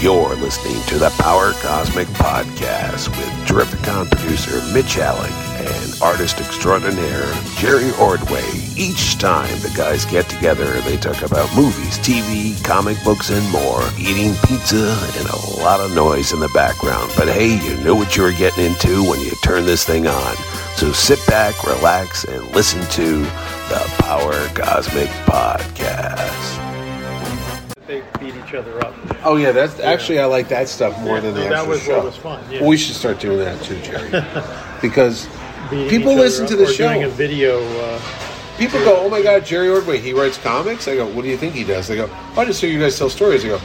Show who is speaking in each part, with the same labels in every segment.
Speaker 1: You're listening to the Power Cosmic Podcast with Terrificon producer Mitch Alec and artist extraordinaire Jerry Ordway. Each time the guys get together, they talk about movies, TV, comic books, and more, eating pizza, and a lot of noise in the background. But hey, you knew what you were getting into when you turned this thing on. So sit back, relax, and listen to the Power Cosmic Podcast.
Speaker 2: they beat each other up.
Speaker 3: Oh yeah, that's actually I like that stuff more than the
Speaker 2: That
Speaker 3: actual
Speaker 2: was
Speaker 3: show.
Speaker 2: what was fun, yeah.
Speaker 3: We should start doing that too, Jerry, because
Speaker 2: Beating
Speaker 3: people
Speaker 2: each other
Speaker 3: listen
Speaker 2: up
Speaker 3: to the
Speaker 2: or Doing a
Speaker 3: show.
Speaker 2: video. Uh,
Speaker 3: People go, "Oh my God, Jerry Ordway, he writes comics." I go, "What do you think he does?" They go, "Oh, "I just hear you guys tell stories." I go,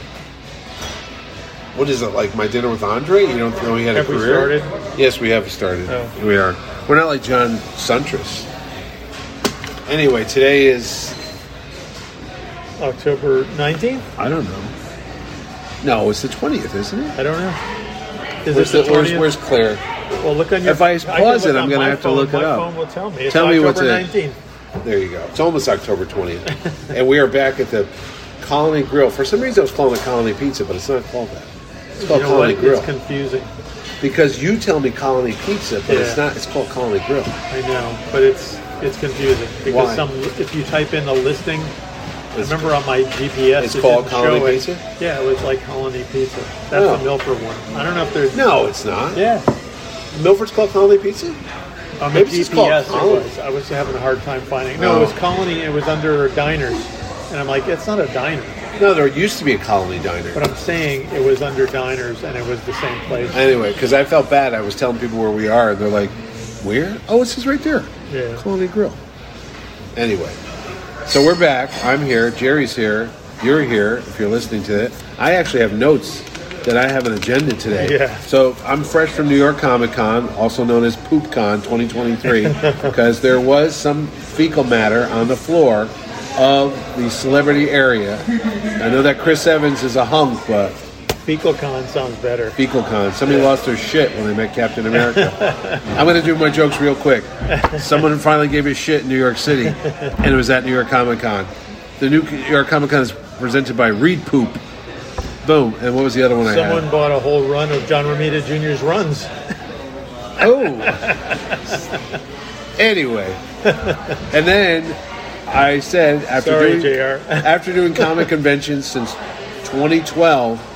Speaker 3: "What is it like? My dinner with Andre? You don't know he had
Speaker 2: Have
Speaker 3: a
Speaker 2: we
Speaker 3: career?"
Speaker 2: started?
Speaker 3: Yes, we have started.
Speaker 2: Oh.
Speaker 3: We are. We're not like John Suntress. Anyway, today is
Speaker 2: October 19th?
Speaker 3: I don't know. No, it's the twentieth, isn't it?
Speaker 2: I don't know. Is this
Speaker 3: Where's,
Speaker 2: the,
Speaker 3: the- where's,
Speaker 2: 20th?
Speaker 3: where's Claire?
Speaker 2: well, look on your
Speaker 3: if I
Speaker 2: I can
Speaker 3: pause
Speaker 2: look
Speaker 3: it, I'm
Speaker 2: on
Speaker 3: gonna
Speaker 2: my
Speaker 3: have to
Speaker 2: phone.
Speaker 3: look it
Speaker 2: my
Speaker 3: up.
Speaker 2: phone will tell me. It's
Speaker 3: Tell me
Speaker 2: October
Speaker 3: what's it.
Speaker 2: 19th.
Speaker 3: There you go. It's almost October 20th. and we are back at the Colony Grill. For some reason, I was calling it Colony Pizza, but it's not called that. It's
Speaker 2: You
Speaker 3: called
Speaker 2: know what?
Speaker 3: Colony Oh, Grill.
Speaker 2: It's confusing.
Speaker 3: because you tell me Colony Pizza, but it's
Speaker 2: Yeah.
Speaker 3: not. It's called Colony Grill.
Speaker 2: I know, but it's it's confusing because
Speaker 3: Why?
Speaker 2: some if you type in the listing, I
Speaker 3: It's-
Speaker 2: remember on my GPS,
Speaker 3: It's
Speaker 2: it
Speaker 3: called
Speaker 2: didn't
Speaker 3: Colony
Speaker 2: show it.
Speaker 3: Pizza?
Speaker 2: Yeah, it was like Colony Pizza. That's
Speaker 3: Oh.
Speaker 2: the Milford one. I don't know if there's
Speaker 3: No, it's not.
Speaker 2: Yeah, Uh,
Speaker 3: Milford's called Colony Pizza?
Speaker 2: On
Speaker 3: Maybe
Speaker 2: the
Speaker 3: it's called
Speaker 2: GPS, it
Speaker 3: Colony.
Speaker 2: was. I was having a hard time finding. No, it was
Speaker 3: Oh.
Speaker 2: Colony. It was under diners, and I'm like, it's not a diner.
Speaker 3: No, there used to be a Colony Diner.
Speaker 2: But I'm saying it was under diners, and it was the same place.
Speaker 3: anyway, because I felt bad. I was telling people where we are, and they're like, "Where? Oh, it says right there,
Speaker 2: Yeah.
Speaker 3: Colony Grill." Anyway, so we're back. I'm here. Jerry's here. You're here. If you're listening to it, I actually have notes that I have an agenda today.
Speaker 2: Yeah.
Speaker 3: So I'm fresh from New York Comic Con, also known as PoopCon 2023, because there was some fecal matter on the floor of the celebrity area. I know that Chris Evans is a hunk, but
Speaker 2: FecalCon sounds better.
Speaker 3: Fecal Con. Somebody lost their shit when they met Captain America. I'm going to do my jokes real quick. Someone finally gave his shit in New York City, and it was at New York Comic Con. The New York Comic Con is presented by Reed Poop. Boom. And what was the other one I
Speaker 2: Someone
Speaker 3: had?
Speaker 2: bought a whole run of John Romita Jr.'s runs.
Speaker 3: Oh. anyway. And then I said after
Speaker 2: Sorry,
Speaker 3: doing,
Speaker 2: JR.
Speaker 3: after doing comic conventions since 2012,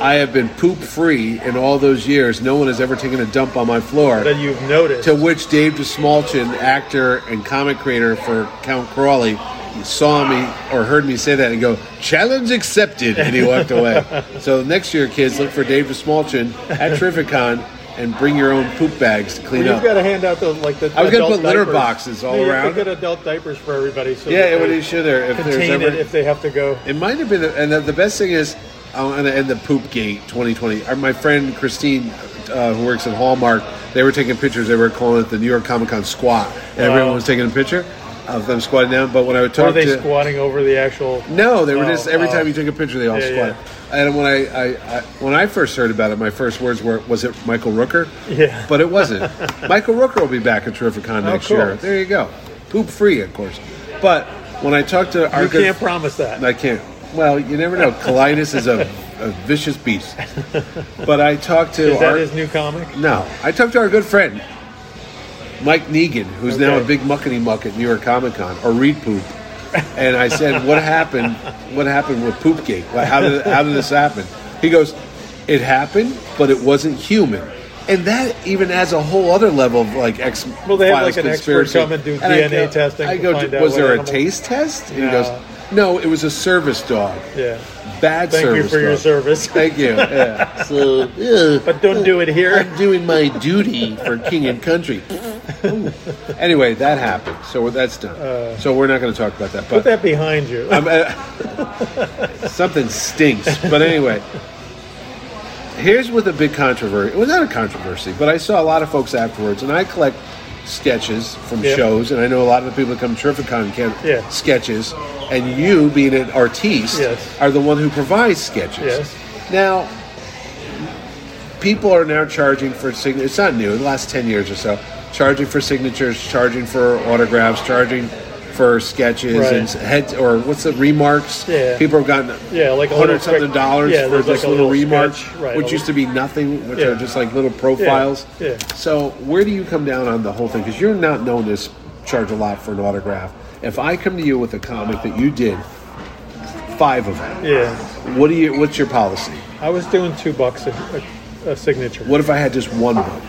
Speaker 3: I have been poop free in all those years. No one has ever taken a dump on my floor.
Speaker 2: that you've noticed.
Speaker 3: To which Dave DeSmalchin, actor and comic creator for Count Crawley, saw me or heard me say that and go, challenge accepted, and he walked away. so next year, kids, look for Dave DeSmalchin at Trificon and bring your own poop bags to clean
Speaker 2: Well, you've
Speaker 3: up.
Speaker 2: got to hand out the like the.
Speaker 3: I was gonna
Speaker 2: adult
Speaker 3: put litter
Speaker 2: diapers.
Speaker 3: boxes all
Speaker 2: Yeah, you
Speaker 3: around.
Speaker 2: Have to get adult diapers for everybody. So
Speaker 3: yeah,
Speaker 2: that
Speaker 3: it would
Speaker 2: they
Speaker 3: be sure there if there's
Speaker 2: Contain
Speaker 3: ever.
Speaker 2: it if they have to go.
Speaker 3: It might have been, and the, the best thing is, I'm going to end the poop gate 2020. Our- My friend Christine, uh, who works at Hallmark, they were taking pictures. They were calling it the New York Comic Con squat, and everyone
Speaker 2: Wow.
Speaker 3: was taking a picture of them squatting down. But when I would
Speaker 2: Are
Speaker 3: talk
Speaker 2: they
Speaker 3: to
Speaker 2: squatting over the actual?
Speaker 3: no, they were
Speaker 2: Oh,
Speaker 3: just every
Speaker 2: oh.
Speaker 3: time you took a picture, they all
Speaker 2: Yeah,
Speaker 3: squatted. And when I, I, I when I first heard about it, my first words were, "Was it Michael Rooker?"
Speaker 2: Yeah.
Speaker 3: but it wasn't. Michael Rooker will be back at Terrificon
Speaker 2: Oh,
Speaker 3: next
Speaker 2: cool.
Speaker 3: year. There you go, poop free, of course. But when I talked to our
Speaker 2: You
Speaker 3: good
Speaker 2: can't promise that.
Speaker 3: I can't. Well, you never know. Colitis is a, a vicious beast. But I talked to
Speaker 2: Is that
Speaker 3: our
Speaker 2: his new comic?
Speaker 3: no, I talked to our good friend Mike Negan, who's now
Speaker 2: Okay.
Speaker 3: a big muckety muck at New York Comic Con or Reed Poop, and I said, "What happened? What happened with Poopgate? Like, How did how did this happen?" He goes, "It happened, but it wasn't human." And that even adds a whole other level of like ex.
Speaker 2: Well, they have,
Speaker 3: files
Speaker 2: like, an expert
Speaker 3: conspiracy.
Speaker 2: come and do
Speaker 3: I
Speaker 2: DNA
Speaker 3: go-
Speaker 2: testing
Speaker 3: I
Speaker 2: to
Speaker 3: go,
Speaker 2: find out
Speaker 3: "Was
Speaker 2: what
Speaker 3: there a
Speaker 2: animal-"
Speaker 3: taste test?" And he
Speaker 2: No.
Speaker 3: goes, "No, it was a service dog.
Speaker 2: Yeah.
Speaker 3: Bad
Speaker 2: Thank you
Speaker 3: service
Speaker 2: for your
Speaker 3: dog."
Speaker 2: service.
Speaker 3: Thank you. Yeah. So, yeah.
Speaker 2: But don't do it here.
Speaker 3: I'm doing my duty for king and country. Ooh. Anyway, that happened. So that's done. so we're not going to talk about that.
Speaker 2: Put
Speaker 3: But
Speaker 2: that behind you.
Speaker 3: I'm, uh, something stinks. But anyway, here's with a big controversy. It was not a controversy, but I saw a lot of folks afterwards, and I collect sketches from
Speaker 2: Yeah.
Speaker 3: shows, and I know a lot of the people that come to Terrificon get
Speaker 2: Yeah.
Speaker 3: sketches, and you, being an artiste,
Speaker 2: Yes.
Speaker 3: are the one who provides sketches.
Speaker 2: Yes.
Speaker 3: Now, people are now charging for signatures. It's not new. The last ten years or so, charging for signatures, charging for autographs, charging for sketches
Speaker 2: Right.
Speaker 3: and heads or what's the remarks.
Speaker 2: Yeah.
Speaker 3: People have gotten
Speaker 2: Yeah, like a
Speaker 3: hundred
Speaker 2: little
Speaker 3: something
Speaker 2: quick-
Speaker 3: dollars
Speaker 2: yeah,
Speaker 3: for
Speaker 2: there's
Speaker 3: just
Speaker 2: like a
Speaker 3: little,
Speaker 2: little
Speaker 3: remarks,
Speaker 2: sketch, right,
Speaker 3: which
Speaker 2: a
Speaker 3: used to be nothing, which
Speaker 2: Yeah.
Speaker 3: are just like little profiles.
Speaker 2: yeah.
Speaker 3: So where do you come down on the whole thing? Because you're not known to charge a lot for an autograph. If I come to you with a comic that you did, five of them,
Speaker 2: Yeah,
Speaker 3: what do you? What's your policy?
Speaker 2: I was doing two bucks a, a, a signature.
Speaker 3: What if I had just one book?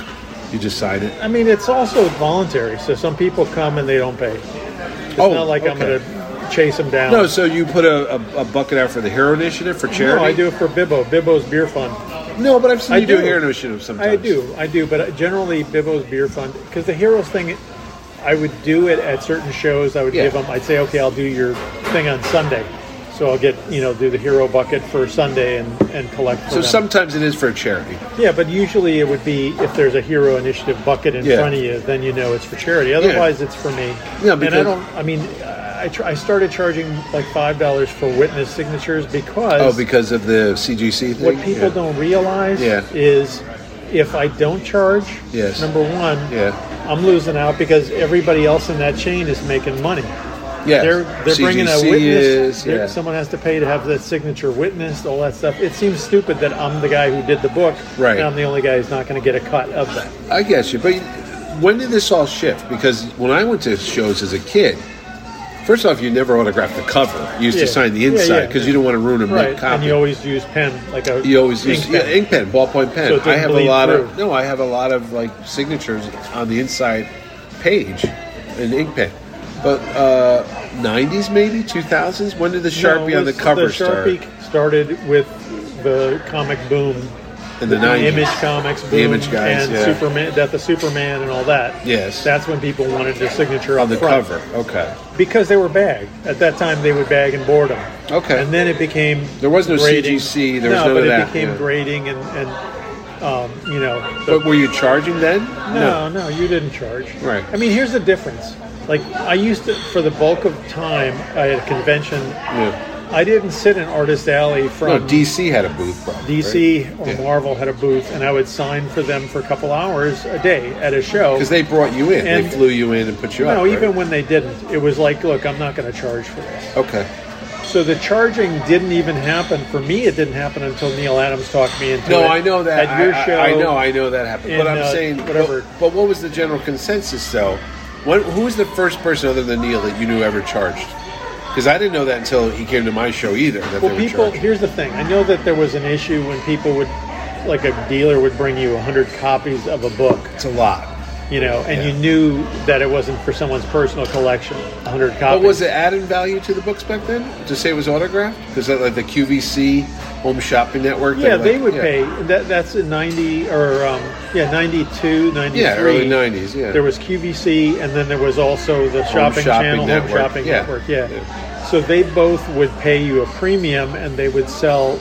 Speaker 3: You just sign it.
Speaker 2: I mean, it's also voluntary. So some people come and they don't pay. It's
Speaker 3: oh,
Speaker 2: not like I'm
Speaker 3: okay.
Speaker 2: going to chase them down.
Speaker 3: No, so you put a, a, a bucket out for the Hero Initiative for charity.
Speaker 2: No, I do it for Bibbo. Bibbo's Beer Fund.
Speaker 3: No, but I've seen
Speaker 2: I
Speaker 3: you do,
Speaker 2: do.
Speaker 3: Hero Initiative sometimes.
Speaker 2: I do, I do, but uh, generally Bibbo's Beer Fund because the Heroes thing, I would do it at certain shows. I would
Speaker 3: Yeah.
Speaker 2: give them. I'd say, okay, I'll do your thing on Sunday, so I'll get you know do the Hero bucket for Sunday and and collect. For
Speaker 3: So
Speaker 2: them.
Speaker 3: sometimes it is for a charity.
Speaker 2: yeah, but usually it would be if there's a Hero Initiative bucket in
Speaker 3: Yeah.
Speaker 2: front of you, then you know it's for charity. Otherwise, it's for me. and
Speaker 3: Yeah,
Speaker 2: I
Speaker 3: because-
Speaker 2: don't. I mean, I tr- I started charging like five dollars for witness signatures because
Speaker 3: Oh, because of the CGC thing.
Speaker 2: what people
Speaker 3: yeah.
Speaker 2: don't realize
Speaker 3: Yeah.
Speaker 2: is if I don't charge,
Speaker 3: Yes.
Speaker 2: number one,
Speaker 3: Yeah.
Speaker 2: I'm losing out because everybody else in that chain is making money.
Speaker 3: Yes.
Speaker 2: They're they're bringing a
Speaker 3: CGC
Speaker 2: witness.
Speaker 3: Is,
Speaker 2: They're-
Speaker 3: yeah.
Speaker 2: Someone has to pay to have that signature witnessed, all that stuff. It seems stupid that I'm the guy who did the book,
Speaker 3: Right.
Speaker 2: and I'm the only guy who's not going to get a cut of that.
Speaker 3: I guess you. But when did this all shift? Because when I went to shows as a kid, first off, you never autographed the cover. You used to
Speaker 2: Yeah.
Speaker 3: sign the
Speaker 2: Yeah,
Speaker 3: inside
Speaker 2: yeah,
Speaker 3: because
Speaker 2: yeah.
Speaker 3: you don't want to ruin a mint
Speaker 2: Right,
Speaker 3: copy.
Speaker 2: and you always use pen like a
Speaker 3: You always use
Speaker 2: ink
Speaker 3: yeah,
Speaker 2: pen.
Speaker 3: ink pen, ballpoint pen.
Speaker 2: So it doesn't
Speaker 3: I have a
Speaker 2: bleed
Speaker 3: lot of
Speaker 2: through.
Speaker 3: no, I have a lot of like signatures on the inside page in ink pen. But uh, 90s maybe 2000s. When did the
Speaker 2: No,
Speaker 3: sharpie
Speaker 2: it
Speaker 3: on the
Speaker 2: was-
Speaker 3: cover start?
Speaker 2: Sharpie started with the comic boom
Speaker 3: In the
Speaker 2: the
Speaker 3: 90s.
Speaker 2: Image Comics, boom,
Speaker 3: Image guys,
Speaker 2: and
Speaker 3: yeah.
Speaker 2: Superman, Death of Superman, and all that.
Speaker 3: Yes.
Speaker 2: that's when people wanted the signature
Speaker 3: on
Speaker 2: on
Speaker 3: the
Speaker 2: front
Speaker 3: cover. Okay.
Speaker 2: because they were bagged. At that time, they would bag and board them.
Speaker 3: Okay.
Speaker 2: and then it became
Speaker 3: There was no
Speaker 2: grading.
Speaker 3: CGC, there was
Speaker 2: no,
Speaker 3: none
Speaker 2: but
Speaker 3: of
Speaker 2: it
Speaker 3: that,
Speaker 2: became
Speaker 3: yeah.
Speaker 2: grading and and um, you know. the-
Speaker 3: But were you charging then?
Speaker 2: no, no, you didn't charge.
Speaker 3: Right.
Speaker 2: I mean, here's the difference. Like I used to, for the bulk of time I at a convention,
Speaker 3: Yeah.
Speaker 2: I didn't sit in Artist Alley
Speaker 3: No,
Speaker 2: from
Speaker 3: DC had a booth. Probably,
Speaker 2: DC or
Speaker 3: Yeah.
Speaker 2: Marvel had a booth, and I would sign for them for a couple hours a day at a show.
Speaker 3: Because they brought you in. they
Speaker 2: And-
Speaker 3: flew you in and put you up.
Speaker 2: no,
Speaker 3: right?
Speaker 2: even when they didn't, it was like, look, I'm not going to charge for this.
Speaker 3: Okay.
Speaker 2: So the charging didn't even happen for me. It didn't happen until Neil Adams talked me into it.
Speaker 3: No, I know that.
Speaker 2: at your
Speaker 3: I, I-
Speaker 2: show.
Speaker 3: I know, I know that happened.
Speaker 2: in,
Speaker 3: but I'm
Speaker 2: uh,
Speaker 3: saying
Speaker 2: whatever.
Speaker 3: But, but what was the general consensus though? What, who was the first person other than Neil that you knew ever charged? Because I didn't know that until he came to my show either. That
Speaker 2: Well,
Speaker 3: they were
Speaker 2: people,
Speaker 3: charged.
Speaker 2: here's the thing. I know that there was an issue when people would, like a dealer would bring you 100 copies of a book,
Speaker 3: It's a lot.
Speaker 2: you know, and
Speaker 3: Yeah.
Speaker 2: you knew that it wasn't for someone's personal collection. 100 copies.
Speaker 3: But was it adding value to the books back then to say it was autographed? Because like the QVC Home Shopping Network.
Speaker 2: Yeah,
Speaker 3: like-
Speaker 2: they would
Speaker 3: yeah.
Speaker 2: pay. That, that's in 90 or um, yeah, 92, 93.
Speaker 3: Yeah, early '90s. Yeah,
Speaker 2: There was QVC, and then there was also the shopping,
Speaker 3: Shopping
Speaker 2: channel,
Speaker 3: Network,
Speaker 2: Home shopping
Speaker 3: yeah.
Speaker 2: network. Yeah.
Speaker 3: Yeah.
Speaker 2: So they both would pay you a premium, and they would sell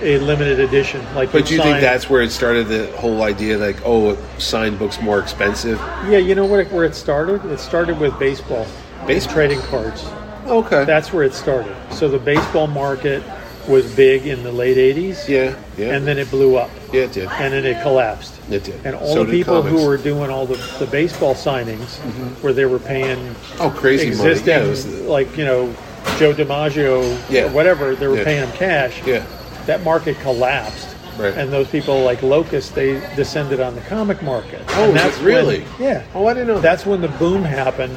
Speaker 2: a limited edition. Like,
Speaker 3: But
Speaker 2: you'd
Speaker 3: do you think
Speaker 2: sign-
Speaker 3: that's where it started? The whole idea, like, oh, signed books more expensive.
Speaker 2: yeah? You know where it, where it started? It started with baseball,
Speaker 3: Baseball.
Speaker 2: trading cards.
Speaker 3: Okay.
Speaker 2: That's where it started. So the baseball market was big in the late '80s,
Speaker 3: yeah. Yeah.
Speaker 2: and then it blew up,
Speaker 3: yeah, it did.
Speaker 2: and then it collapsed.
Speaker 3: It did.
Speaker 2: And all
Speaker 3: So
Speaker 2: the
Speaker 3: did
Speaker 2: people
Speaker 3: comics.
Speaker 2: who were doing all the, the baseball signings, where they were paying
Speaker 3: oh crazy money.
Speaker 2: existing,
Speaker 3: Yeah, it was,
Speaker 2: like you know, Joe DiMaggio,
Speaker 3: Yeah.
Speaker 2: or whatever, they were
Speaker 3: Yeah.
Speaker 2: paying them cash.
Speaker 3: yeah.
Speaker 2: That market collapsed,
Speaker 3: Right.
Speaker 2: and those people like locusts, they descended on the comic market.
Speaker 3: Oh,
Speaker 2: and
Speaker 3: is it
Speaker 2: that's when-
Speaker 3: really?
Speaker 2: yeah.
Speaker 3: Oh, I didn't know.
Speaker 2: That's when the boom happened,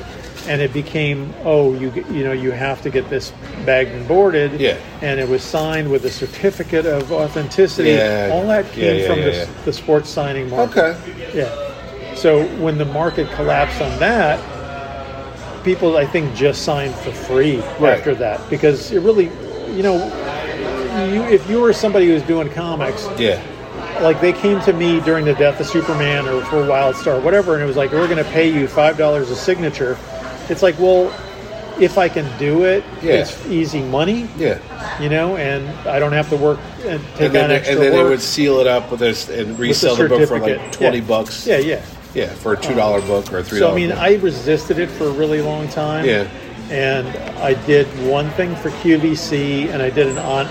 Speaker 2: and it became oh you get- you know you have to get this bagged and boarded.
Speaker 3: Yeah.
Speaker 2: and it was signed with a certificate of authenticity.
Speaker 3: Yeah.
Speaker 2: All that
Speaker 3: Yeah,
Speaker 2: came
Speaker 3: yeah,
Speaker 2: from
Speaker 3: yeah,
Speaker 2: the,
Speaker 3: yeah.
Speaker 2: the sports signing market.
Speaker 3: Okay.
Speaker 2: Yeah. So when the market collapsed on that, people I think just signed for free
Speaker 3: Right.
Speaker 2: after that because it really, you know, you, if you were somebody who's doing comics,
Speaker 3: Yeah.
Speaker 2: like they came to me during the death of Superman or for Wildstar, whatever, and it was like we're going to pay you five dollars a signature. It's like, well, if I can do it,
Speaker 3: Yeah.
Speaker 2: it's easy money,
Speaker 3: Yeah.
Speaker 2: you know, and I don't have to work and take
Speaker 3: And then,
Speaker 2: on
Speaker 3: they,
Speaker 2: extra
Speaker 3: and then
Speaker 2: work.
Speaker 3: they would seal it up with this and
Speaker 2: with a
Speaker 3: resell the book for like
Speaker 2: certificate.
Speaker 3: twenty
Speaker 2: Yeah.
Speaker 3: bucks.
Speaker 2: Yeah, yeah.
Speaker 3: Yeah, for a two dollar book or a three dollar.
Speaker 2: So I mean,
Speaker 3: book.
Speaker 2: I resisted it for a really long time.
Speaker 3: Yeah.
Speaker 2: And I did one thing for QVC, and I did an on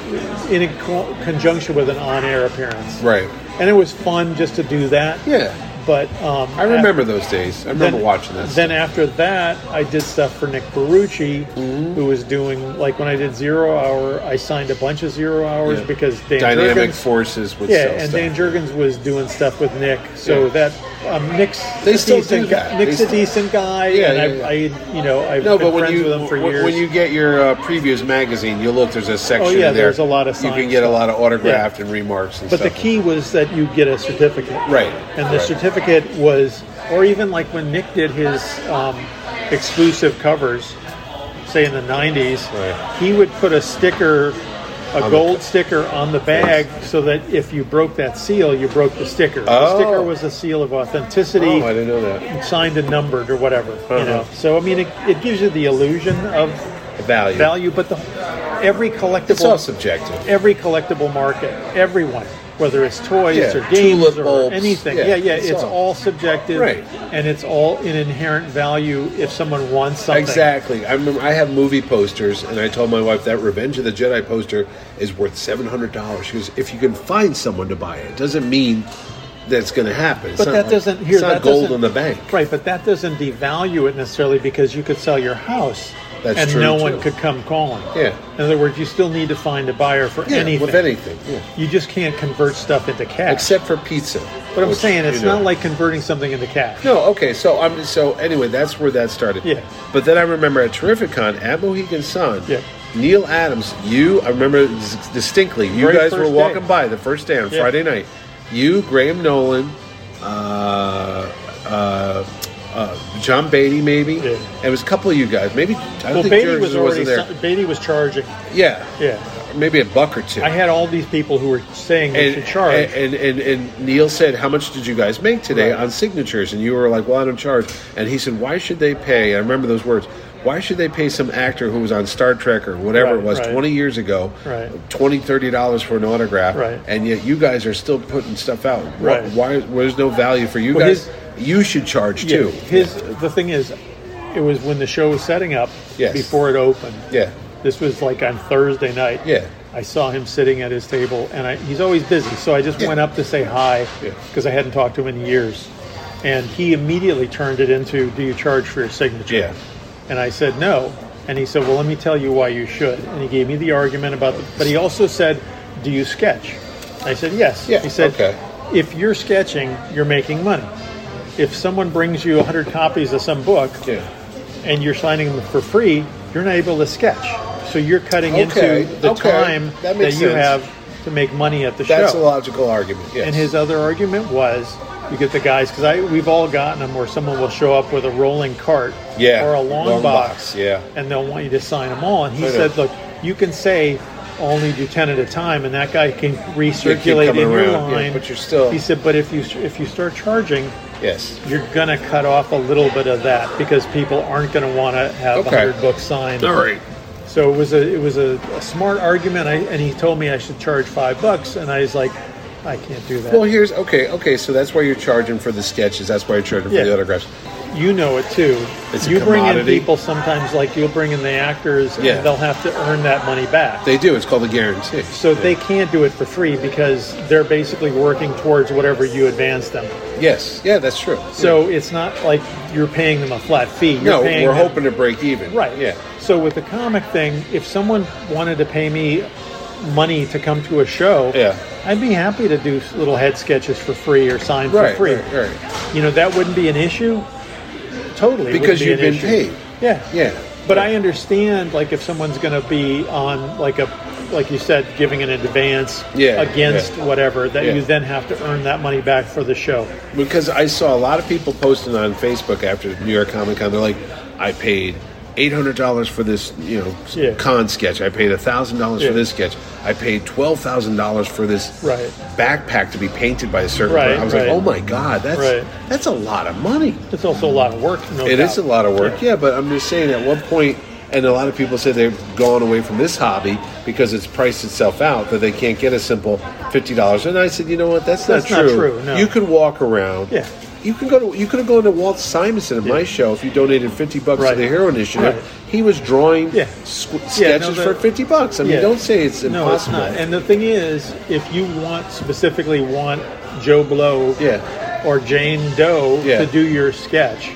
Speaker 2: in co- conjunction with an on-air appearance.
Speaker 3: right.
Speaker 2: And it was fun just to do that.
Speaker 3: Yeah.
Speaker 2: But um,
Speaker 3: I remember those days. I remember watching this.
Speaker 2: Then after that, I did stuff for Nick Barucci,
Speaker 3: Mm-hmm.
Speaker 2: who was doing like when I did Zero Hour, I signed a bunch of Zero Hours
Speaker 3: Yeah.
Speaker 2: because Dan
Speaker 3: Dynamic
Speaker 2: Jurgens,
Speaker 3: forces would
Speaker 2: yeah,
Speaker 3: sell
Speaker 2: and
Speaker 3: stuff.
Speaker 2: Dan Jurgens was doing stuff with Nick, so
Speaker 3: Yeah.
Speaker 2: that um, Nick's
Speaker 3: They
Speaker 2: a
Speaker 3: still do
Speaker 2: decent
Speaker 3: that.
Speaker 2: guy. Nick's
Speaker 3: They
Speaker 2: a decent guy,
Speaker 3: Yeah,
Speaker 2: and
Speaker 3: yeah,
Speaker 2: I, I, you know, I've
Speaker 3: no,
Speaker 2: been
Speaker 3: but when
Speaker 2: friends
Speaker 3: you
Speaker 2: with him for
Speaker 3: when
Speaker 2: years. Oh,
Speaker 3: when you get your uh, previews magazine, you look. There's a section
Speaker 2: yeah,
Speaker 3: in there.
Speaker 2: there's a lot of
Speaker 3: You can
Speaker 2: signed
Speaker 3: get a
Speaker 2: stuff.
Speaker 3: lot of autographed and remarks and
Speaker 2: But the
Speaker 3: stuff.
Speaker 2: key was that you get a certificate.
Speaker 3: Right,
Speaker 2: And the
Speaker 3: right.
Speaker 2: certificate was, or even like when Nick did his um, exclusive covers, say in the 90s,
Speaker 3: Right.
Speaker 2: he would put a sticker, a
Speaker 3: the-
Speaker 2: gold sticker on the bag so that if you broke that seal, you broke the sticker.
Speaker 3: Oh.
Speaker 2: The sticker was a seal of authenticity.
Speaker 3: Oh, I didn't know that.
Speaker 2: Signed and numbered, or whatever,
Speaker 3: Uh-huh.
Speaker 2: you know. So I mean, it, it gives you the illusion of
Speaker 3: The value.
Speaker 2: value, but the every collectible
Speaker 3: It's all subjective.
Speaker 2: every collectible market, everyone, whether it's toys
Speaker 3: Yeah,
Speaker 2: or games
Speaker 3: tulip
Speaker 2: or
Speaker 3: bulbs.
Speaker 2: anything.
Speaker 3: Yeah,
Speaker 2: Yeah, yeah,
Speaker 3: it's
Speaker 2: it's,
Speaker 3: all-
Speaker 2: all, subjective,
Speaker 3: Right.
Speaker 2: and it's all an inherent value if someone wants something.
Speaker 3: Exactly. I remember I have movie posters, and I told my wife that Revenge of the Jedi poster is worth seven hundred dollars. She goes, "If you can find someone to buy it, doesn't mean that's going to happen." It's
Speaker 2: But
Speaker 3: not
Speaker 2: that
Speaker 3: like-
Speaker 2: doesn't here.
Speaker 3: It's not
Speaker 2: that
Speaker 3: gold
Speaker 2: doesn't-
Speaker 3: in the bank.
Speaker 2: right? But that doesn't devalue it necessarily because you could sell your house
Speaker 3: That's
Speaker 2: and
Speaker 3: true,
Speaker 2: no
Speaker 3: too.
Speaker 2: one could come calling.
Speaker 3: Yeah.
Speaker 2: In other words, you still need to find a buyer for
Speaker 3: Yeah,
Speaker 2: anything.
Speaker 3: with anything. Yeah.
Speaker 2: You just can't convert stuff into cash.
Speaker 3: Except for pizza.
Speaker 2: but I'm
Speaker 3: which,
Speaker 2: saying it's
Speaker 3: you know.
Speaker 2: not like converting something into cash.
Speaker 3: No, okay. So I'm so anyway. That's where that started.
Speaker 2: Yeah.
Speaker 3: But then I remember at Terrificon at Mohegan Sun.
Speaker 2: Yeah.
Speaker 3: Neil Adams, you I remember dis- distinctly. You
Speaker 2: Very
Speaker 3: guys were
Speaker 2: first
Speaker 3: walking
Speaker 2: day.
Speaker 3: by the first day on
Speaker 2: Yeah.
Speaker 3: Friday night. You, Graham Nolan, uh, uh, uh, John Beatty, maybe.
Speaker 2: Yeah.
Speaker 3: And it was a couple of you guys. Maybe I don't
Speaker 2: Well,
Speaker 3: think
Speaker 2: Beatty
Speaker 3: Jurgens
Speaker 2: was
Speaker 3: wasn't
Speaker 2: already
Speaker 3: there.
Speaker 2: Beatty was charging.
Speaker 3: yeah.
Speaker 2: Yeah.
Speaker 3: Maybe a buck or two.
Speaker 2: I had all these people who were saying they
Speaker 3: and,
Speaker 2: should charge.
Speaker 3: And, and, and, and Neil said, How much did you guys make today
Speaker 2: Right.
Speaker 3: on signatures? And you were like, Well, I don't charge. And he said, Why should they pay? I remember those words. Why should they pay some actor who was on Star Trek or whatever it
Speaker 2: Right,
Speaker 3: was
Speaker 2: right.
Speaker 3: 20 years ago
Speaker 2: Right.
Speaker 3: twenty thirty $20, $30 for an autograph?
Speaker 2: Right.
Speaker 3: And yet you guys are still putting stuff out. Wh-
Speaker 2: Right.
Speaker 3: Why, There's no value for you
Speaker 2: Well,
Speaker 3: guys. you should charge
Speaker 2: Yeah,
Speaker 3: too.
Speaker 2: his the thing is, it was when the show was setting up
Speaker 3: Yes.
Speaker 2: before it opened.
Speaker 3: Yeah.
Speaker 2: This was like on Thursday night.
Speaker 3: Yeah.
Speaker 2: I saw him sitting at his table, and I, he's always busy, so I just
Speaker 3: Yeah.
Speaker 2: went up to say hi
Speaker 3: Yeah.
Speaker 2: because I hadn't talked to him in years. And he immediately turned it into, "Do you charge for your signature?"
Speaker 3: Yeah.
Speaker 2: And I said no. And he said, Well, let me tell you why you should. And he gave me the argument about the, but he also said, Do you sketch? I said, Yes.
Speaker 3: Yeah,
Speaker 2: he said,
Speaker 3: okay.
Speaker 2: If you're sketching, you're making money. If someone brings you 100 copies of some book
Speaker 3: Yeah.
Speaker 2: and you're signing them for free, you're not able to sketch. So you're cutting
Speaker 3: Okay,
Speaker 2: into the
Speaker 3: okay.
Speaker 2: time
Speaker 3: That
Speaker 2: that,
Speaker 3: makes
Speaker 2: you
Speaker 3: sense.
Speaker 2: have to make money at the
Speaker 3: That's
Speaker 2: show.
Speaker 3: a logical argument. Yes.
Speaker 2: And his other argument was, you get the guys because I we've all gotten them where someone will show up with a rolling cart
Speaker 3: Yeah,
Speaker 2: or a long,
Speaker 3: long box,
Speaker 2: box,
Speaker 3: yeah.
Speaker 2: and they'll want you to sign them all. And he
Speaker 3: I know.
Speaker 2: said, look, you can say only do ten at a time, and that guy can recirculate in
Speaker 3: coming
Speaker 2: your
Speaker 3: around, yeah,
Speaker 2: line.
Speaker 3: but you're still-
Speaker 2: He said, but if you if you start charging,
Speaker 3: yes.
Speaker 2: you're gonna cut off a little bit of that because people aren't gonna want to have
Speaker 3: Okay.
Speaker 2: hundred books signed.
Speaker 3: All right.
Speaker 2: So it was a it was a, a smart argument. I, and he told me I should charge five bucks, and I was like, I can't do that.
Speaker 3: Well, here's okay. Okay, so that's why you're charging for the sketches. That's why you're charging
Speaker 2: Yeah.
Speaker 3: for the autographs.
Speaker 2: you know it too.
Speaker 3: It's a
Speaker 2: you bring in
Speaker 3: commodity.
Speaker 2: people sometimes, like you'll bring in the actors,
Speaker 3: Yeah.
Speaker 2: and they'll have to earn that money back.
Speaker 3: They do. It's called a guarantee.
Speaker 2: so they can't do it for free because they're basically working towards whatever you advance them.
Speaker 3: Yes. Yeah, that's true.
Speaker 2: So it's not like you're paying them a flat fee. You're
Speaker 3: no,
Speaker 2: paying
Speaker 3: we're
Speaker 2: them-
Speaker 3: hoping to break even.
Speaker 2: Right.
Speaker 3: Yeah.
Speaker 2: So with the comic thing, if someone wanted to pay me money to come to a show,
Speaker 3: Yeah.
Speaker 2: I'd be happy to do little head sketches for free or sign
Speaker 3: Right,
Speaker 2: for free.
Speaker 3: right, right.
Speaker 2: You know, that wouldn't be an issue. Totally. it wouldn't
Speaker 3: Because
Speaker 2: be
Speaker 3: you've
Speaker 2: an
Speaker 3: been
Speaker 2: issue.
Speaker 3: paid.
Speaker 2: Yeah.
Speaker 3: Yeah.
Speaker 2: But I understand, like, if someone's going to be on, like a, like you said, giving an advance
Speaker 3: Yeah,
Speaker 2: against
Speaker 3: yeah.
Speaker 2: whatever, that
Speaker 3: Yeah.
Speaker 2: you then have to earn that money back for the show.
Speaker 3: Because I saw a lot of people posting on Facebook after New York Comic Con. They're like, I paid eight hundred dollars for this, you know, s-
Speaker 2: Yeah.
Speaker 3: con sketch. I paid thousand dollars
Speaker 2: Yeah.
Speaker 3: for this sketch. I paid twelve thousand dollars for this
Speaker 2: Right.
Speaker 3: backpack to be painted by a certain.
Speaker 2: Right,
Speaker 3: person." I was
Speaker 2: right.
Speaker 3: like, oh my god, that's
Speaker 2: Right.
Speaker 3: that's a lot of money.
Speaker 2: It's also a lot of work. No
Speaker 3: It is
Speaker 2: doubt.
Speaker 3: a lot of work, yeah. But I'm just saying, at one point, and a lot of people say they've gone away from this hobby because it's priced itself out that they can't get a simple fifty dollars. And I said, you know what? That's,
Speaker 2: That's not true, no.
Speaker 3: You could walk around.
Speaker 2: Yeah.
Speaker 3: You can go to you could have gone to Walt Simonson at my show if you donated fifty bucks to
Speaker 2: Right.
Speaker 3: the Hero Initiative.
Speaker 2: Right.
Speaker 3: He was drawing
Speaker 2: Yeah.
Speaker 3: squ- sketches
Speaker 2: Yeah, no, the-
Speaker 3: for fifty bucks. I mean,
Speaker 2: Yeah.
Speaker 3: don't say it's impossible.
Speaker 2: No, it's not. And the thing is, if you want specifically want Joe Blow
Speaker 3: yeah.
Speaker 2: or Jane Doe
Speaker 3: Yeah.
Speaker 2: to do your sketch,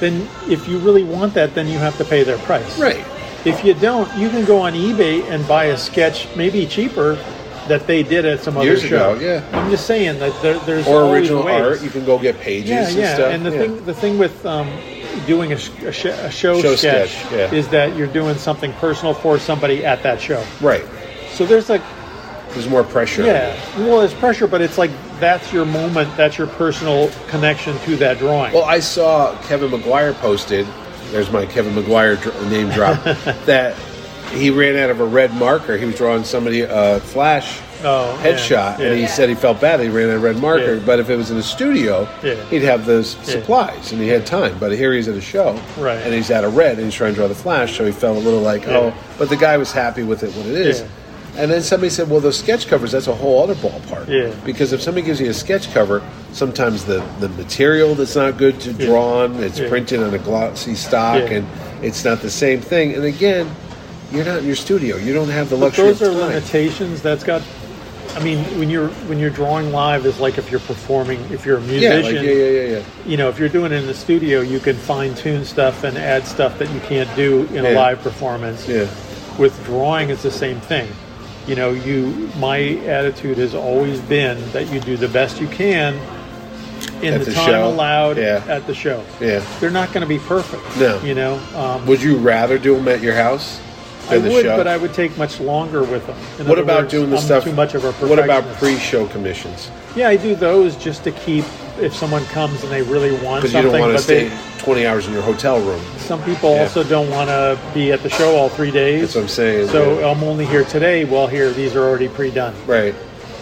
Speaker 2: then if you really want that, then you have to pay their price.
Speaker 3: Right.
Speaker 2: If you don't, you can go on eBay and buy a sketch, maybe cheaper, that they did at some
Speaker 3: Years
Speaker 2: other show.
Speaker 3: ago, yeah.
Speaker 2: I'm just saying that there, there's
Speaker 3: Or
Speaker 2: always
Speaker 3: original
Speaker 2: ways.
Speaker 3: art. You can go get pages
Speaker 2: Yeah,
Speaker 3: and
Speaker 2: yeah.
Speaker 3: stuff.
Speaker 2: And the
Speaker 3: Yeah.
Speaker 2: thing, the thing with um, doing a, sh- a, sh- a show,
Speaker 3: Show
Speaker 2: sketch,
Speaker 3: sketch, yeah.
Speaker 2: is that you're doing something personal for somebody at that show.
Speaker 3: Right.
Speaker 2: So there's like,
Speaker 3: There's more pressure.
Speaker 2: yeah, well, there's pressure, but it's like that's your moment, that's your personal connection to that drawing.
Speaker 3: Well, I saw Kevin McGuire posted. There's my Kevin McGuire dr- name drop. that he ran out of a red marker. He was drawing somebody a flash
Speaker 2: Oh, yeah,
Speaker 3: headshot,
Speaker 2: yeah.
Speaker 3: and he said he felt bad. that He ran out of red marker.
Speaker 2: Yeah.
Speaker 3: But if it was in a studio,
Speaker 2: Yeah.
Speaker 3: he'd have those supplies, and he had time. But here he's at a show,
Speaker 2: Right.
Speaker 3: And he's out of red, and he's trying to draw the flash. So he felt a little like,
Speaker 2: Yeah.
Speaker 3: oh. But the guy was happy with it. What it is.
Speaker 2: Yeah.
Speaker 3: And then somebody said, "Well, those sketch covers—that's a whole other ballpark."
Speaker 2: Yeah.
Speaker 3: Because if somebody gives you a sketch cover, sometimes the, the material that's not good to draw on, it's
Speaker 2: Yeah.
Speaker 3: printed on a glossy stock,
Speaker 2: Yeah.
Speaker 3: and it's not the same thing. And again, you're not in your studio; you don't have the
Speaker 2: but
Speaker 3: luxury
Speaker 2: those are
Speaker 3: of time.
Speaker 2: limitations. That's got. I mean, when you're when you're drawing live is like if you're performing, if you're a
Speaker 3: yeah,
Speaker 2: musician,
Speaker 3: like, yeah, yeah, yeah, yeah.
Speaker 2: you know, if you're doing it in the studio, you can fine tune stuff and add stuff that you can't do in a
Speaker 3: Yeah.
Speaker 2: live performance.
Speaker 3: Yeah.
Speaker 2: With drawing, it's the same thing. You know, you my attitude has always been that you do the best you can in
Speaker 3: At
Speaker 2: the,
Speaker 3: the
Speaker 2: time
Speaker 3: show.
Speaker 2: allowed
Speaker 3: Yeah.
Speaker 2: at the show.
Speaker 3: Yeah.
Speaker 2: They're not going to be perfect.
Speaker 3: No.
Speaker 2: You know, um,
Speaker 3: Would you rather do them at your house
Speaker 2: I
Speaker 3: than the
Speaker 2: would,
Speaker 3: show?
Speaker 2: but I would take much longer with them. In
Speaker 3: what
Speaker 2: other
Speaker 3: about
Speaker 2: words,
Speaker 3: doing the
Speaker 2: I'm
Speaker 3: stuff?
Speaker 2: Too much of a
Speaker 3: what about
Speaker 2: perfectionist.
Speaker 3: pre-show commissions?
Speaker 2: Yeah, I do those just to keep if someone comes and they really want
Speaker 3: Because
Speaker 2: something,
Speaker 3: you don't want to
Speaker 2: but
Speaker 3: stay
Speaker 2: they,
Speaker 3: 20 hours in your hotel room.
Speaker 2: Some people
Speaker 3: Yeah.
Speaker 2: also don't want to be at the show all three days.
Speaker 3: That's what I'm saying,
Speaker 2: So
Speaker 3: yeah.
Speaker 2: I'm only here today. Well, here these are already pre-done.
Speaker 3: Right.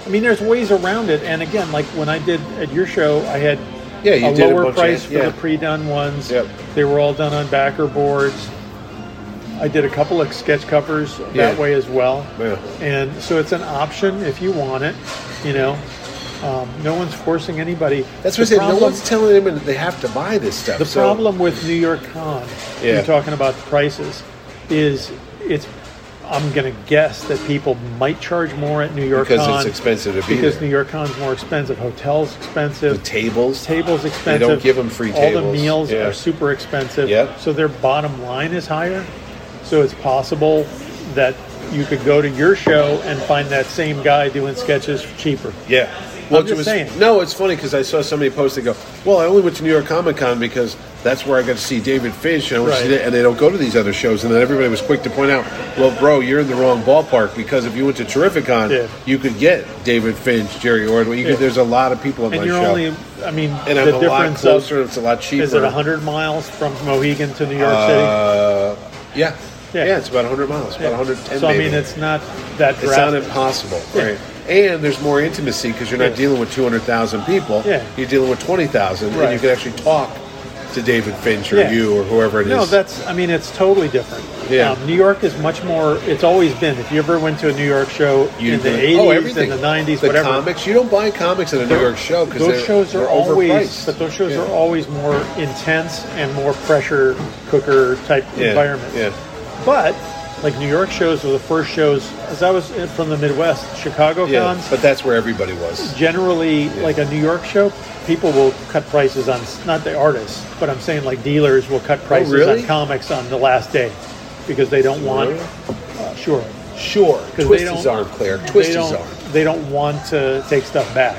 Speaker 2: I mean, there's ways around it. And again, like when I did at your show, I had
Speaker 3: Yeah, you
Speaker 2: a
Speaker 3: did a
Speaker 2: lower
Speaker 3: bunch of-
Speaker 2: price for
Speaker 3: yeah.
Speaker 2: the pre-done ones.
Speaker 3: Yep.
Speaker 2: They were all done on backer boards. I did a couple of sketch covers that
Speaker 3: Yeah.
Speaker 2: way as well.
Speaker 3: Yeah.
Speaker 2: And so it's an option if you want it. You know, um, no one's forcing anybody.
Speaker 3: That's
Speaker 2: The
Speaker 3: what I said. No
Speaker 2: problem-
Speaker 3: one's telling them that they have to buy this stuff.
Speaker 2: the
Speaker 3: so-
Speaker 2: problem with New York Con,
Speaker 3: Yeah.
Speaker 2: you're talking about the prices, is it's. I'm going to guess that people might charge more at New York
Speaker 3: Because
Speaker 2: Con
Speaker 3: it's expensive to be
Speaker 2: because
Speaker 3: there.
Speaker 2: New York Con's more expensive, hotels
Speaker 3: the
Speaker 2: expensive,
Speaker 3: tables,
Speaker 2: tables expensive.
Speaker 3: give 'em free
Speaker 2: All
Speaker 3: tables.
Speaker 2: the meals
Speaker 3: Yeah.
Speaker 2: are super expensive.
Speaker 3: Yep.
Speaker 2: So their bottom line is higher. So it's possible that you could go to your show and find that same guy doing sketches cheaper.
Speaker 3: Yeah.
Speaker 2: I'm just
Speaker 3: it was,
Speaker 2: saying.
Speaker 3: No, it's funny because I saw somebody post. They go, "Well, I only went to New York Comic Con because that's where I got to see David Finch, and I went to see
Speaker 2: Right.
Speaker 3: that- and they don't go to these other shows." And then everybody was quick to point out, "Well, bro, you're in the wrong ballpark because if you went to Terrificon,
Speaker 2: Yeah.
Speaker 3: you could get David Finch, Jerry Ordway. You could,
Speaker 2: Yeah.
Speaker 3: There's a lot of people at
Speaker 2: And
Speaker 3: my
Speaker 2: you're
Speaker 3: show,
Speaker 2: only, I mean,
Speaker 3: and
Speaker 2: the
Speaker 3: I'm a lot
Speaker 2: difference of
Speaker 3: closer. and it's a lot cheaper.
Speaker 2: Is it 100 miles from Mohegan to New York City?
Speaker 3: Uh, yeah. yeah,
Speaker 2: Yeah.
Speaker 3: It's about 100 miles, about 110.
Speaker 2: So, I
Speaker 3: maybe.
Speaker 2: mean, it's not that
Speaker 3: It's not
Speaker 2: drastic.
Speaker 3: impossible,
Speaker 2: Yeah.
Speaker 3: right? And there's more intimacy because you're not
Speaker 2: Yeah.
Speaker 3: dealing with 200,000 people.
Speaker 2: Yeah.
Speaker 3: You're dealing with 20,000, and you
Speaker 2: Right.
Speaker 3: can actually talk to David Finch or
Speaker 2: Yeah.
Speaker 3: you or whoever it is.
Speaker 2: No, that's, I mean, it's totally different.
Speaker 3: Yeah.
Speaker 2: Um, New York is much more, it's always been. If you ever went to a New York show
Speaker 3: you
Speaker 2: in the
Speaker 3: do it.
Speaker 2: 80s,
Speaker 3: oh, everything.
Speaker 2: in the 90s,
Speaker 3: the
Speaker 2: whatever.
Speaker 3: comics. You don't buy comics at a New York show because
Speaker 2: those shows are
Speaker 3: they're
Speaker 2: always,
Speaker 3: overpriced.
Speaker 2: but those shows
Speaker 3: Yeah.
Speaker 2: are always more intense and more pressure cooker type
Speaker 3: Yeah,
Speaker 2: environments.
Speaker 3: yeah.
Speaker 2: But, like New York shows were the first shows, as I was in- from the Midwest, Chicago
Speaker 3: Yeah,
Speaker 2: cons,
Speaker 3: but that's where everybody was.
Speaker 2: generally like a New York show, people will cut prices on not the artists, but I'm saying like dealers will cut prices
Speaker 3: Oh, really?
Speaker 2: on comics on the last day because they don't want
Speaker 3: Really?
Speaker 2: uh, sure
Speaker 3: Sure,
Speaker 2: they
Speaker 3: twist his
Speaker 2: don't-
Speaker 3: arm, Claire. Twist
Speaker 2: they
Speaker 3: his
Speaker 2: don't
Speaker 3: arm.
Speaker 2: they don't want to take stuff back.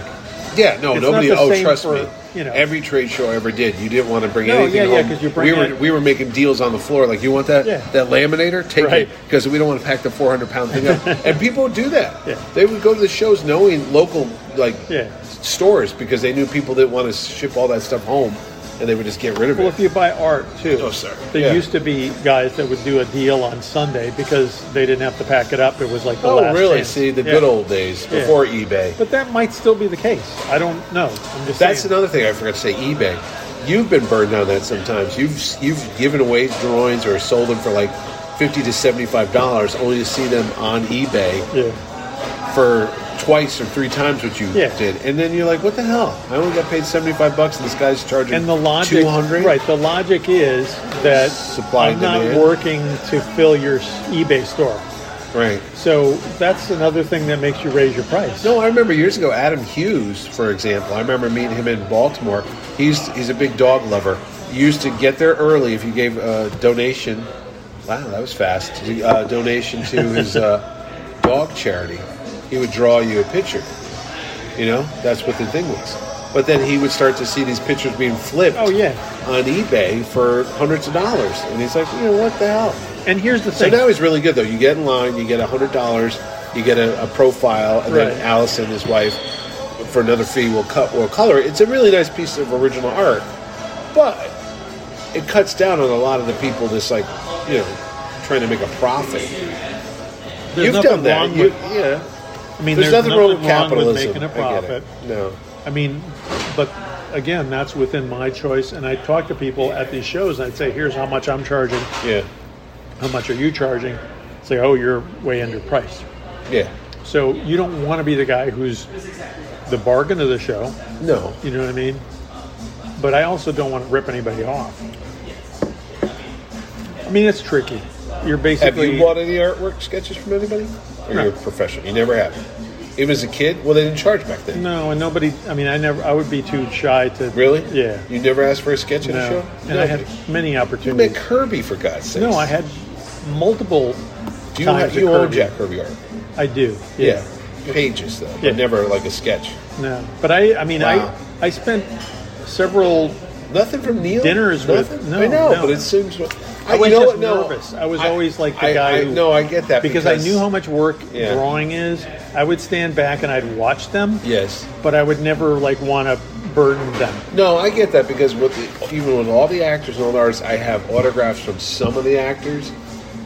Speaker 3: Yeah, no,
Speaker 2: It's
Speaker 3: nobody.
Speaker 2: not the
Speaker 3: Oh,
Speaker 2: same
Speaker 3: trust
Speaker 2: for,
Speaker 3: me.
Speaker 2: You know,
Speaker 3: Every trade show I ever did, you didn't want to bring
Speaker 2: No,
Speaker 3: anything
Speaker 2: yeah, yeah,
Speaker 3: home.
Speaker 2: 'cause you
Speaker 3: we
Speaker 2: bring
Speaker 3: were
Speaker 2: it-
Speaker 3: we were making deals on the floor. Like, you want that
Speaker 2: Yeah.
Speaker 3: that laminator? Take it
Speaker 2: Right.
Speaker 3: because we don't want to pack the four hundred pound thing up. and people would do that.
Speaker 2: Yeah.
Speaker 3: They would go to the shows knowing local like
Speaker 2: Yeah.
Speaker 3: stores because they knew people didn't want to ship all that stuff home, and they would just get rid of
Speaker 2: well,
Speaker 3: it.
Speaker 2: if you buy art too,
Speaker 3: No, Oh, sir.
Speaker 2: there
Speaker 3: Yeah.
Speaker 2: used to be guys that would do a deal on Sunday because they didn't have to pack it up. It was like the
Speaker 3: oh,
Speaker 2: last
Speaker 3: really?
Speaker 2: chance.
Speaker 3: See the
Speaker 2: Yeah.
Speaker 3: good old days
Speaker 2: Yeah.
Speaker 3: before eBay.
Speaker 2: But that might still be the case. I don't know. I'm just
Speaker 3: That's
Speaker 2: saying.
Speaker 3: another thing I forgot to say. eBay. You've been burned on that sometimes. You've you've given away drawings or sold them for like fifty to seventy five dollars, only to see them on eBay
Speaker 2: Yeah.
Speaker 3: for twice or three times what you
Speaker 2: Yeah.
Speaker 3: did, and then you're like, "What the hell? I only got paid seventy five bucks, and this guy's charging
Speaker 2: And the logic,
Speaker 3: two hundred,
Speaker 2: right? The logic is that
Speaker 3: Supply
Speaker 2: I'm
Speaker 3: and
Speaker 2: not
Speaker 3: demand.
Speaker 2: working to fill your s- eBay store.
Speaker 3: Right.
Speaker 2: So that's another thing that makes you raise your price.
Speaker 3: No, I remember years ago Adam Hughes, for example. I remember meeting him in Baltimore. He's he's a big dog lover. He used to get there early if you gave a donation. Wow, that was fast. Uh, donation to his uh, dog charity. He would draw you a picture. You know, that's what the thing was. But then he would start to see these pictures being flipped
Speaker 2: Oh yeah.
Speaker 3: on eBay for hundreds of dollars, and he's like, you know, what the hell?
Speaker 2: And here's the
Speaker 3: So
Speaker 2: thing.
Speaker 3: now he's really good though. You get in line, you get hundred dollars, you get a, a profile, and
Speaker 2: Right.
Speaker 3: then Allison, his wife, for another fee will cut will color. it. It's a really nice piece of original art, but it cuts down on a lot of the people that's like, you know, trying to make a profit.
Speaker 2: There's
Speaker 3: You've
Speaker 2: nothing
Speaker 3: done that,
Speaker 2: wrong
Speaker 3: You-
Speaker 2: with-
Speaker 3: yeah.
Speaker 2: I mean,
Speaker 3: There's, nothing wrong with
Speaker 2: with
Speaker 3: capitalism.
Speaker 2: making a
Speaker 3: I get
Speaker 2: profit.
Speaker 3: it. No,
Speaker 2: I mean, but again, that's within my choice. And I talk to people at these shows, and I'd say, "Here's how much I'm charging.
Speaker 3: yeah,
Speaker 2: How much are you charging?" Say, "Oh, you're way underpriced."
Speaker 3: yeah,
Speaker 2: So you don't want to be the guy who's the bargain of the show.
Speaker 3: no.
Speaker 2: You know what I mean? But I also don't want to rip anybody off. I mean, it's tricky. You're
Speaker 3: Have
Speaker 2: basically
Speaker 3: you bought any artwork sketches from anybody? Or
Speaker 2: No.
Speaker 3: you're a professional? You never have. Even as a kid, well, they didn't charge back then.
Speaker 2: no, and nobody. I mean, I never. I would be too shy to
Speaker 3: Really?
Speaker 2: Yeah.
Speaker 3: You never asked for a sketch in a
Speaker 2: No.
Speaker 3: show?
Speaker 2: And I
Speaker 3: Nobody.
Speaker 2: had many
Speaker 3: You met
Speaker 2: opportunities.
Speaker 3: Kirby for God's sake.
Speaker 2: No, I had multiple
Speaker 3: Do you,
Speaker 2: times.
Speaker 3: you
Speaker 2: at
Speaker 3: own
Speaker 2: Kirby.
Speaker 3: Jack Kirby art?
Speaker 2: I do.
Speaker 3: Yeah.
Speaker 2: Yeah.
Speaker 3: Pages though, but
Speaker 2: Yeah.
Speaker 3: never like a sketch.
Speaker 2: No, but I. I mean,
Speaker 3: Wow.
Speaker 2: I. I spent several.
Speaker 3: Nothing from Neil.
Speaker 2: Dinners with-
Speaker 3: Nothing?
Speaker 2: no,
Speaker 3: I know,
Speaker 2: no.
Speaker 3: but it seems.
Speaker 2: I
Speaker 3: you
Speaker 2: was
Speaker 3: know
Speaker 2: just
Speaker 3: what? No.
Speaker 2: nervous. I was always like the
Speaker 3: I-
Speaker 2: guy
Speaker 3: I,
Speaker 2: who-
Speaker 3: no, I get that
Speaker 2: Because, I knew how much work
Speaker 3: Yeah.
Speaker 2: drawing is, I would stand back and I'd watch them,
Speaker 3: Yes.
Speaker 2: but I would never like want to burden them.
Speaker 3: No, I get that because with the, even with all the actors and all the artists, I have autographs from some of the actors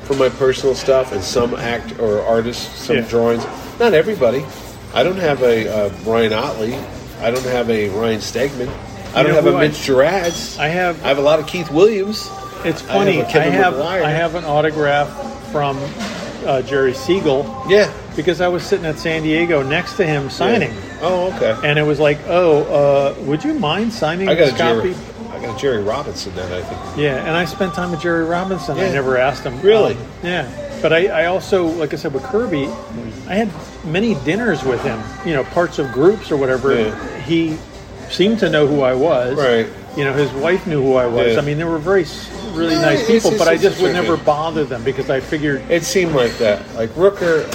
Speaker 3: for my personal stuff, and some act or artists, some
Speaker 2: Yeah.
Speaker 3: drawings. Not everybody. I don't have a uh, Ryan Otley. I don't have a Ryan Stegman. I
Speaker 2: You
Speaker 3: don't
Speaker 2: know
Speaker 3: have a
Speaker 2: who I-
Speaker 3: Mitch Gerads.
Speaker 2: I have-
Speaker 3: I have a lot of Keith Williams.
Speaker 2: It's
Speaker 3: I have a
Speaker 2: funny. I
Speaker 3: Kevin
Speaker 2: have
Speaker 3: McGuire.
Speaker 2: I have an autograph from uh, Jerry Siegel
Speaker 3: Yeah.
Speaker 2: because I was sitting at San Diego next to him signing,
Speaker 3: Oh, okay.
Speaker 2: and it was like, oh, uh, would you mind signing
Speaker 3: I
Speaker 2: this
Speaker 3: got a Jerry.
Speaker 2: copy?
Speaker 3: I got a Jerry Robinson then. I think.
Speaker 2: Yeah, and I spent time with Jerry Robinson. I
Speaker 3: Yeah.
Speaker 2: never asked him.
Speaker 3: Really?
Speaker 2: Um, yeah. But I, I also, like I said, with Kirby, I had many dinners with him, you know, parts of groups or whatever.
Speaker 3: Yeah.
Speaker 2: He seemed to know who I was.
Speaker 3: Right.
Speaker 2: You know, his wife knew who I was.
Speaker 3: Yeah.
Speaker 2: I mean, they were very, s- really
Speaker 3: Yeah,
Speaker 2: nice
Speaker 3: it's-
Speaker 2: people,
Speaker 3: it's-
Speaker 2: but I
Speaker 3: it's
Speaker 2: just would
Speaker 3: terrific.
Speaker 2: never bother them because I figured,
Speaker 3: It seemed like that. Like Rooker.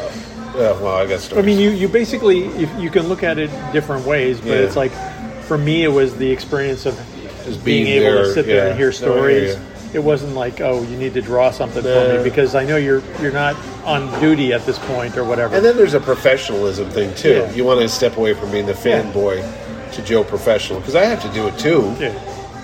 Speaker 3: Uh, well, I got stories.
Speaker 2: I mean, you, you basically, you, you can look at it different ways, but
Speaker 3: Yeah.
Speaker 2: it's like, for me, it was the experience of
Speaker 3: Just
Speaker 2: being,
Speaker 3: being
Speaker 2: able
Speaker 3: there,
Speaker 2: to sit there
Speaker 3: yeah.
Speaker 2: and hear
Speaker 3: No, I hear
Speaker 2: stories.
Speaker 3: you.
Speaker 2: it wasn't like, oh, you need to draw something for
Speaker 3: No.
Speaker 2: me because I know you're you're not on duty at this point or whatever.
Speaker 3: And then there's a professionalism thing too.
Speaker 2: Yeah.
Speaker 3: You want to step away from being the
Speaker 2: Yeah.
Speaker 3: fanboy to Joe professional because I have to do it too.
Speaker 2: yeah,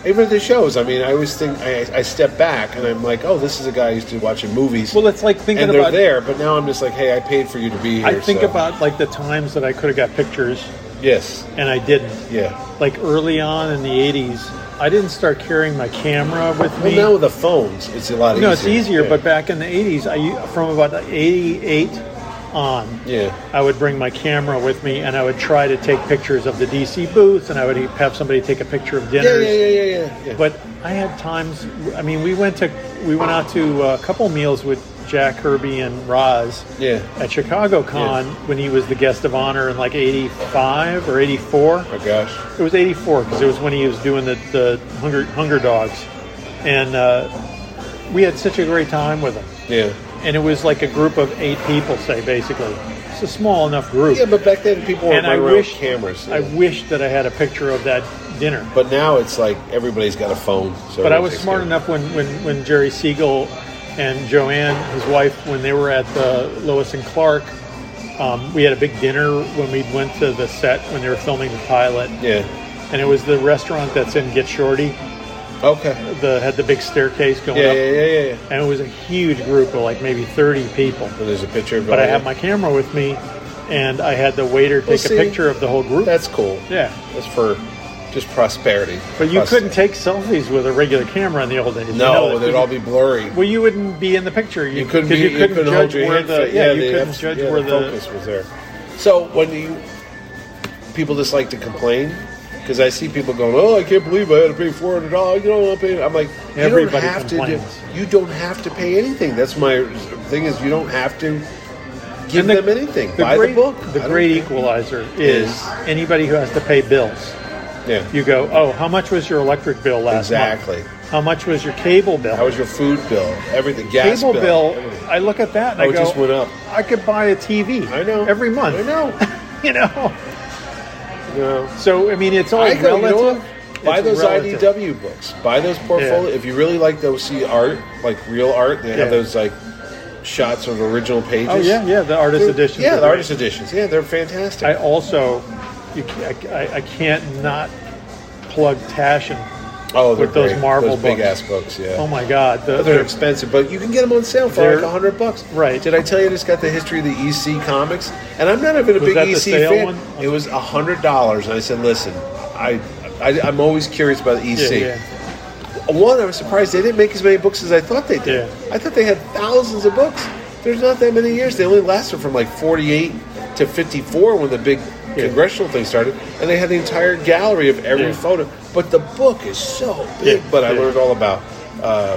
Speaker 3: Even at the shows, I mean, I always think I, I step back and I'm like, oh, this is a guy who's to watching movies.
Speaker 2: well, it's like thinking
Speaker 3: and they're
Speaker 2: about.
Speaker 3: there, but now I'm just like, hey, I paid for you to be here.
Speaker 2: I think
Speaker 3: so-
Speaker 2: about like the times that I could have got pictures
Speaker 3: yes,
Speaker 2: and I didn't.
Speaker 3: yeah.
Speaker 2: Like early on in the '80s, I didn't start carrying my camera with
Speaker 3: Well,
Speaker 2: me.
Speaker 3: now with the phones, it's a lot.
Speaker 2: no,
Speaker 3: easier.
Speaker 2: it's easier.
Speaker 3: Yeah.
Speaker 2: But back in the '80s, I from about '88 on,
Speaker 3: yeah,
Speaker 2: I would bring my camera with me and I would try to take pictures of the DC booth and I would e-, have somebody take a picture of
Speaker 3: yeah, yeah,
Speaker 2: dinners.
Speaker 3: yeah, yeah, yeah. yeah.
Speaker 2: But I had times. I mean, we went to we went out to a couple meals with Jack Kirby and Roz
Speaker 3: yeah,
Speaker 2: at Chicago Con when he was the guest of honor in like '85 or '84.
Speaker 3: oh gosh,
Speaker 2: It was '84 because it was when he was doing the, the Hunger Hunger Dogs, and uh, we had such a great time with him.
Speaker 3: yeah,
Speaker 2: And it was like a group of eight people, say basically. It's a small enough group.
Speaker 3: yeah. But back then, people were
Speaker 2: and I
Speaker 3: around
Speaker 2: wish
Speaker 3: cameras.
Speaker 2: I
Speaker 3: yeah.
Speaker 2: wish that I had a picture of that dinner.
Speaker 3: but now it's like everybody's got a phone. So
Speaker 2: But I
Speaker 3: everyone
Speaker 2: was
Speaker 3: takes
Speaker 2: smart
Speaker 3: care.
Speaker 2: enough when, when, when Jerry Siegel and Joanne, his wife, when they were at the Lois and Clark, um, we had a big dinner when we went to the set when they were filming the pilot.
Speaker 3: Yeah.
Speaker 2: And it was the restaurant that's in Get Shorty,
Speaker 3: Okay.
Speaker 2: the had the big staircase going
Speaker 3: Yeah,
Speaker 2: up.
Speaker 3: yeah, yeah, yeah. yeah.
Speaker 2: And it was a huge group of like maybe 30 people.
Speaker 3: Well, there's a picture of
Speaker 2: But
Speaker 3: all
Speaker 2: I had
Speaker 3: that.
Speaker 2: my camera with me and I had the waiter take
Speaker 3: Well,
Speaker 2: a
Speaker 3: see,
Speaker 2: picture of the whole group.
Speaker 3: That's cool.
Speaker 2: yeah.
Speaker 3: That's for just prosperity.
Speaker 2: But you
Speaker 3: Pros-
Speaker 2: couldn't take selfies with a regular camera in the old days. You know
Speaker 3: No,
Speaker 2: that,
Speaker 3: they'd
Speaker 2: couldn't
Speaker 3: all be blurry.
Speaker 2: Well, you wouldn't be in the picture. You,
Speaker 3: You couldn't
Speaker 2: 'cause
Speaker 3: be.
Speaker 2: You couldn't,
Speaker 3: hold
Speaker 2: judge
Speaker 3: your
Speaker 2: where
Speaker 3: hand
Speaker 2: the
Speaker 3: fit.
Speaker 2: yeah.
Speaker 3: the
Speaker 2: You couldn't
Speaker 3: F-
Speaker 2: judge
Speaker 3: yeah,
Speaker 2: where the
Speaker 3: focus was there. So when you people just like to complain because I see people going, "Oh, I can't believe I had to pay four hundred dollars." You know, I'm paying. I'm like, you
Speaker 2: Everybody
Speaker 3: don't have to.
Speaker 2: complains.
Speaker 3: do- you don't have to pay anything. That's my thing. Is you don't have to give
Speaker 2: And
Speaker 3: them anything.
Speaker 2: The
Speaker 3: Buy
Speaker 2: great,
Speaker 3: the book. I
Speaker 2: The
Speaker 3: don't
Speaker 2: great
Speaker 3: think-
Speaker 2: equalizer is,
Speaker 3: Is-
Speaker 2: anybody who has to pay bills.
Speaker 3: Yeah.
Speaker 2: You go, oh, how much was your electric bill last month?
Speaker 3: Exactly.
Speaker 2: How much was your cable bill?
Speaker 3: How was your food bill? Everything. Gas
Speaker 2: cable bill?
Speaker 3: everything.
Speaker 2: I look at that and
Speaker 3: Oh,
Speaker 2: I
Speaker 3: it
Speaker 2: go,
Speaker 3: just went up.
Speaker 2: I could buy a TV.
Speaker 3: I know.
Speaker 2: every month.
Speaker 3: I know.
Speaker 2: you know.
Speaker 3: No.
Speaker 2: So I mean, it's all
Speaker 3: I go, you
Speaker 2: relative.
Speaker 3: know what? Buy
Speaker 2: It's
Speaker 3: those
Speaker 2: relative.
Speaker 3: IDW books. Buy those portfolio.
Speaker 2: Yeah.
Speaker 3: If you really like those, see art, like real art. They
Speaker 2: Yeah.
Speaker 3: have those like shots of original pages.
Speaker 2: Oh yeah, yeah. The artist
Speaker 3: They're-
Speaker 2: edition.
Speaker 3: Yeah, the artist editions. Yeah, they're fantastic.
Speaker 2: I also, you, I, I- I can't not plug Tashin.
Speaker 3: oh, they're
Speaker 2: with those
Speaker 3: great.
Speaker 2: Marvel
Speaker 3: those big
Speaker 2: books.
Speaker 3: ass books. Yeah.
Speaker 2: Oh my God, the,
Speaker 3: But they're expensive, but you can get them on sale for
Speaker 2: They're-
Speaker 3: like a hundred bucks.
Speaker 2: Right.
Speaker 3: Did I tell you I just got the history of the EC comics? And I'm not even a
Speaker 2: Was
Speaker 3: big
Speaker 2: that the
Speaker 3: EC
Speaker 2: sale
Speaker 3: fan.
Speaker 2: one?
Speaker 3: It was a hundred dollars, and I said, "Listen, I, I, I'm always curious about E the EC."
Speaker 2: yeah, yeah.
Speaker 3: One, I was surprised they didn't make as many books as I thought they did.
Speaker 2: Yeah.
Speaker 3: I thought they had thousands of books. There's not that many years. They only lasted from like 48 to 54 when the big
Speaker 2: Yeah.
Speaker 3: congressional thing started, and they had the entire gallery of every
Speaker 2: Yeah.
Speaker 3: photo. But the book is so big.
Speaker 2: Yeah,
Speaker 3: But I
Speaker 2: yeah.
Speaker 3: learned all about uh, uh,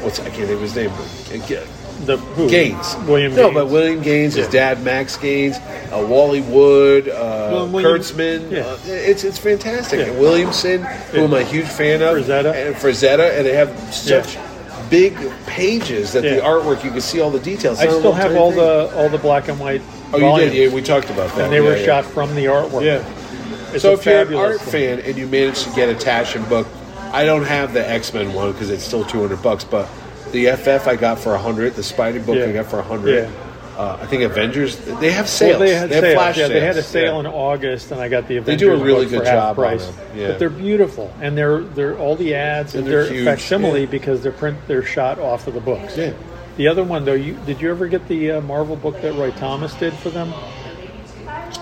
Speaker 3: what's I can't think of his name. But, uh,
Speaker 2: The who?
Speaker 3: Gaines.
Speaker 2: William.
Speaker 3: No,
Speaker 2: Gaines.
Speaker 3: but William Gaines, his
Speaker 2: Yeah.
Speaker 3: dad Max Gaines, uh, Wally Wood, uh,
Speaker 2: Well, William-
Speaker 3: Kurtzman.
Speaker 2: yeah.
Speaker 3: Uh, it's it's fantastic.
Speaker 2: Yeah.
Speaker 3: And Williamson, who
Speaker 2: Yeah.
Speaker 3: am a huge fan of,
Speaker 2: Frazetta.
Speaker 3: and Frazetta, and they have such big pages that
Speaker 2: Yeah.
Speaker 3: the artwork you can see all the details.
Speaker 2: I
Speaker 3: It's not a
Speaker 2: still
Speaker 3: little
Speaker 2: have
Speaker 3: tiny
Speaker 2: all
Speaker 3: thing.
Speaker 2: the all the black and white.
Speaker 3: Oh, you
Speaker 2: volumes,
Speaker 3: did. Yeah, we talked about that.
Speaker 2: and they
Speaker 3: Yeah,
Speaker 2: were
Speaker 3: yeah.
Speaker 2: shot from the artwork.
Speaker 3: Yeah.
Speaker 2: It's
Speaker 3: so
Speaker 2: a
Speaker 3: if you're an art
Speaker 2: fabulous thing.
Speaker 3: fan and you manage to get a Tashin book, I don't have the X Men one because it's still two hundred bucks, but the FF I got for hundred, the Spidey book
Speaker 2: Yeah.
Speaker 3: I got for hundred.
Speaker 2: Yeah.
Speaker 3: Uh, I think Avengers they have sales.
Speaker 2: Well, they had sales.
Speaker 3: flash
Speaker 2: yeah,
Speaker 3: sales.
Speaker 2: they had a sale
Speaker 3: Yeah.
Speaker 2: in August, and I got the
Speaker 3: They
Speaker 2: Avengers.
Speaker 3: do a really
Speaker 2: book
Speaker 3: good
Speaker 2: for half
Speaker 3: job on
Speaker 2: price,
Speaker 3: them, yeah.
Speaker 2: but they're beautiful, and they're they're all the ads and,
Speaker 3: And they're
Speaker 2: they're,
Speaker 3: huge,
Speaker 2: facsimile
Speaker 3: yeah.
Speaker 2: because they're print they're shot off of the books.
Speaker 3: Yeah.
Speaker 2: The other one though, you did you ever get the uh, Marvel book that Roy Thomas did for them?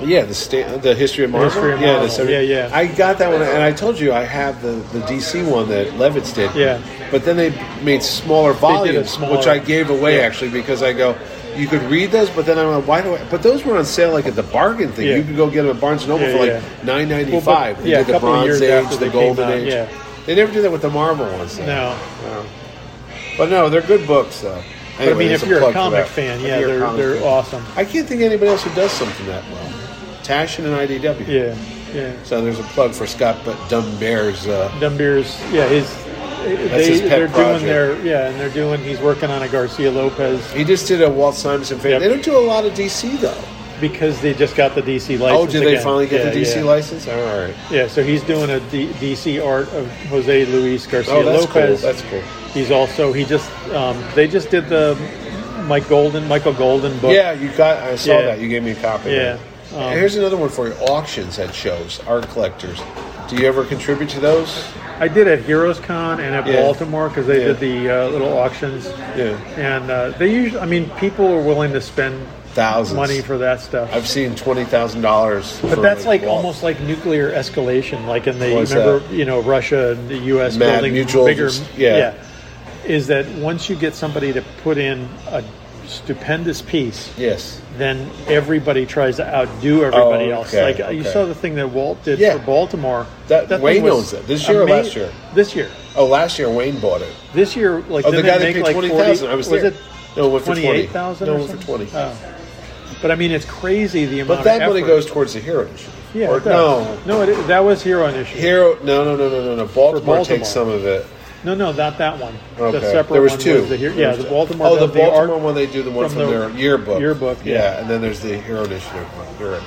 Speaker 3: Yeah, the sta- the history of Marvel.
Speaker 2: History of
Speaker 3: yeah,
Speaker 2: Marvel.
Speaker 3: the seventy-
Speaker 2: Yeah, yeah.
Speaker 3: I got that one, and I told you I have the, the DC one that Levitz did.
Speaker 2: Yeah.
Speaker 3: But then they made smaller volumes,
Speaker 2: smaller-
Speaker 3: which I gave away
Speaker 2: yeah.
Speaker 3: actually because I go, you could read those, but then I went, why do I? But those were on sale like at the bargain thing.
Speaker 2: Yeah.
Speaker 3: You could go get them at Barnes and Noble
Speaker 2: Yeah,
Speaker 3: for like
Speaker 2: yeah.
Speaker 3: nine ninety
Speaker 2: Well,
Speaker 3: five.
Speaker 2: but- yeah, a
Speaker 3: did the
Speaker 2: couple of
Speaker 3: Bronze
Speaker 2: years
Speaker 3: Age,
Speaker 2: after
Speaker 3: the
Speaker 2: they came
Speaker 3: Golden
Speaker 2: out,
Speaker 3: Age.
Speaker 2: yeah.
Speaker 3: They never did that with the Marvel ones. though.
Speaker 2: No.
Speaker 3: No. But no, they're good books though.
Speaker 2: But I
Speaker 3: Anyway,
Speaker 2: mean,
Speaker 3: that's
Speaker 2: if you're a
Speaker 3: plug for
Speaker 2: comic
Speaker 3: that.
Speaker 2: fan,
Speaker 3: If
Speaker 2: yeah,
Speaker 3: you're a
Speaker 2: they're
Speaker 3: comic
Speaker 2: they're
Speaker 3: fan.
Speaker 2: awesome.
Speaker 3: I can't think of anybody else who does something that well. Tashin and IDW.
Speaker 2: Yeah, yeah.
Speaker 3: So there's a plug for Scott but Dumb Bears. Uh,
Speaker 2: Dumbeer's, yeah, his.
Speaker 3: That's
Speaker 2: They,
Speaker 3: his pet
Speaker 2: they're
Speaker 3: project.
Speaker 2: doing their yeah, and they're doing. He's working on a Garcia Lopez
Speaker 3: he just did a Walt Simonson fan.
Speaker 2: Yep.
Speaker 3: They don't do a lot of DC though.
Speaker 2: because they just got the DC license.
Speaker 3: oh, did they
Speaker 2: again.
Speaker 3: finally get
Speaker 2: Yeah,
Speaker 3: the DC
Speaker 2: yeah.
Speaker 3: license? All right.
Speaker 2: Yeah, so he's doing a D- DC art of Jose Luis Garcia
Speaker 3: Oh, that's
Speaker 2: Lopez.
Speaker 3: cool. That's cool.
Speaker 2: he's also he just um, they just did the Mike Golden Michael Golden book.
Speaker 3: Yeah, you got. I saw
Speaker 2: Yeah.
Speaker 3: that. You gave me a copy. of
Speaker 2: Yeah.
Speaker 3: it.
Speaker 2: Um,
Speaker 3: Here's another one for you. Auctions at shows. Art collectors. Do you ever contribute to those?
Speaker 2: I did at Heroes Con and at
Speaker 3: Yeah.
Speaker 2: Baltimore because they
Speaker 3: Yeah.
Speaker 2: did the uh, little auctions.
Speaker 3: Yeah.
Speaker 2: and uh, they usually I mean people are willing to spend
Speaker 3: Thousands.
Speaker 2: money for that stuff.
Speaker 3: I've seen twenty thousand dollars.
Speaker 2: But that's like almost like nuclear escalation, like in the
Speaker 3: What's
Speaker 2: remember
Speaker 3: that?
Speaker 2: you know Russia and the U.S.
Speaker 3: Mad
Speaker 2: building
Speaker 3: mutual
Speaker 2: bigger,
Speaker 3: just- yeah.
Speaker 2: is that once you get somebody to put in a stupendous piece,
Speaker 3: yes.
Speaker 2: then everybody tries to outdo everybody
Speaker 3: Oh,
Speaker 2: else.
Speaker 3: okay,
Speaker 2: Like uh, you
Speaker 3: okay.
Speaker 2: saw the thing that Walt did
Speaker 3: Yeah.
Speaker 2: for Baltimore.
Speaker 3: That-
Speaker 2: thing
Speaker 3: Wayne
Speaker 2: was
Speaker 3: owns it. This year or
Speaker 2: ama-
Speaker 3: last year?
Speaker 2: This year,
Speaker 3: Oh, last year Wayne bought it.
Speaker 2: this year, like
Speaker 3: Oh, the
Speaker 2: didn't
Speaker 3: guy
Speaker 2: it
Speaker 3: that
Speaker 2: make
Speaker 3: paid
Speaker 2: like
Speaker 3: twenty thousand. I was there.
Speaker 2: Was it
Speaker 3: no, it went for twenty.
Speaker 2: twenty-eight thousand? Oh.
Speaker 3: No, it went for twenty.
Speaker 2: But I mean, it's crazy the amount.
Speaker 3: But that
Speaker 2: of
Speaker 3: money
Speaker 2: effort.
Speaker 3: goes towards the hero initiative.
Speaker 2: Yeah,
Speaker 3: Or-
Speaker 2: it
Speaker 3: no.
Speaker 2: does. no, it, that was hero initiative.
Speaker 3: Hero, no, no, no, no, no, no. Baltimore,
Speaker 2: Baltimore.
Speaker 3: takes some of it.
Speaker 2: No, no, not that one.
Speaker 3: Okay.
Speaker 2: The separate
Speaker 3: there was
Speaker 2: one
Speaker 3: two.
Speaker 2: Was the, here,
Speaker 3: There
Speaker 2: yeah,
Speaker 3: was
Speaker 2: the
Speaker 3: two.
Speaker 2: Baltimore.
Speaker 3: Oh, the,
Speaker 2: the
Speaker 3: Baltimore
Speaker 2: art-
Speaker 3: one they do the one from,
Speaker 2: from the-
Speaker 3: their yearbook.
Speaker 2: yearbook, yeah.
Speaker 3: and then there's the Hero Initiative one. You're right.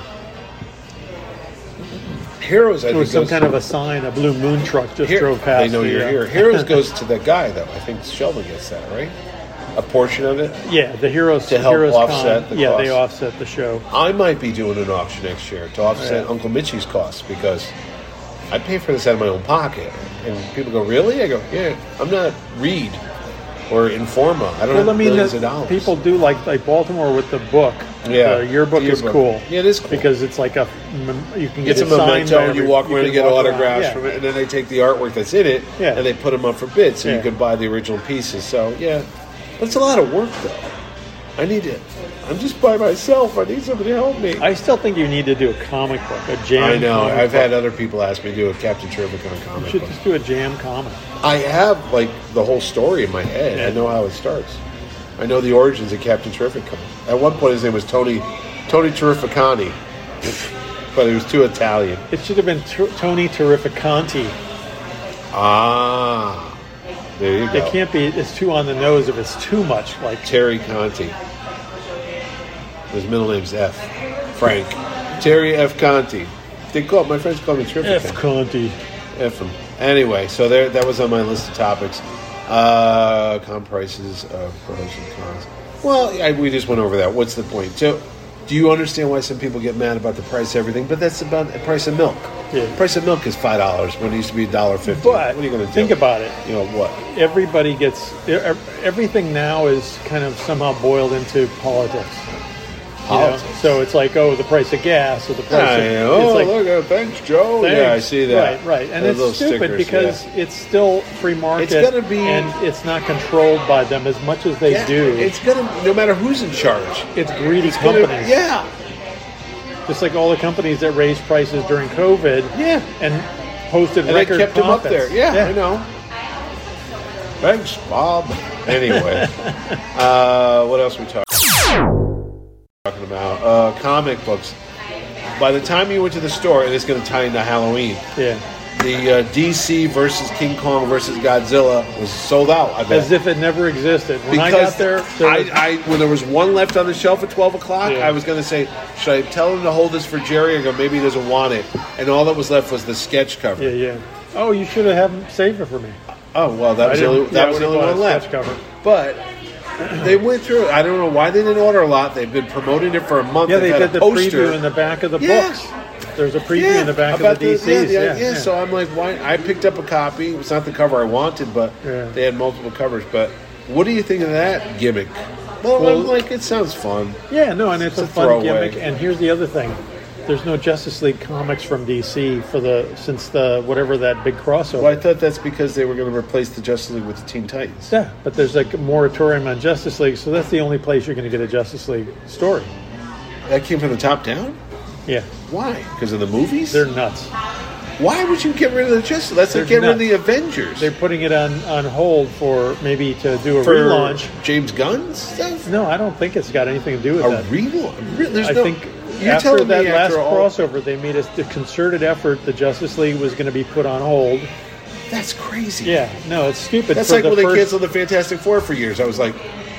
Speaker 3: Heroes, I
Speaker 2: There
Speaker 3: think
Speaker 2: was some
Speaker 3: goes-
Speaker 2: kind of a sign. A blue moon truck just
Speaker 3: Here-
Speaker 2: drove past.
Speaker 3: They know
Speaker 2: the,
Speaker 3: you're
Speaker 2: uh,
Speaker 3: here. Heroes goes to the guy though. I think Sheldon gets that right. A portion of it.
Speaker 2: Yeah, the heroes
Speaker 3: To help
Speaker 2: heroes
Speaker 3: offset
Speaker 2: con,
Speaker 3: the
Speaker 2: Yeah,
Speaker 3: cost.
Speaker 2: they offset the show.
Speaker 3: I might be doing an auction next year to offset
Speaker 2: Yeah.
Speaker 3: Uncle Mitchy's costs because I pay for this out of my own pocket. And people go, "Really?" I go, "Yeah, I'm not Reed or Informa. I
Speaker 2: Well, I
Speaker 3: don't have
Speaker 2: mean,
Speaker 3: millions of
Speaker 2: the,
Speaker 3: dollars."
Speaker 2: people do like like Baltimore with the book.
Speaker 3: Yeah.
Speaker 2: the yearbook, is
Speaker 3: Yearbook.
Speaker 2: cool.
Speaker 3: Yeah, it is cool.
Speaker 2: because it's like a mem- you can
Speaker 3: It's
Speaker 2: get
Speaker 3: a
Speaker 2: it signed
Speaker 3: memento,
Speaker 2: by
Speaker 3: and you
Speaker 2: every-
Speaker 3: walk around and
Speaker 2: can
Speaker 3: get
Speaker 2: walk around.
Speaker 3: autographs
Speaker 2: Yeah.
Speaker 3: from it, and then they take the artwork that's in it,
Speaker 2: Yeah.
Speaker 3: and they put them up for bid, so you
Speaker 2: Yeah.
Speaker 3: could buy the original pieces. So yeah, but it's a lot of work though.
Speaker 1: I need to. I'm just by myself. I need somebody to help me.
Speaker 2: I still think you need to do a comic book, a jam.
Speaker 3: I know.
Speaker 2: comic
Speaker 3: I've
Speaker 2: book.
Speaker 3: had other people ask me to do a Captain Turbicon
Speaker 2: You
Speaker 3: comic
Speaker 2: should
Speaker 3: book.
Speaker 2: just do a jam comic.
Speaker 3: I have like the whole story in my head. I know how it starts. I know the origins of Captain Terrific. At one point, his name was Tony Tony Terrificani, but he was too Italian.
Speaker 2: It should have been T- Tony Terrificanti.
Speaker 3: Ah, there you go.
Speaker 2: It can't be. It's too on the nose if it's too much. Like
Speaker 3: Terry Conti. His middle name's F. Frank. Terry F. Conti. They call my friends call me Terrific.
Speaker 2: F Conti.
Speaker 3: If them. Anyway, so there that was on my list of topics. Uh, com prices, uh, pros and cons. Well, I, we just went over that. What's the point? So, do you understand why some people get mad about the price of everything? But that's about the price of milk.
Speaker 2: Yeah.
Speaker 3: price of milk is five dollars when it used to be a dollar fifty.
Speaker 2: But
Speaker 3: what are you going to
Speaker 2: think
Speaker 3: do?
Speaker 2: about it.
Speaker 3: You know what?
Speaker 2: Everybody gets e- everything now is kind of somehow boiled into politics. you know?
Speaker 3: Politics.
Speaker 2: So it's like, oh, the price of gas or the price of
Speaker 3: Yeah, oh,
Speaker 2: it's like,
Speaker 3: look at thanks, Joe. yeah, I
Speaker 2: Thanks.
Speaker 3: see that.
Speaker 2: Right, right, and
Speaker 3: Those little
Speaker 2: it's stupid
Speaker 3: stickers,
Speaker 2: because
Speaker 3: yeah.
Speaker 2: it's still free market.
Speaker 3: gotta be-
Speaker 2: and it's not controlled by them as much as they
Speaker 3: Yeah,
Speaker 2: do.
Speaker 3: It's gonna, no matter who's in charge.
Speaker 2: it's greedy
Speaker 3: It's gonna-
Speaker 2: companies.
Speaker 3: yeah,
Speaker 2: just like all the companies that raised prices during COVID.
Speaker 3: Yeah.
Speaker 2: and posted
Speaker 3: and I
Speaker 2: record
Speaker 3: kept him up
Speaker 2: profits.
Speaker 3: there. Yeah, I know. Thanks, Bob. Anyway, uh, what else we talk- talking about? Uh, comic books. By the time you went to the store, and it's going to tie into Halloween.
Speaker 2: yeah.
Speaker 3: The uh, DC versus King Kong versus Godzilla was sold out. I bet.
Speaker 2: As if it never existed. When I got there, there was-
Speaker 3: I, I- when there was one left on the shelf at twelve o'clock,
Speaker 2: Yeah.
Speaker 3: I was going to say, should I tell him to hold this for Jerry? I go, maybe he doesn't want it. And all that was left was the sketch cover.
Speaker 2: yeah, yeah. Oh, you should have had them saved it for me.
Speaker 3: Oh well, that
Speaker 2: I
Speaker 3: was the
Speaker 2: didn't-
Speaker 3: only,
Speaker 2: yeah,
Speaker 3: that
Speaker 2: I
Speaker 3: was the
Speaker 2: would've
Speaker 3: only
Speaker 2: bought a
Speaker 3: one left.
Speaker 2: sketch cover.
Speaker 3: But they went through. it. I don't know why they didn't order a lot. They've been promoting it for a month.
Speaker 2: Yeah,
Speaker 3: They've
Speaker 2: they
Speaker 3: had
Speaker 2: did the
Speaker 3: a poster.
Speaker 2: preview in the back of the
Speaker 3: Yeah.
Speaker 2: books. There's a preview
Speaker 3: yeah,
Speaker 2: in the back
Speaker 3: about
Speaker 2: of the DCs.
Speaker 3: yeah, the-
Speaker 2: yeah,
Speaker 3: yeah,
Speaker 2: yeah.
Speaker 3: So I'm like, why? I picked up a copy. It's not the cover I wanted, but
Speaker 2: Yeah.
Speaker 3: they had multiple covers. But what do you think of that gimmick? Well,
Speaker 2: Well-
Speaker 3: I'm like, it sounds fun.
Speaker 2: Yeah, no, and it's,
Speaker 3: It's
Speaker 2: a,
Speaker 3: a
Speaker 2: fun
Speaker 3: throwaway.
Speaker 2: gimmick. And here's the other thing: there's no Justice League comics from DC for the since the whatever that big crossover.
Speaker 3: Well, I thought that's because they were going to replace the Justice League with the Teen Titans.
Speaker 2: Yeah, but there's like a moratorium on Justice League, so that's the only place you're going to get a Justice League story.
Speaker 3: That came from the top down.
Speaker 2: Yeah,
Speaker 3: Why? Because of the movies?
Speaker 2: they're nuts.
Speaker 3: Why would you get rid of the Justice? That's like
Speaker 2: They're
Speaker 3: getting rid of
Speaker 2: nuts.
Speaker 3: the Avengers.
Speaker 2: They're putting it on on hold for maybe to do a
Speaker 3: for
Speaker 2: relaunch.
Speaker 3: James Gunn's stuff?
Speaker 2: No, I don't think it's got anything to do with
Speaker 3: A
Speaker 2: that.
Speaker 3: relaunch? Re- There's
Speaker 2: I
Speaker 3: no,
Speaker 2: think
Speaker 3: you're
Speaker 2: after
Speaker 3: telling
Speaker 2: that
Speaker 3: me
Speaker 2: last
Speaker 3: after all,
Speaker 2: crossover, they made a, a concerted effort. The Justice League was going to be put on hold.
Speaker 3: That's crazy.
Speaker 2: Yeah, no, it's stupid.
Speaker 3: That's
Speaker 2: for
Speaker 3: like
Speaker 2: the
Speaker 3: when they
Speaker 2: first-
Speaker 3: canceled the Fantastic Four for years. I was like,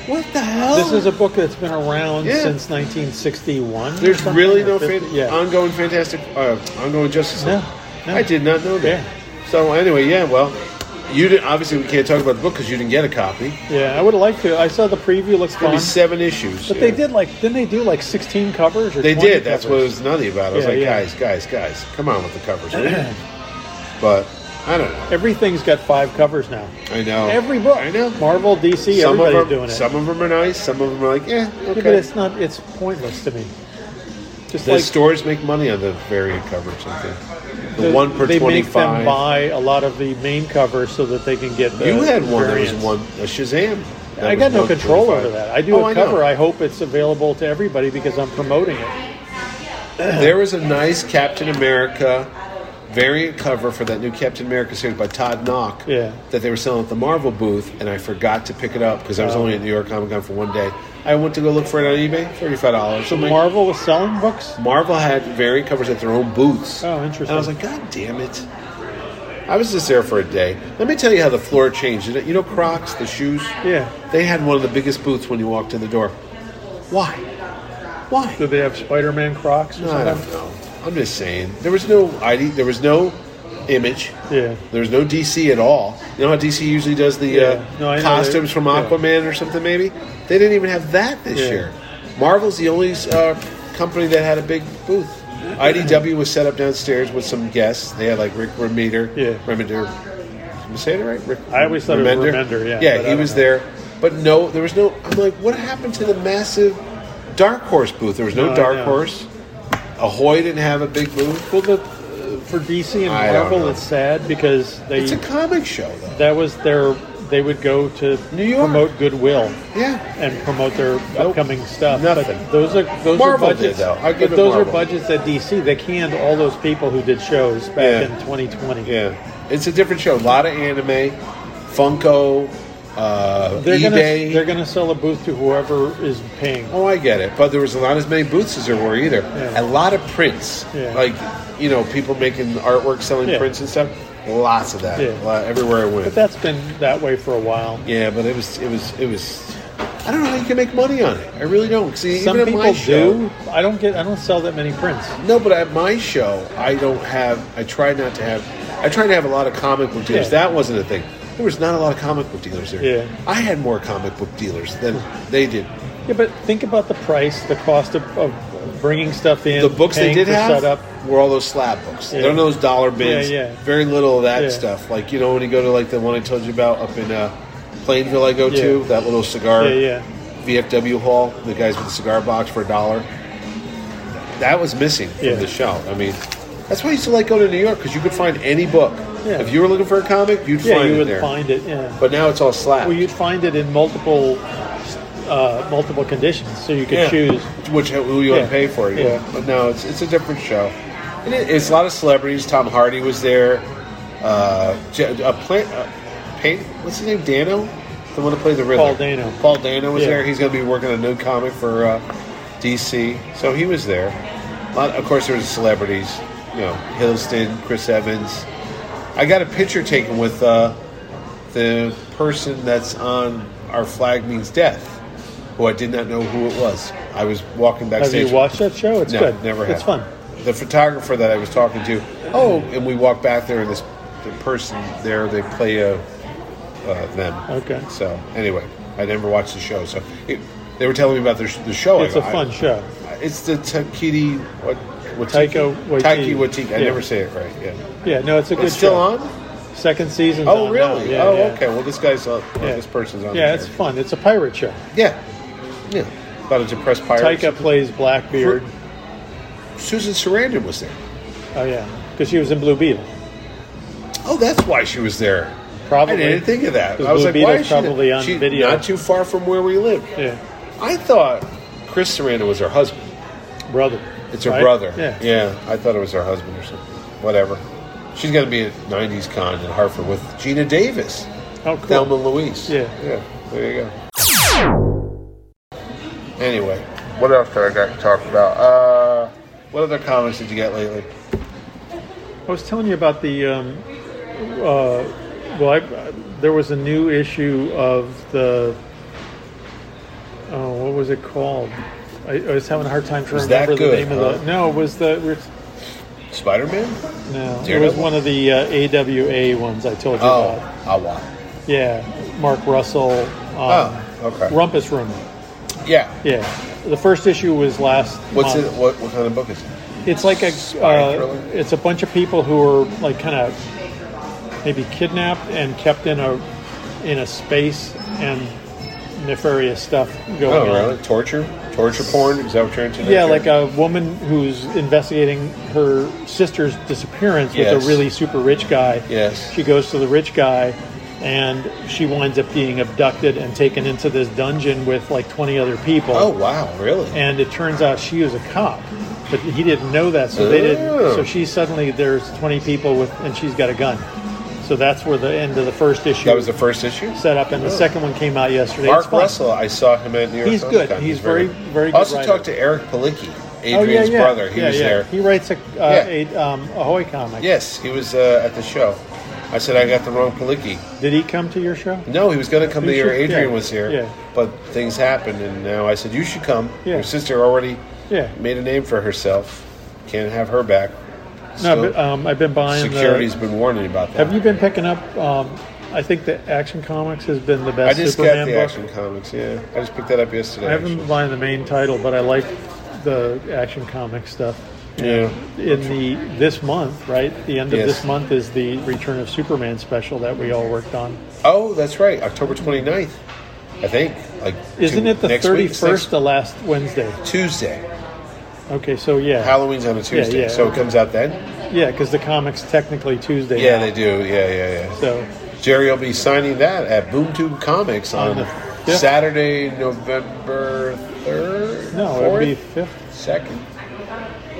Speaker 3: what the hell?
Speaker 2: This is a book that's been around
Speaker 3: Yeah.
Speaker 2: since 1961.
Speaker 3: There's
Speaker 2: or
Speaker 3: really
Speaker 2: something,
Speaker 3: no
Speaker 2: or 50
Speaker 3: fan-
Speaker 2: yeah.
Speaker 3: ongoing Fantastic, uh, ongoing Justice League.
Speaker 2: No, no.
Speaker 3: I did not know that.
Speaker 2: Yeah.
Speaker 3: So anyway, yeah. Well, you did, obviously we can't talk about the book because you didn't get a copy.
Speaker 2: yeah, I would like to. I saw the preview. Looks
Speaker 3: Maybe
Speaker 2: fun.
Speaker 3: seven issues.
Speaker 2: But
Speaker 3: yeah.
Speaker 2: they did like didn't they do like sixteen covers or
Speaker 3: They
Speaker 2: 20
Speaker 3: did. That's what it
Speaker 2: covers?
Speaker 3: was nutty about. I was
Speaker 2: Yeah,
Speaker 3: like,
Speaker 2: yeah.
Speaker 3: guys, guys, guys, come on with the covers. will you?" but I don't know.
Speaker 2: everything's got five covers now.
Speaker 3: I know.
Speaker 2: Every book,
Speaker 3: Oh, I know.
Speaker 2: Marvel, DC,
Speaker 3: some of
Speaker 2: everybody's
Speaker 3: them,
Speaker 2: doing it.
Speaker 3: some of them are nice. Some of them are like, yeah,
Speaker 2: Yeah, but
Speaker 3: okay.
Speaker 2: it's not. It's pointless to me. Just
Speaker 3: the
Speaker 2: like
Speaker 3: stores make money on the variant covers. I think. The, one per
Speaker 2: they make them
Speaker 3: twenty-five.
Speaker 2: buy a lot of the main covers so that they can get. The
Speaker 3: You had one. There was
Speaker 2: variants.
Speaker 3: one a Shazam. that
Speaker 2: I
Speaker 3: was
Speaker 2: got no
Speaker 3: one
Speaker 2: control
Speaker 3: 25.
Speaker 2: over that. I do
Speaker 3: Oh,
Speaker 2: a
Speaker 3: know.
Speaker 2: cover. I hope it's available to everybody because I'm promoting it.
Speaker 3: There was a nice Captain America variant cover for that new Captain America series by Todd Knock
Speaker 2: Yeah.
Speaker 3: that they were selling at the Marvel booth, and I forgot to pick it up because I was only at New York Comic Con for one day. I went to go look for it on eBay, thirty-five dollars. So Marvel,
Speaker 2: Marvel was selling books.
Speaker 3: Marvel had variant covers at their own booths.
Speaker 2: Oh, interesting.
Speaker 3: And I was like, God damn it! I was just there for a day. Let me tell you how the floor changed. You know- You know Crocs, the shoes.
Speaker 2: Yeah.
Speaker 3: They had one of the biggest booths when you walked in the door. Why? Why?
Speaker 2: Do they have Spider-Man Crocs or
Speaker 3: I
Speaker 2: something?
Speaker 3: don't know. I'm just saying there was no ID. There was no image.
Speaker 2: Yeah.
Speaker 3: There was no DC at all. You know how DC usually does the
Speaker 2: Yeah.
Speaker 3: uh,
Speaker 2: No, I know.
Speaker 3: costumes from
Speaker 2: Yeah.
Speaker 3: Aquaman or something. Maybe they didn't even have that this
Speaker 2: Yeah.
Speaker 3: year. Marvel's the only uh, company that had a big booth. IDW was set up downstairs with some guests. They had like Rick Remender.
Speaker 2: Yeah.
Speaker 3: Remender. Am I saying it right? Rick,
Speaker 2: I always thought it was Remender, yeah, but I
Speaker 3: Yeah, he
Speaker 2: don't
Speaker 3: was
Speaker 2: know.
Speaker 3: there there. But no, there was no. I'm like, what happened to the massive Dark Horse booth? There was no,
Speaker 2: No, I
Speaker 3: Dark
Speaker 2: know.
Speaker 3: Horse. Ahoy didn't have a big booth.
Speaker 2: Well, the, uh, for DC and
Speaker 3: I don't
Speaker 2: Marvel,
Speaker 3: know.
Speaker 2: it's sad because they
Speaker 3: It's a comic show, though.
Speaker 2: that was their they would go to
Speaker 3: New York.
Speaker 2: promote Goodwill
Speaker 3: Yeah.
Speaker 2: and promote their upcoming stuff.
Speaker 3: Nothing.
Speaker 2: But those are those
Speaker 3: Marvel
Speaker 2: are
Speaker 3: did,
Speaker 2: budgets.
Speaker 3: though. I'll give
Speaker 2: but
Speaker 3: it
Speaker 2: those
Speaker 3: Marvel.
Speaker 2: are budgets at DC. They canned all those people who did shows back
Speaker 3: Yeah.
Speaker 2: in 2020.
Speaker 3: Yeah. It's a different show. A lot of anime, Funko, uh,
Speaker 2: They're gonna
Speaker 3: eBay.
Speaker 2: they're gonna sell a booth to whoever is paying.
Speaker 3: Oh, I get it. But there was not as many booths as there were either.
Speaker 2: Yeah.
Speaker 3: A lot of prints.
Speaker 2: Yeah.
Speaker 3: Like, you know, people making artwork, selling
Speaker 2: Yeah.
Speaker 3: prints and stuff. Lots of that.
Speaker 2: Yeah.
Speaker 3: A lot- everywhere I went.
Speaker 2: But that's been that way for a while.
Speaker 3: yeah, but it was, it was, it was. I don't know how you can make money on it. I really don't. See,
Speaker 2: Some
Speaker 3: even at my
Speaker 2: people
Speaker 3: show,
Speaker 2: do. I don't get. I don't sell that many prints.
Speaker 3: No, but at my show, I don't have. I try not to have. I try to have a lot of comic book dealers.
Speaker 2: Yeah.
Speaker 3: That wasn't a thing. There was not a lot of comic book dealers there.
Speaker 2: Yeah.
Speaker 3: I had more comic book dealers than they did.
Speaker 2: Yeah, but think about the price, the cost of, of bringing stuff in.
Speaker 3: The books they
Speaker 2: paying
Speaker 3: did
Speaker 2: for
Speaker 3: have
Speaker 2: setup.
Speaker 3: were all those slab books.
Speaker 2: Yeah.
Speaker 3: None of those dollar bins.
Speaker 2: Yeah, yeah.
Speaker 3: Very little of that
Speaker 2: Yeah.
Speaker 3: stuff. Like you know when you go to like the one I told you about up in uh, Plainville, I go to
Speaker 2: Yeah.
Speaker 3: that little cigar
Speaker 2: Yeah, yeah.
Speaker 3: VFW hall. The guys with the cigar box for a dollar. That was missing from
Speaker 2: Yeah.
Speaker 3: the show. I mean, that's why I used to like going to New York because you could find any book.
Speaker 2: Yeah.
Speaker 3: If you were looking for a comic, you'd
Speaker 2: Yeah,
Speaker 3: find
Speaker 2: you
Speaker 3: it
Speaker 2: would
Speaker 3: there.
Speaker 2: find it. Yeah.
Speaker 3: but now it's all slab,
Speaker 2: Well, you'd find it in multiple uh, multiple conditions, so you could
Speaker 3: Yeah.
Speaker 2: choose.
Speaker 3: which who you want
Speaker 2: Yeah.
Speaker 3: to pay for. Yeah.
Speaker 2: Yeah.
Speaker 3: But no, it's it's a different show. And it, it's a lot of celebrities. Tom Hardy was there. Uh, Je- uh, play, uh, Pay- what's his name? Dano, the one that played the Riddler.
Speaker 2: Paul Dano.
Speaker 3: Paul Dano was
Speaker 2: Yeah.
Speaker 3: there. He's going to be working on a new comic for uh, DC, so he was there. A lot, of course, there was celebrities. You know, Hiddleston, Chris Evans. I got a picture taken with uh, the person that's on our flag means death, who I did not know who it was. I was walking
Speaker 2: Have
Speaker 3: backstage.
Speaker 2: you watched that show? It's
Speaker 3: No,
Speaker 2: good.
Speaker 3: never have.
Speaker 2: It's fun.
Speaker 3: The photographer that I was talking to. Oh, and we walked back there, and this the person there they play a uh, them.
Speaker 2: Okay.
Speaker 3: So anyway, I never watched the show. So it, they were telling me about the, the show. I
Speaker 2: It's a
Speaker 3: go, Oh, I-
Speaker 2: fun show.
Speaker 3: It's the Takiti what.
Speaker 2: Taika Waititi.
Speaker 3: Taiki Watiki. I
Speaker 2: Yeah.
Speaker 3: never say it right. Yeah,
Speaker 2: Yeah, no, it's a good
Speaker 3: it's still
Speaker 2: show.
Speaker 3: on.
Speaker 2: Second season.
Speaker 3: Oh,
Speaker 2: on
Speaker 3: really?
Speaker 2: now. Yeah,
Speaker 3: oh,
Speaker 2: yeah.
Speaker 3: okay. Well, this guy's on. or
Speaker 2: Yeah.
Speaker 3: This person's on.
Speaker 2: Yeah,
Speaker 3: there.
Speaker 2: it's fun. It's a pirate show.
Speaker 3: Yeah, yeah. About a depressed pirate.
Speaker 2: Taika plays Blackbeard.
Speaker 3: Susan Sarandon was there.
Speaker 2: Oh yeah, because she was in Blue Beetle.
Speaker 3: Oh, that's why she was there.
Speaker 2: Probably.
Speaker 3: I didn't think of that.
Speaker 2: 'Cause
Speaker 3: I was
Speaker 2: Blue
Speaker 3: like, why
Speaker 2: Beetle's
Speaker 3: is she there?
Speaker 2: probably on
Speaker 3: She-
Speaker 2: video.
Speaker 3: Not too far from where we live.
Speaker 2: Yeah,
Speaker 3: I thought Chris Sarandon was her husband.
Speaker 2: brother.
Speaker 3: It's her
Speaker 2: right?
Speaker 3: brother.
Speaker 2: Yeah.
Speaker 3: I thought it was her husband or something. Whatever. She's going to be at 90s Con in Hartford with Gina Davis,
Speaker 2: Oh, cool.
Speaker 3: Thelma Louise.
Speaker 2: Yeah.
Speaker 3: Yeah. There you go. Anyway, what else did I got to talk about? Uh, what other comments did you get lately?
Speaker 2: I was telling you about the. Um, uh, well, I, there was a new issue of the. Oh, what was it called? I, I was having a hard time trying to
Speaker 3: Was that
Speaker 2: remember the
Speaker 3: good,
Speaker 2: name
Speaker 3: huh?
Speaker 2: of the. No, it was the. we're-
Speaker 3: Spider Man?
Speaker 2: No, it was
Speaker 3: Daredevil?
Speaker 2: one of the uh, AWA ones I told you
Speaker 3: Oh,
Speaker 2: about.
Speaker 3: Awa.
Speaker 2: Yeah, Mark Russell. Um,
Speaker 3: Oh, okay.
Speaker 2: Rumpus Room.
Speaker 3: Yeah.
Speaker 2: Yeah, the first issue was last.
Speaker 3: What's
Speaker 2: month.
Speaker 3: it? What, what kind of book is it?
Speaker 2: It's like a
Speaker 3: Spy thriller?
Speaker 2: uh, it's a bunch of people who are like kind of maybe kidnapped and kept in a in a space and nefarious stuff going
Speaker 3: Oh,
Speaker 2: on.
Speaker 3: really? Torture? Torture porn? Is that what you're into?
Speaker 2: Yeah, like uh, a woman who's investigating her sister's disappearance with
Speaker 3: Yes.
Speaker 2: a really super rich guy.
Speaker 3: Yes.
Speaker 2: She goes to the rich guy and she winds up being abducted and taken into this dungeon with like 20 other people
Speaker 3: Oh, wow. Really?
Speaker 2: and it turns out she was a cop but he didn't know that so they didn't
Speaker 3: Oh.
Speaker 2: so she suddenly there's 20 people with and she's got a gun so that's where the end of the first issue
Speaker 3: that was the first issue?
Speaker 2: set up and the second one came out yesterday It's
Speaker 3: Mark
Speaker 2: fun.
Speaker 3: Russell, I saw him at New York
Speaker 2: He's
Speaker 3: Comic
Speaker 2: good.
Speaker 3: Con.
Speaker 2: He's very- very good
Speaker 3: I also
Speaker 2: writer.
Speaker 3: talked to Eric Palicki,
Speaker 2: oh yeah
Speaker 3: Adrian's
Speaker 2: yeah
Speaker 3: brother. He
Speaker 2: yeah,
Speaker 3: was
Speaker 2: yeah.
Speaker 3: there.
Speaker 2: he writes a, uh,
Speaker 3: Yeah.
Speaker 2: a um, ahoy comic
Speaker 3: yes, he was uh, at the show. I said, I got the wrong Palicki.
Speaker 2: did he come to your show
Speaker 3: No, he was going to come
Speaker 2: You
Speaker 3: the year
Speaker 2: should-
Speaker 3: Adrian
Speaker 2: yeah,
Speaker 3: was here,
Speaker 2: yeah.
Speaker 3: but things happened, and now I said, You should come.
Speaker 2: Yeah.
Speaker 3: Your sister already
Speaker 2: Yeah.
Speaker 3: made a name for herself. Can't have her back.
Speaker 2: no
Speaker 3: So
Speaker 2: but, um, I've been buying the-
Speaker 3: Security's been warning you about that.
Speaker 2: have you been picking up um, I think the Action Comics has been the
Speaker 3: I
Speaker 2: best
Speaker 3: just
Speaker 2: Superman
Speaker 3: got the
Speaker 2: book
Speaker 3: action comics. Yeah, I just picked that up yesterday.
Speaker 2: I haven't
Speaker 3: actually.
Speaker 2: been buying the main title but I like the Action Comics stuff
Speaker 3: Yeah,
Speaker 2: in the this month, right? The end of
Speaker 3: Yes.
Speaker 2: this month is the Return of Superman special that we all worked on.
Speaker 3: Oh, that's right. October 29th, I think. Like,
Speaker 2: Isn't
Speaker 3: two-
Speaker 2: it the
Speaker 3: next
Speaker 2: thirty
Speaker 3: week,
Speaker 2: first,
Speaker 3: next-
Speaker 2: the last Wednesday?
Speaker 3: Tuesday.
Speaker 2: Okay, so yeah,
Speaker 3: Halloween's on a Tuesday,
Speaker 2: yeah.
Speaker 3: so it comes out then.
Speaker 2: yeah, because the comics technically Tuesday.
Speaker 3: Yeah,
Speaker 2: now.
Speaker 3: they do. Yeah, yeah, yeah.
Speaker 2: So
Speaker 3: Jerry will be signing that at BoomTube Comics on
Speaker 2: Yeah.
Speaker 3: Saturday, November third.
Speaker 2: No, it would be fifth.
Speaker 3: second.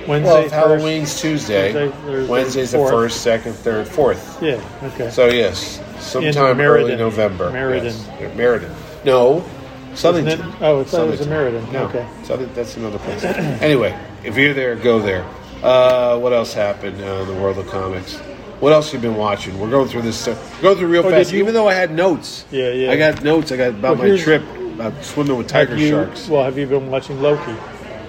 Speaker 2: Wednesday,
Speaker 3: Well, if
Speaker 2: first-
Speaker 3: Halloween's Tuesday.
Speaker 2: Tuesday, Thursday,
Speaker 3: Wednesday's the
Speaker 2: fourth.
Speaker 3: first, second, third, fourth.
Speaker 2: Yeah, okay.
Speaker 3: So yes, sometime early
Speaker 2: Meriden.
Speaker 3: November.
Speaker 2: Meriden.
Speaker 3: Yes. Meriden. No,
Speaker 2: Isn't it-
Speaker 3: Southington.
Speaker 2: oh, it's thought it was a
Speaker 3: Southington.
Speaker 2: Meriden.
Speaker 3: No,
Speaker 2: Okay.
Speaker 3: Southern, that's another place. anyway, if you're there, go there. Uh, what else happened uh, in the world of comics? What else you been watching? We're going through this stuff. Go through real
Speaker 2: Oh,
Speaker 3: fast.
Speaker 2: did you-
Speaker 3: Even though I had notes.
Speaker 2: Yeah, yeah.
Speaker 3: I got notes. I got about
Speaker 2: Well,
Speaker 3: my
Speaker 2: here's-
Speaker 3: trip about swimming with
Speaker 2: Have
Speaker 3: tiger
Speaker 2: you-
Speaker 3: sharks.
Speaker 2: Well, have you been watching Loki?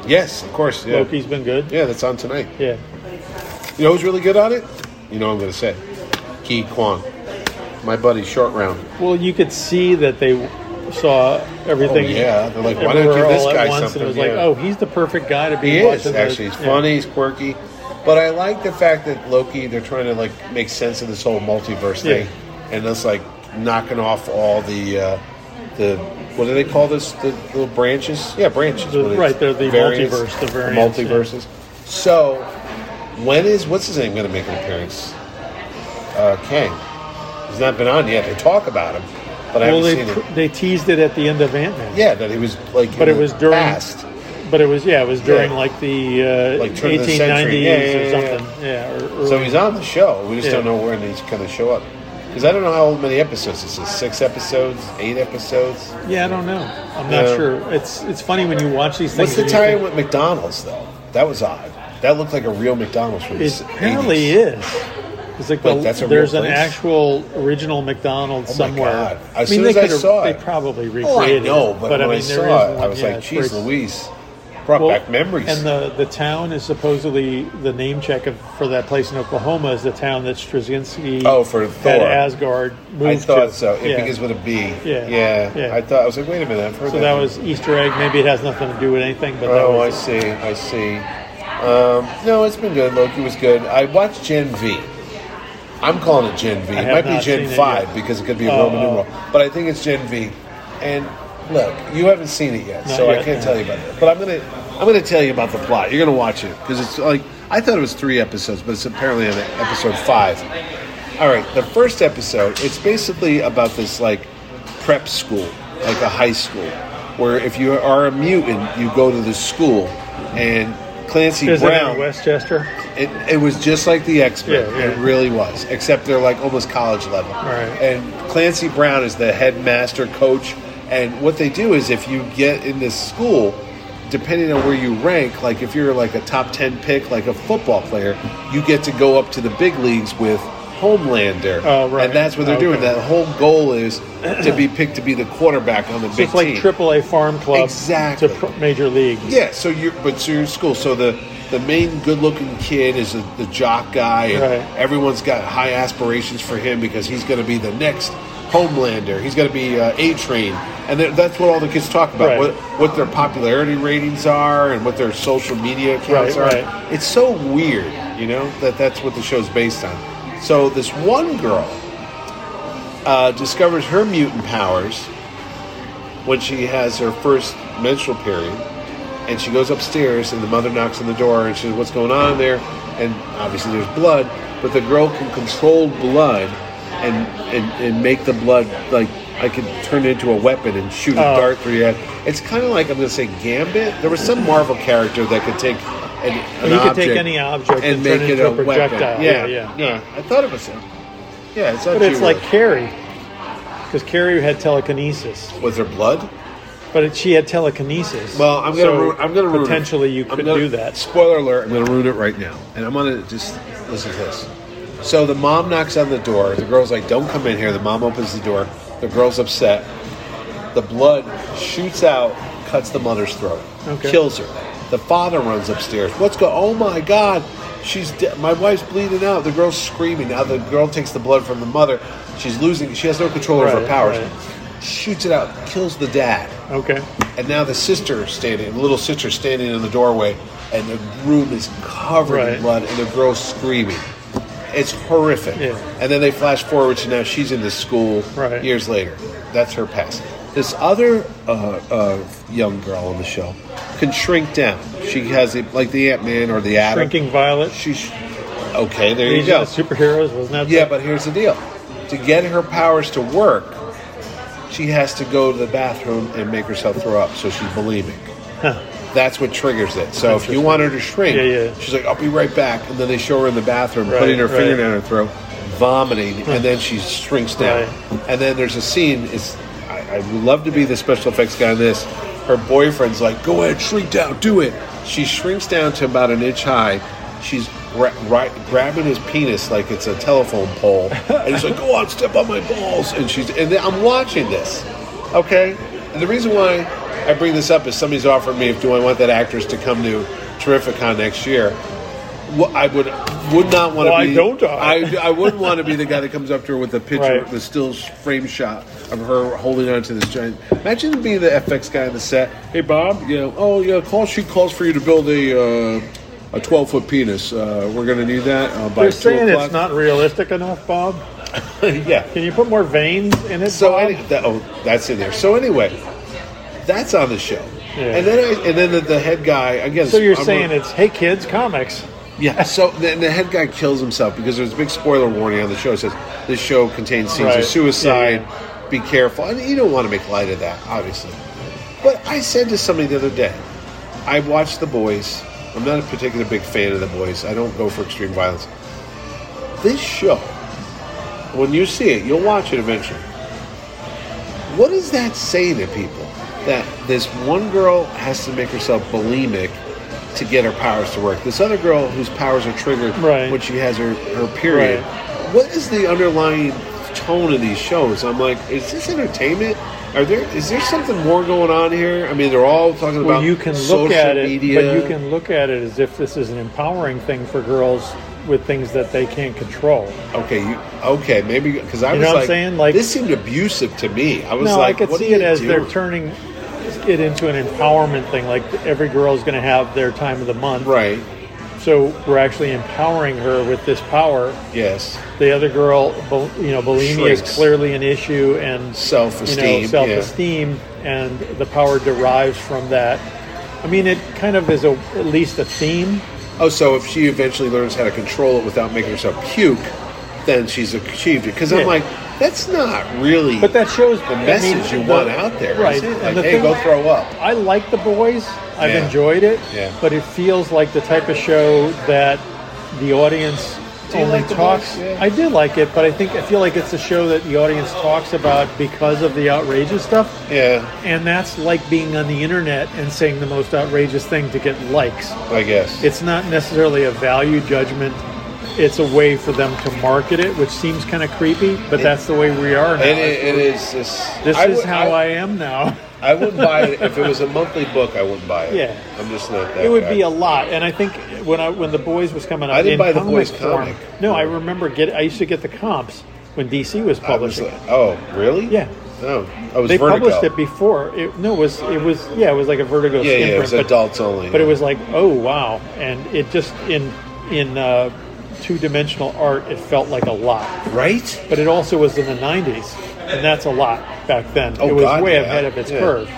Speaker 3: yes, of course. Yeah.
Speaker 2: Loki's been good.
Speaker 3: Yeah, that's on tonight.
Speaker 2: Yeah.
Speaker 3: You know who's really good on it? You know what I'm going to say. Ki Kwan. My buddy, Short Round.
Speaker 2: Well, you could see that they saw everything.
Speaker 3: Oh, yeah. They're like, why don't you
Speaker 2: everywhere
Speaker 3: give this
Speaker 2: all at
Speaker 3: guy
Speaker 2: once,
Speaker 3: something?
Speaker 2: And it was like,
Speaker 3: Yeah.
Speaker 2: oh, he's the perfect guy to be
Speaker 3: He is,
Speaker 2: watching. the-
Speaker 3: actually. He's
Speaker 2: yeah.
Speaker 3: funny, he's quirky. But I like the fact that Loki, they're trying to, like, make sense of this whole multiverse
Speaker 2: Yeah.
Speaker 3: thing. And it's, like, knocking off all the, uh, the, what do they call this? The little branches? Yeah, branches.
Speaker 2: The-
Speaker 3: What is-
Speaker 2: right, they're the
Speaker 3: variants,
Speaker 2: multiverse, the variants, yeah.
Speaker 3: multiverses. So, when is, what's his name going to make an appearance? Uh, Kang. He's not been on yet. They talk about him, but I
Speaker 2: Well,
Speaker 3: haven't
Speaker 2: they,
Speaker 3: seen
Speaker 2: pr-
Speaker 3: it.
Speaker 2: they teased it at the end of Ant Man.
Speaker 3: Yeah, that he was, like,
Speaker 2: But it
Speaker 3: in the
Speaker 2: was during-
Speaker 3: Past.
Speaker 2: But it was, yeah, it was during
Speaker 3: Yeah.
Speaker 2: like the uh,
Speaker 3: Like turn of the
Speaker 2: 1890s
Speaker 3: century. Yeah, yeah,
Speaker 2: or
Speaker 3: yeah, yeah.
Speaker 2: something. Yeah. or- or-
Speaker 3: So he's on the show. We just
Speaker 2: Yeah.
Speaker 3: don't know when he's going to show up. Because I don't know how many episodes this is. Six episodes? Eight episodes?
Speaker 2: yeah, I don't know. I'm not
Speaker 3: Yeah.
Speaker 2: sure. It's it's funny when you watch these things.
Speaker 3: What's the
Speaker 2: and you think-
Speaker 3: tie with McDonald's, though? That was odd. That looked like a real McDonald's from
Speaker 2: It
Speaker 3: the
Speaker 2: apparently
Speaker 3: 80s.
Speaker 2: is. It's like the,
Speaker 3: Like, that's a real
Speaker 2: there's an
Speaker 3: place?
Speaker 2: actual original McDonald's
Speaker 3: Oh my
Speaker 2: somewhere.
Speaker 3: God. As
Speaker 2: I mean,
Speaker 3: soon
Speaker 2: they
Speaker 3: as I
Speaker 2: could've-
Speaker 3: saw
Speaker 2: they
Speaker 3: it-
Speaker 2: probably
Speaker 3: Oh, I
Speaker 2: recreated.
Speaker 3: know,
Speaker 2: it,
Speaker 3: but,
Speaker 2: I
Speaker 3: when I
Speaker 2: mean, there is
Speaker 3: saw it, I
Speaker 2: one,
Speaker 3: was
Speaker 2: yeah,
Speaker 3: like,
Speaker 2: it's where
Speaker 3: geez,
Speaker 2: it's-
Speaker 3: Louise. Brought
Speaker 2: well,
Speaker 3: back memories.
Speaker 2: And the the town is supposedly the name check of for that place in Oklahoma is the town that Straczynski
Speaker 3: Oh, for
Speaker 2: had
Speaker 3: Thor.
Speaker 2: Asgard moved
Speaker 3: I thought
Speaker 2: to.
Speaker 3: so. It
Speaker 2: yeah.
Speaker 3: begins with a B.
Speaker 2: Yeah.
Speaker 3: yeah.
Speaker 2: Yeah.
Speaker 3: I thought, I was like, wait a minute, I've heard
Speaker 2: so that was Easter egg. Maybe it has nothing to do with anything, but that
Speaker 3: Oh, I
Speaker 2: was
Speaker 3: see. I see. Um, no, it's been good. Loki was good. I watched Gen V. I'm calling it Gen V. It
Speaker 2: have
Speaker 3: might be
Speaker 2: not
Speaker 3: Gen
Speaker 2: seen it
Speaker 3: Five
Speaker 2: yet.
Speaker 3: because it could be a
Speaker 2: Oh,
Speaker 3: Roman
Speaker 2: oh.
Speaker 3: numeral, but I think it's Gen V. And look, you haven't seen it yet,
Speaker 2: Not
Speaker 3: so I
Speaker 2: yet,
Speaker 3: can't
Speaker 2: no.
Speaker 3: tell you about that. But I'm gonna, I'm gonna tell you about the plot. You're gonna watch it because it's like I thought it was three episodes, but it's apparently on episode five. All right, the first episode, it's basically about this like prep school, like a high school, where if you are a mutant, you go to the school, and Clancy
Speaker 2: is it in
Speaker 3: Brown.
Speaker 2: Westchester?
Speaker 3: It, it was just like the X Men.
Speaker 2: Yeah, yeah.
Speaker 3: It really was, except they're like almost college level.
Speaker 2: Right.
Speaker 3: And Clancy Brown is the headmaster coach. And what they do is, if you get in this school, depending on where you rank, like if you're like a top ten pick, like a football player, you get to go up to the big leagues with Homelander.
Speaker 2: Oh, right.
Speaker 3: And that's what they're doing.
Speaker 2: Okay.
Speaker 3: The whole goal is to be picked to be the quarterback on the
Speaker 2: So
Speaker 3: big
Speaker 2: it's like
Speaker 3: team.
Speaker 2: AAA farm club
Speaker 3: Exactly.
Speaker 2: to pr- major league.
Speaker 3: Yeah, so you're but so you're in school. So the the main good looking kid is the the jock guy, and
Speaker 2: Right.
Speaker 3: everyone's got high aspirations for him because he's going to be the next Homelander. He's going to be uh, A Train, and that- that's what all the kids talk about
Speaker 2: Right.
Speaker 3: what what their popularity ratings are and what their social media accounts
Speaker 2: Right,
Speaker 3: are.
Speaker 2: right.
Speaker 3: It's so weird, you know, that that's what the show's based on. So this one girl uh, discovers her mutant powers when she has her first menstrual period. And she goes upstairs, and the mother knocks on the door, and she says, "What's going on there?" And obviously, there's blood, but the girl can control blood, and and, and make the blood like I could turn it into a weapon and shoot a
Speaker 2: Oh.
Speaker 3: dart through your head. It's kind of like I'm going to say Gambit. There was some Marvel character that could take an, an
Speaker 2: He could
Speaker 3: object
Speaker 2: take any object and turn it into a projectile.
Speaker 3: Yeah,
Speaker 2: Yeah,
Speaker 3: yeah, I thought it was him. Yeah, it's
Speaker 2: But it's like Carrie, because Carrie had telekinesis,
Speaker 3: was there blood?
Speaker 2: but it, she had telekinesis.
Speaker 3: Well, I'm gonna
Speaker 2: So
Speaker 3: ruin, I'm gonna ruin
Speaker 2: potentially
Speaker 3: it.
Speaker 2: you
Speaker 3: I'm
Speaker 2: could
Speaker 3: gonna-
Speaker 2: do that.
Speaker 3: Spoiler alert! I'm gonna ruin it right now, and I'm gonna just listen to this. So the mom knocks on the door. The girl's like, "Don't come in here." The mom opens the door. The girl's upset. The blood shoots out, cuts the mother's throat,
Speaker 2: Okay.
Speaker 3: kills her. The father runs upstairs. What's going? Oh my god! She's de- my wife's bleeding out. The girl's screaming. Now the girl takes the blood from the mother. She's losing. She has no control over her
Speaker 2: Right,
Speaker 3: powers.
Speaker 2: right.
Speaker 3: Shoots it out, kills the dad.
Speaker 2: Okay,
Speaker 3: And now the sister is standing, the little sister is standing in the doorway, and the room is covered in
Speaker 2: Right.
Speaker 3: blood, and the girl's screaming. It's horrific.
Speaker 2: Yeah.
Speaker 3: And then they flash forward to now she's in the school
Speaker 2: Right.
Speaker 3: years later. That's her past. This other uh, uh, young girl on the show can shrink down. She has the, like the Ant Man or the Atom.
Speaker 2: Shrinking Violet.
Speaker 3: She's okay. There you
Speaker 2: These
Speaker 3: go.
Speaker 2: are the superheroes, wasn't that?
Speaker 3: Yeah, but here's the deal. to get her powers to work, she has to go to the bathroom and make herself throw up, so she's bulimic. That's what triggers it. So if you want her to shrink,
Speaker 2: Yeah, yeah.
Speaker 3: she's like, "I'll be right back," and then they show her in the bathroom
Speaker 2: Right,
Speaker 3: putting her
Speaker 2: right.
Speaker 3: finger down her throat, vomiting, and then she shrinks down. And then there's a scene. It's I, I would love to be the special effects guy on this. Her boyfriend's like, "Go ahead, shrink down, do it." She shrinks down to about an inch high. She's gra- right, grabbing his penis like it's a telephone pole, and he's like, "Go on, step on my balls." And she's and then I'm watching this. Okay, and the reason why I bring this up is somebody's offered me if do I want that actress to come to Terrificon next year. Well, I would would not want to
Speaker 2: Why
Speaker 3: be.
Speaker 2: don't I?
Speaker 3: I, I wouldn't want to be the guy that comes up to her with a picture,
Speaker 2: Right.
Speaker 3: the still frame shot of her holding on to this giant. Imagine being the FX guy on the set. Hey Bob, you know, oh yeah, call she calls for you to build a uh, a twelve foot penis. Uh, we're gonna need that uh, by
Speaker 2: They're
Speaker 3: two
Speaker 2: saying
Speaker 3: o'clock.
Speaker 2: it's not realistic enough, Bob.
Speaker 3: yeah.
Speaker 2: Can you put more veins in it?
Speaker 3: So
Speaker 2: Bob?
Speaker 3: any, that, oh, that's in there. So anyway, that's on the show.
Speaker 2: Yeah.
Speaker 3: And then I, and then the, the head guy again.
Speaker 2: so you're
Speaker 3: I'm-
Speaker 2: saying it's hey kids comics?
Speaker 3: Yeah. So then the head guy kills himself because there's a big spoiler warning on the show. It says this show contains scenes
Speaker 2: Right.
Speaker 3: of suicide.
Speaker 2: Yeah,
Speaker 3: Be careful. And you don't want to make light of that, obviously. But I said to somebody the other day, I watched The Boys. I'm not a particular big fan of The Boys. I don't go for extreme violence. This show, when you see it, you'll watch it eventually. What does that say to people? That this one girl has to make herself bulimic to get her powers to work. This other girl whose powers are triggered
Speaker 2: Right.
Speaker 3: when she has her, her period. What is the underlying tone of these shows? I'm like, is this entertainment? Are there is there something more going on here? I mean, they're all talking
Speaker 2: Well,
Speaker 3: about
Speaker 2: you can
Speaker 3: social
Speaker 2: look at it,
Speaker 3: media.
Speaker 2: but you can look at it as if this is an empowering thing for girls with things that they can't control.
Speaker 3: Okay, you okay? Maybe because I
Speaker 2: You know
Speaker 3: was
Speaker 2: what I'm
Speaker 3: like,
Speaker 2: saying? Like-
Speaker 3: this seemed abusive to me. I was
Speaker 2: No,
Speaker 3: like,
Speaker 2: I could
Speaker 3: what
Speaker 2: see
Speaker 3: are
Speaker 2: it
Speaker 3: you
Speaker 2: as they're
Speaker 3: doing?
Speaker 2: turning it into an empowerment thing. Like every girl is going to have their time of the month,
Speaker 3: right.
Speaker 2: So we're actually empowering her with this power.
Speaker 3: Yes,
Speaker 2: The other girl, bu- you know, bulimia
Speaker 3: Shrinks.
Speaker 2: is clearly an issue, and
Speaker 3: Self-esteem,
Speaker 2: you know,
Speaker 3: yeah.
Speaker 2: self-esteem, and the power derives from that. I mean, it kind of is a at least a theme.
Speaker 3: Oh, so if she eventually learns how to control it without making herself puke, then she's achieved it. Because
Speaker 2: Yeah.
Speaker 3: I'm like, that's not really.
Speaker 2: But that shows
Speaker 3: the message you want out there,
Speaker 2: right?
Speaker 3: isn't it?
Speaker 2: and
Speaker 3: Like,
Speaker 2: the
Speaker 3: hey,
Speaker 2: thing-
Speaker 3: go throw up.
Speaker 2: I like the boys. I've
Speaker 3: Yeah.
Speaker 2: enjoyed it.
Speaker 3: Yeah.
Speaker 2: But it feels like the type of show that the audience
Speaker 3: you
Speaker 2: only
Speaker 3: like The
Speaker 2: talks.
Speaker 3: Boys? Yeah.
Speaker 2: I did like it, but I think I feel like it's a show that the audience talks about because of the outrageous stuff.
Speaker 3: Yeah,
Speaker 2: And that's like being on the internet and saying the most outrageous thing to get likes.
Speaker 3: I guess.
Speaker 2: It's not necessarily a value judgment. It's a way for them to market it, which seems kind of creepy, but that's the way we are now.
Speaker 3: and it, it is. This,
Speaker 2: this is
Speaker 3: would-
Speaker 2: how I am now.
Speaker 3: I wouldn't buy it if it was a monthly book. I wouldn't buy it.
Speaker 2: Yeah.
Speaker 3: I'm just not that.
Speaker 2: It would
Speaker 3: guy.
Speaker 2: be a lot, and I think when I when the boys was coming out,
Speaker 3: I didn't
Speaker 2: in
Speaker 3: buy the
Speaker 2: comic
Speaker 3: Boys
Speaker 2: form-
Speaker 3: comic.
Speaker 2: No, I remember get. I used to get the comps when DC was
Speaker 3: I was
Speaker 2: publishing.
Speaker 3: like, oh, really?
Speaker 2: Yeah.
Speaker 3: Oh, I was
Speaker 2: they
Speaker 3: Vertigo.
Speaker 2: published it before. It, no, it was it was yeah, it was like a Vertigo
Speaker 3: Yeah, yeah,
Speaker 2: imprint,
Speaker 3: it was
Speaker 2: but,
Speaker 3: adults only.
Speaker 2: but it was like oh wow, and it just in in uh, two dimensional art, it felt like a lot.
Speaker 3: right.
Speaker 2: But it also was in the '90s, and that's a lot back then.
Speaker 3: Oh,
Speaker 2: it was
Speaker 3: God,
Speaker 2: way
Speaker 3: yeah.
Speaker 2: ahead of its
Speaker 3: Yeah.
Speaker 2: curve,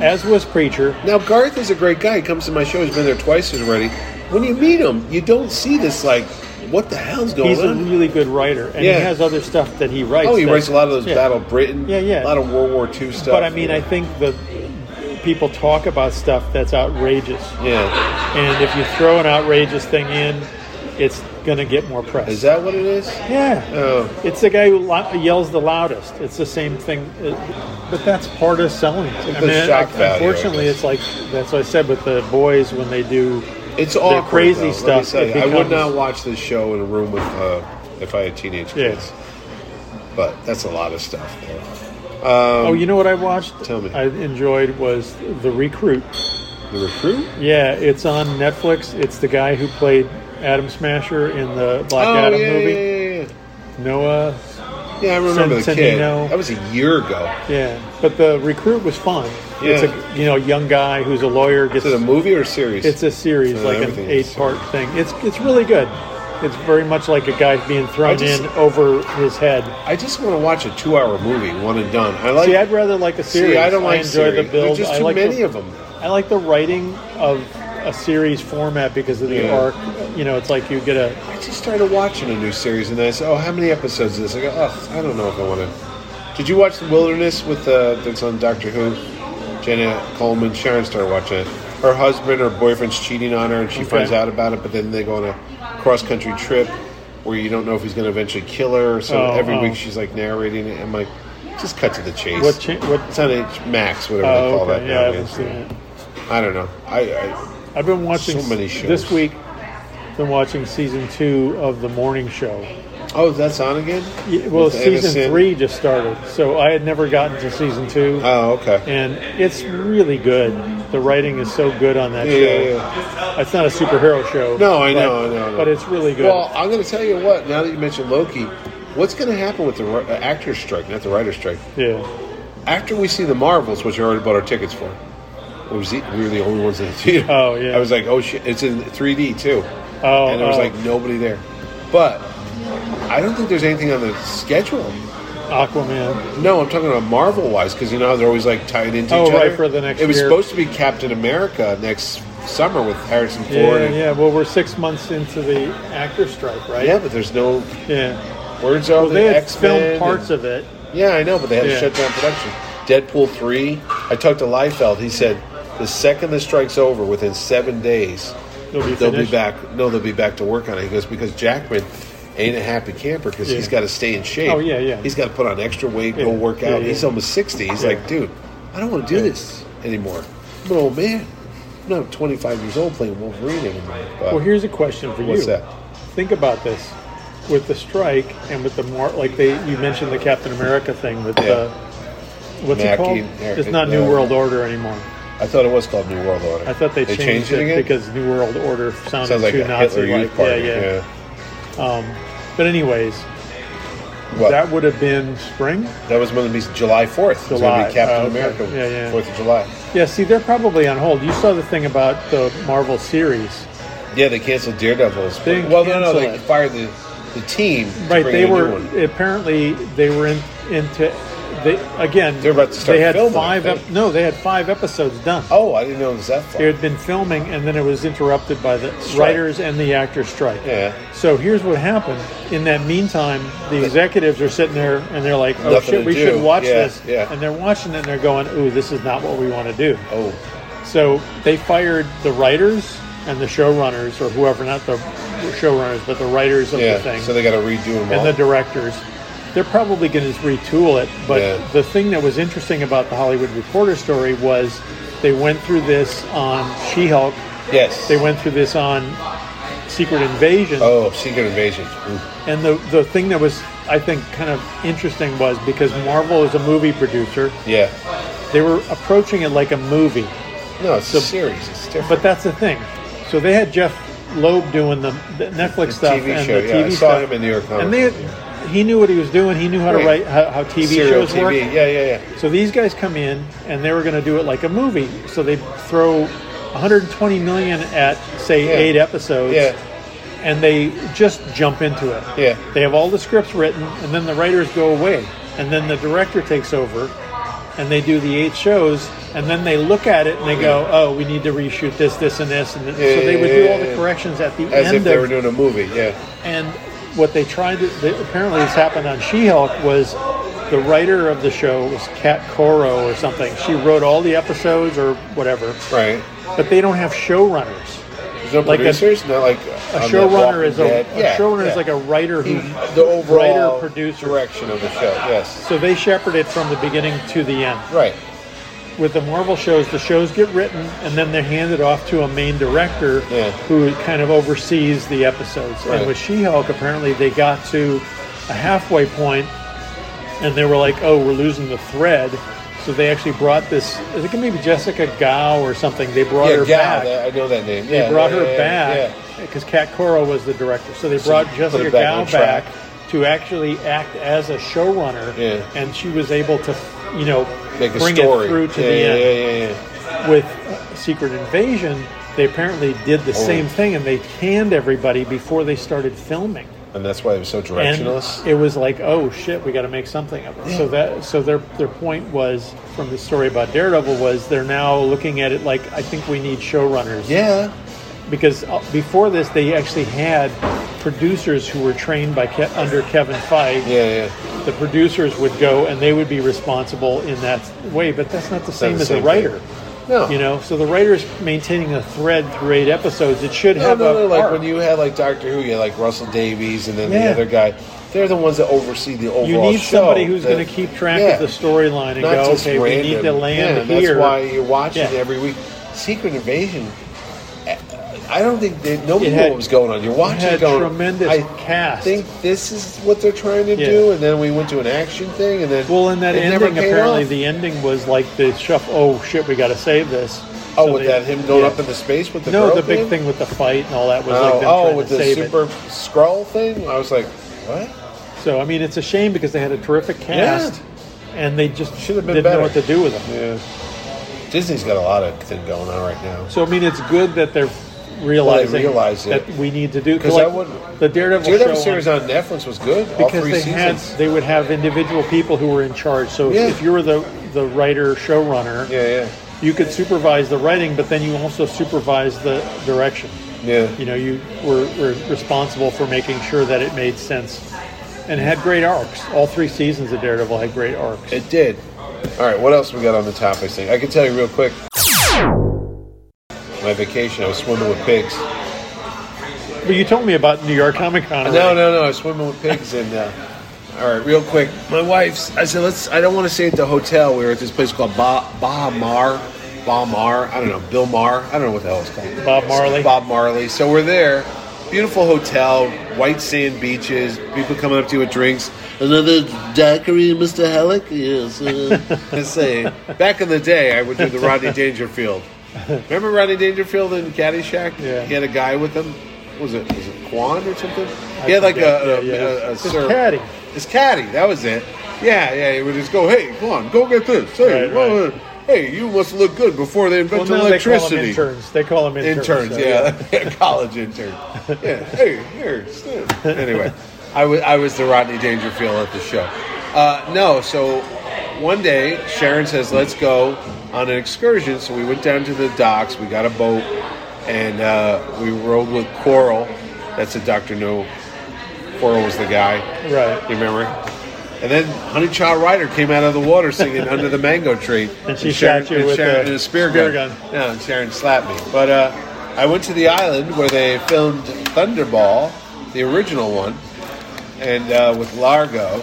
Speaker 2: as was Preacher.
Speaker 3: Now Garth is a great guy. He comes to my show. He's been there twice already. When you meet him, you don't see this like, what the hell's going
Speaker 2: He's a
Speaker 3: on?
Speaker 2: really good writer, and
Speaker 3: Yeah.
Speaker 2: he has other stuff that he writes.
Speaker 3: oh, he
Speaker 2: that-
Speaker 3: writes a lot of those
Speaker 2: yeah.
Speaker 3: Battle Britain.
Speaker 2: Yeah, yeah.
Speaker 3: A lot of World War II stuff.
Speaker 2: But I mean, I think that people talk about stuff that's outrageous,
Speaker 3: yeah.
Speaker 2: and if you throw an outrageous thing in, it's gonna get more press.
Speaker 3: Is that what it is?
Speaker 2: Yeah.
Speaker 3: Oh.
Speaker 2: It's the guy who lo- yells the loudest. It's the same thing, uh, but that's part of selling. it. I
Speaker 3: the
Speaker 2: mean,
Speaker 3: shock value, I
Speaker 2: unfortunately,
Speaker 3: guess.
Speaker 2: it's like that's what I said with the boys when they do.
Speaker 3: It's all
Speaker 2: crazy
Speaker 3: Let me
Speaker 2: stuff.
Speaker 3: tell
Speaker 2: It
Speaker 3: you, I would
Speaker 2: becomes-
Speaker 3: not watch this show in a room with uh, if I had teenage
Speaker 2: Yeah.
Speaker 3: kids. But that's a lot of stuff. There.
Speaker 2: oh, you know what I watched?
Speaker 3: tell me.
Speaker 2: I enjoyed was the recruit.
Speaker 3: The recruit.
Speaker 2: Yeah, it's on Netflix. It's the guy who played Adam Smasher in the Black Adam
Speaker 3: Oh, yeah,
Speaker 2: movie.
Speaker 3: yeah, yeah, yeah.
Speaker 2: Noah.
Speaker 3: Yeah, I remember the kid.
Speaker 2: Centineo.
Speaker 3: That was a year ago.
Speaker 2: Yeah, but the recruit was fun. It's
Speaker 3: Yeah.
Speaker 2: a you know young guy who's a lawyer gets.
Speaker 3: Is it a movie or a series?
Speaker 2: It's a series,
Speaker 3: Uh,
Speaker 2: like an
Speaker 3: everything is-
Speaker 2: eight-part thing. It's it's really good. It's very much like a guy being
Speaker 3: I
Speaker 2: thrown
Speaker 3: just-
Speaker 2: in over his head.
Speaker 3: I just want to watch a two-hour movie, one and done. I like.
Speaker 2: See, I'd rather like a series.
Speaker 3: See, I don't like
Speaker 2: enjoy
Speaker 3: series.
Speaker 2: the build.
Speaker 3: There's just
Speaker 2: I
Speaker 3: too
Speaker 2: like
Speaker 3: many
Speaker 2: the,
Speaker 3: of them.
Speaker 2: I like the writing of a series format because of the
Speaker 3: Yeah.
Speaker 2: arc. You know, it's like you get a oh,
Speaker 3: I just started watching a new series, and I said, "Oh, how many episodes is this?" I go, "Oh, I don't know if I want to." Did you watch The Wilderness with uh, that's on Doctor Who? Jenna Coleman, Sharon started watching it. Her husband or boyfriend's cheating on her, and she
Speaker 2: Okay.
Speaker 3: finds out about it. But then they go on a cross country trip where you don't know if he's going to eventually kill her. So
Speaker 2: Oh,
Speaker 3: every
Speaker 2: oh.
Speaker 3: week she's like narrating it. I'm like, just cut to the chase.
Speaker 2: what cha- what.
Speaker 3: It's on H Max, whatever they
Speaker 2: Oh,
Speaker 3: call
Speaker 2: okay.
Speaker 3: that.
Speaker 2: Yeah, I haven't
Speaker 3: nowadays.
Speaker 2: seen it.
Speaker 3: I don't know. I, I
Speaker 2: I've been watching
Speaker 3: So many
Speaker 2: s-
Speaker 3: shows.
Speaker 2: this week. Been watching season two of the morning show.
Speaker 3: oh, that's on again.
Speaker 2: Y- Well,
Speaker 3: With
Speaker 2: season
Speaker 3: Anderson?
Speaker 2: three just started, so I had never gotten to season two,
Speaker 3: Oh, okay.
Speaker 2: and it's really good. The writing is so good on that
Speaker 3: Yeah,
Speaker 2: show.
Speaker 3: yeah,
Speaker 2: It's not a superhero show.
Speaker 3: No, I
Speaker 2: but-
Speaker 3: know, I know, I know.
Speaker 2: But it's really good.
Speaker 3: Well, I'm going to tell you what. Now that you mentioned Loki, what's going to happen with the ri- uh, actors' strike, not the writers' strike?
Speaker 2: yeah.
Speaker 3: After we see the Marvels, which I already bought our tickets for, it was the- we were the only ones in the theater.
Speaker 2: Oh, yeah.
Speaker 3: I was like, oh shit, it's in 3D too.
Speaker 2: Oh,
Speaker 3: and there was
Speaker 2: oh.
Speaker 3: like nobody there. But I don't think there's anything on the schedule.
Speaker 2: uh, Aquaman.
Speaker 3: No, I'm talking about Marvel wise because you know how they're always like tied into
Speaker 2: Oh,
Speaker 3: each
Speaker 2: right,
Speaker 3: other.
Speaker 2: for the next
Speaker 3: It was
Speaker 2: year.
Speaker 3: supposed to be Captain America next summer with Harrison Ford.
Speaker 2: Yeah,
Speaker 3: and-
Speaker 2: yeah. Well, we're six months into the actor strike, right?
Speaker 3: Yeah, but there's no
Speaker 2: Yeah.
Speaker 3: words out.
Speaker 2: Well, they had
Speaker 3: X
Speaker 2: filmed parts of it.
Speaker 3: Yeah, I know, but they had to
Speaker 2: Yeah.
Speaker 3: shut down production. Deadpool 3, I talked to Liefeld. He said, the second the strike's over, within seven days,
Speaker 2: They'll be
Speaker 3: they'll be
Speaker 2: finished.
Speaker 3: back. No, they'll be back to work on it. He goes, because Jackman ain't a happy camper because
Speaker 2: Yeah.
Speaker 3: he's got to stay in shape.
Speaker 2: Oh, yeah, yeah.
Speaker 3: He's got to put on extra weight, go
Speaker 2: Yeah,
Speaker 3: work
Speaker 2: yeah,
Speaker 3: out.
Speaker 2: yeah.
Speaker 3: He's almost 60. He's
Speaker 2: Yeah.
Speaker 3: like, dude, I don't want to do this anymore. I'm an old man. I'm not 25 years old playing Wolverine anymore. But
Speaker 2: Well, here's a question for you.
Speaker 3: What's that?
Speaker 2: Think about this. With the strike and with the more like they you mentioned the Captain America thing with
Speaker 3: Yeah.
Speaker 2: the what's
Speaker 3: Mackey,
Speaker 2: it called?
Speaker 3: Eric-
Speaker 2: it's not New
Speaker 3: uh,
Speaker 2: World Order anymore.
Speaker 3: I thought it was called New World Order.
Speaker 2: I thought they, changed, it, because New World Order sounded
Speaker 3: Sounds like
Speaker 2: too
Speaker 3: a
Speaker 2: Nazi
Speaker 3: Hitler Youth
Speaker 2: like. Yeah,
Speaker 3: Party.
Speaker 2: yeah. But anyways,
Speaker 3: What?
Speaker 2: that would have been spring.
Speaker 3: That was going to be July 4th. It's going to
Speaker 2: July.
Speaker 3: be Captain
Speaker 2: Oh, okay.
Speaker 3: America,
Speaker 2: Yeah, yeah.
Speaker 3: 4th of July.
Speaker 2: Yeah, see, they're probably on hold. You saw the thing about the Marvel series,
Speaker 3: Yeah, they canceled Daredevils.
Speaker 2: They didn't
Speaker 3: well, no, no, they
Speaker 2: cancel it.
Speaker 3: fired the, the team. to
Speaker 2: right?
Speaker 3: bring
Speaker 2: They
Speaker 3: in a new
Speaker 2: were
Speaker 3: one.
Speaker 2: apparently they were in, into they again.
Speaker 3: They're about to start
Speaker 2: They had
Speaker 3: filming, I
Speaker 2: five.
Speaker 3: think.
Speaker 2: no, they had five episodes done.
Speaker 3: Oh, I didn't know it was that far.
Speaker 2: They had been filming, and then it was interrupted by the
Speaker 3: Strike.
Speaker 2: writers and the actors' strike.
Speaker 3: Yeah.
Speaker 2: So here's what happened. In that meantime, the executives are sitting there and they're like, "Oh
Speaker 3: Nothing to
Speaker 2: shit, we
Speaker 3: do.
Speaker 2: should watch
Speaker 3: Yeah,
Speaker 2: this."
Speaker 3: yeah.
Speaker 2: And they're watching it and they're going, "Ooh, this is not what we want to do."
Speaker 3: Oh,
Speaker 2: So they fired the writers and the showrunners, or whoever, not the showrunners, but the writers of the
Speaker 3: yeah.
Speaker 2: thing
Speaker 3: So they got to redo them all.
Speaker 2: and the directors. They're probably going to retool it. But
Speaker 3: Yeah.
Speaker 2: the thing that was interesting about the Hollywood Reporter story was they went through this on She Hulk,
Speaker 3: yes.
Speaker 2: they went through this on Secret Invasion.
Speaker 3: Oh, Secret Invasion. Ooh.
Speaker 2: And the, the thing that was, I think, kind of interesting was because Marvel is a movie producer,
Speaker 3: Yeah.
Speaker 2: they were approaching it like a movie.
Speaker 3: No, it's a series. It's different.
Speaker 2: But that's the thing. So they had Jeff Loeb doing the, the Netflix stuff
Speaker 3: TV
Speaker 2: and
Speaker 3: show,
Speaker 2: the
Speaker 3: yeah,
Speaker 2: TV
Speaker 3: I saw
Speaker 2: stuff.
Speaker 3: him in New York Comic
Speaker 2: and they,
Speaker 3: Con,
Speaker 2: he knew what he was doing. He knew how to
Speaker 3: Right.
Speaker 2: write how, how TV
Speaker 3: Serial
Speaker 2: shows
Speaker 3: TV.
Speaker 2: work.
Speaker 3: Yeah, yeah, yeah.
Speaker 2: So these guys come in and they were going to do it like a movie. So they throw 120 million at say
Speaker 3: Yeah.
Speaker 2: eight episodes,
Speaker 3: Yeah.
Speaker 2: and they just jump into it.
Speaker 3: Yeah.
Speaker 2: They have all the scripts written, and then the writers go away, and then the director takes over, and they do the eight shows, and then they look at it and they go, "Oh, we need to reshoot this, this, and this," and th-
Speaker 3: Yeah,
Speaker 2: so they would
Speaker 3: yeah,
Speaker 2: do
Speaker 3: yeah,
Speaker 2: all the
Speaker 3: yeah.
Speaker 2: corrections at the
Speaker 3: As
Speaker 2: end
Speaker 3: if they
Speaker 2: of
Speaker 3: were doing a movie. Yeah.
Speaker 2: and what they tried to they, apparently this happened on She-Hulk was the writer of the show was Kat Coro or something. She wrote all the episodes or whatever,
Speaker 3: Right.
Speaker 2: but they don't have showrunners.
Speaker 3: There's no
Speaker 2: Like a-
Speaker 3: producers. not like uh,
Speaker 2: A showrunner is a, a showrunner is like a writer who
Speaker 3: the overall
Speaker 2: writer producer.
Speaker 3: direction of the show. Yes.
Speaker 2: So they shepherd it from the beginning to the end.
Speaker 3: Right.
Speaker 2: With the Marvel shows, the shows get written and then they're handed off to a main director
Speaker 3: Yeah.
Speaker 2: who kind of oversees the episodes.
Speaker 3: Right.
Speaker 2: And with She-Hulk, apparently they got to a halfway point and they were like, "Oh, we're losing the thread." So they actually brought this. I think it may be Jessica Gao or something. They brought
Speaker 3: Yeah,
Speaker 2: her
Speaker 3: Gal.
Speaker 2: back.
Speaker 3: that- I know that name. Yeah,
Speaker 2: they brought
Speaker 3: yeah,
Speaker 2: her
Speaker 3: yeah,
Speaker 2: back
Speaker 3: yeah.
Speaker 2: because Kat Coro was the director. So they brought
Speaker 3: put
Speaker 2: Jessica
Speaker 3: it back
Speaker 2: Gao
Speaker 3: on track.
Speaker 2: back to actually act as a showrunner,
Speaker 3: Yeah.
Speaker 2: and she was able to, you know,
Speaker 3: Make a
Speaker 2: bring
Speaker 3: story.
Speaker 2: it through to
Speaker 3: yeah,
Speaker 2: the
Speaker 3: yeah,
Speaker 2: end
Speaker 3: Yeah, yeah,
Speaker 2: with uh, Secret
Speaker 3: Oh.
Speaker 2: Invasion, they apparently did the same thing and they canned everybody before they started filming.
Speaker 3: and that's why it was so
Speaker 2: and
Speaker 3: directionless.
Speaker 2: it was like, oh shit, we got to make something of it. So that so their their point was from the story about Daredevil was they're now looking at it like I think we need showrunners.
Speaker 3: yeah,
Speaker 2: Because uh, before this, they actually had producers who were trained by Ke- under Kevin Feige.
Speaker 3: yeah, yeah.
Speaker 2: The producers would go and they would be responsible in that way, but that's not the same
Speaker 3: the
Speaker 2: as
Speaker 3: same
Speaker 2: a writer.
Speaker 3: No,
Speaker 2: You know, so the writer's maintaining a thread through eight episodes. It should
Speaker 3: No,
Speaker 2: have
Speaker 3: no,
Speaker 2: a
Speaker 3: no. Like
Speaker 2: arc.
Speaker 3: when you had like Doctor Who, you had like Russell Davies, and then the
Speaker 2: Yeah.
Speaker 3: other guy. They're the ones that oversee the overall
Speaker 2: You need
Speaker 3: show,
Speaker 2: somebody who's
Speaker 3: that-
Speaker 2: going to keep track
Speaker 3: yeah,
Speaker 2: of the storyline and
Speaker 3: not
Speaker 2: go,
Speaker 3: just
Speaker 2: okay,
Speaker 3: random.
Speaker 2: we need to land
Speaker 3: yeah,
Speaker 2: here.
Speaker 3: That's why you're watching
Speaker 2: Yeah.
Speaker 3: every week. Secret Invasion. I don't think they, nobody
Speaker 2: It
Speaker 3: knew
Speaker 2: had-
Speaker 3: what was going on. You're watching
Speaker 2: had
Speaker 3: it going.
Speaker 2: tremendous
Speaker 3: I
Speaker 2: cast."
Speaker 3: think this is what they're trying to
Speaker 2: Yeah.
Speaker 3: do, and then we went to an action thing, and then
Speaker 2: well, in that
Speaker 3: it never
Speaker 2: ending,
Speaker 3: paid
Speaker 2: apparently
Speaker 3: off.
Speaker 2: the ending was like the shuffle. Oh shit, we got to save this.
Speaker 3: oh
Speaker 2: So
Speaker 3: with
Speaker 2: they-
Speaker 3: that him going
Speaker 2: yeah.
Speaker 3: up into space with the
Speaker 2: no,
Speaker 3: girl
Speaker 2: the big
Speaker 3: thing?
Speaker 2: thing with the fight and all that was
Speaker 3: oh,
Speaker 2: like them
Speaker 3: oh,
Speaker 2: trying
Speaker 3: with
Speaker 2: to
Speaker 3: the
Speaker 2: save
Speaker 3: super scroll thing. I was like, what?
Speaker 2: it. So I mean, it's a shame because they had a terrific cast, and they just
Speaker 3: Should have been
Speaker 2: didn't
Speaker 3: better.
Speaker 2: know what to do with them.
Speaker 3: Yeah. Disney's got a lot of thing going on right now.
Speaker 2: So I mean, it's good that they're realizing
Speaker 3: realize it.
Speaker 2: that we need to do
Speaker 3: 'Cause
Speaker 2: like,
Speaker 3: I wouldn't-
Speaker 2: the Daredevil,
Speaker 3: Daredevil
Speaker 2: show
Speaker 3: series
Speaker 2: on-
Speaker 3: on Netflix was good. all
Speaker 2: because
Speaker 3: three
Speaker 2: they
Speaker 3: seasons.
Speaker 2: had they would have individual people who were in charge. So
Speaker 3: Yeah.
Speaker 2: if you were the the writer showrunner,
Speaker 3: yeah,
Speaker 2: you could supervise the writing, but then you also supervise the direction.
Speaker 3: yeah,
Speaker 2: You
Speaker 3: yeah.
Speaker 2: know, you were, were responsible for making sure that it made sense and had great arcs. All three seasons of Daredevil had great arcs.
Speaker 3: It did. All right, what else we got on the topics thing? I can tell you real quick. My vacation, I was swimming with pigs.
Speaker 2: But you told me about New York Comic Con.
Speaker 3: No, no, no. I was swimming with pigs and. Uh, all right, real quick. My wife's. I said, let's. I don't want to stay at the hotel. We were at this place called Ba Ba Mar, Ba Mar. I don't know. Bill Mar. I don't know what the hell it's called.
Speaker 2: Bob Marley.
Speaker 3: Bob Marley. So we're there. Beautiful hotel, white sand beaches. People coming up to you with drinks. Another daiquiri, Mister Halleck. Yes. Uh, let's say, back in the day, I would do the Rodney Dangerfield. Remember Rodney Dangerfield in Caddyshack?
Speaker 2: Yeah.
Speaker 3: He had a guy with him. What was it? Was it Quan or something? He had like a, a,
Speaker 2: Yeah, yeah.
Speaker 3: a, a
Speaker 2: His
Speaker 3: serv-
Speaker 2: caddy.
Speaker 3: His caddy. That was it. Yeah, yeah. He would just go, "Hey, come on, go get this. Hey,
Speaker 2: Right, right.
Speaker 3: uh, hey, you must look good before they
Speaker 2: Well,
Speaker 3: invented
Speaker 2: now they call them
Speaker 3: electricity."
Speaker 2: interns. They call them interns.
Speaker 3: interns,
Speaker 2: so,
Speaker 3: yeah, college intern. Yeah, hey, here, stand. Anyway, I was I was the Rodney Dangerfield at the show. Uh, no, so one day Sharon says, "Let's go on an excursion." So we went down to the docks. We got a boat, and uh, we rode with Coral. That's a Doctor No. Coral was the guy.
Speaker 2: Right.
Speaker 3: You remember? And then Honey Child Ryder came out of the water singing "Under the Mango Tree,"
Speaker 2: And she shot you
Speaker 3: and
Speaker 2: with
Speaker 3: Sharon
Speaker 2: a
Speaker 3: did spear,
Speaker 2: spear
Speaker 3: gun.
Speaker 2: gun.
Speaker 3: Yeah, and Sharon slapped me. But uh, I went to the island where they filmed Thunderball, the original one, and uh, with Largo,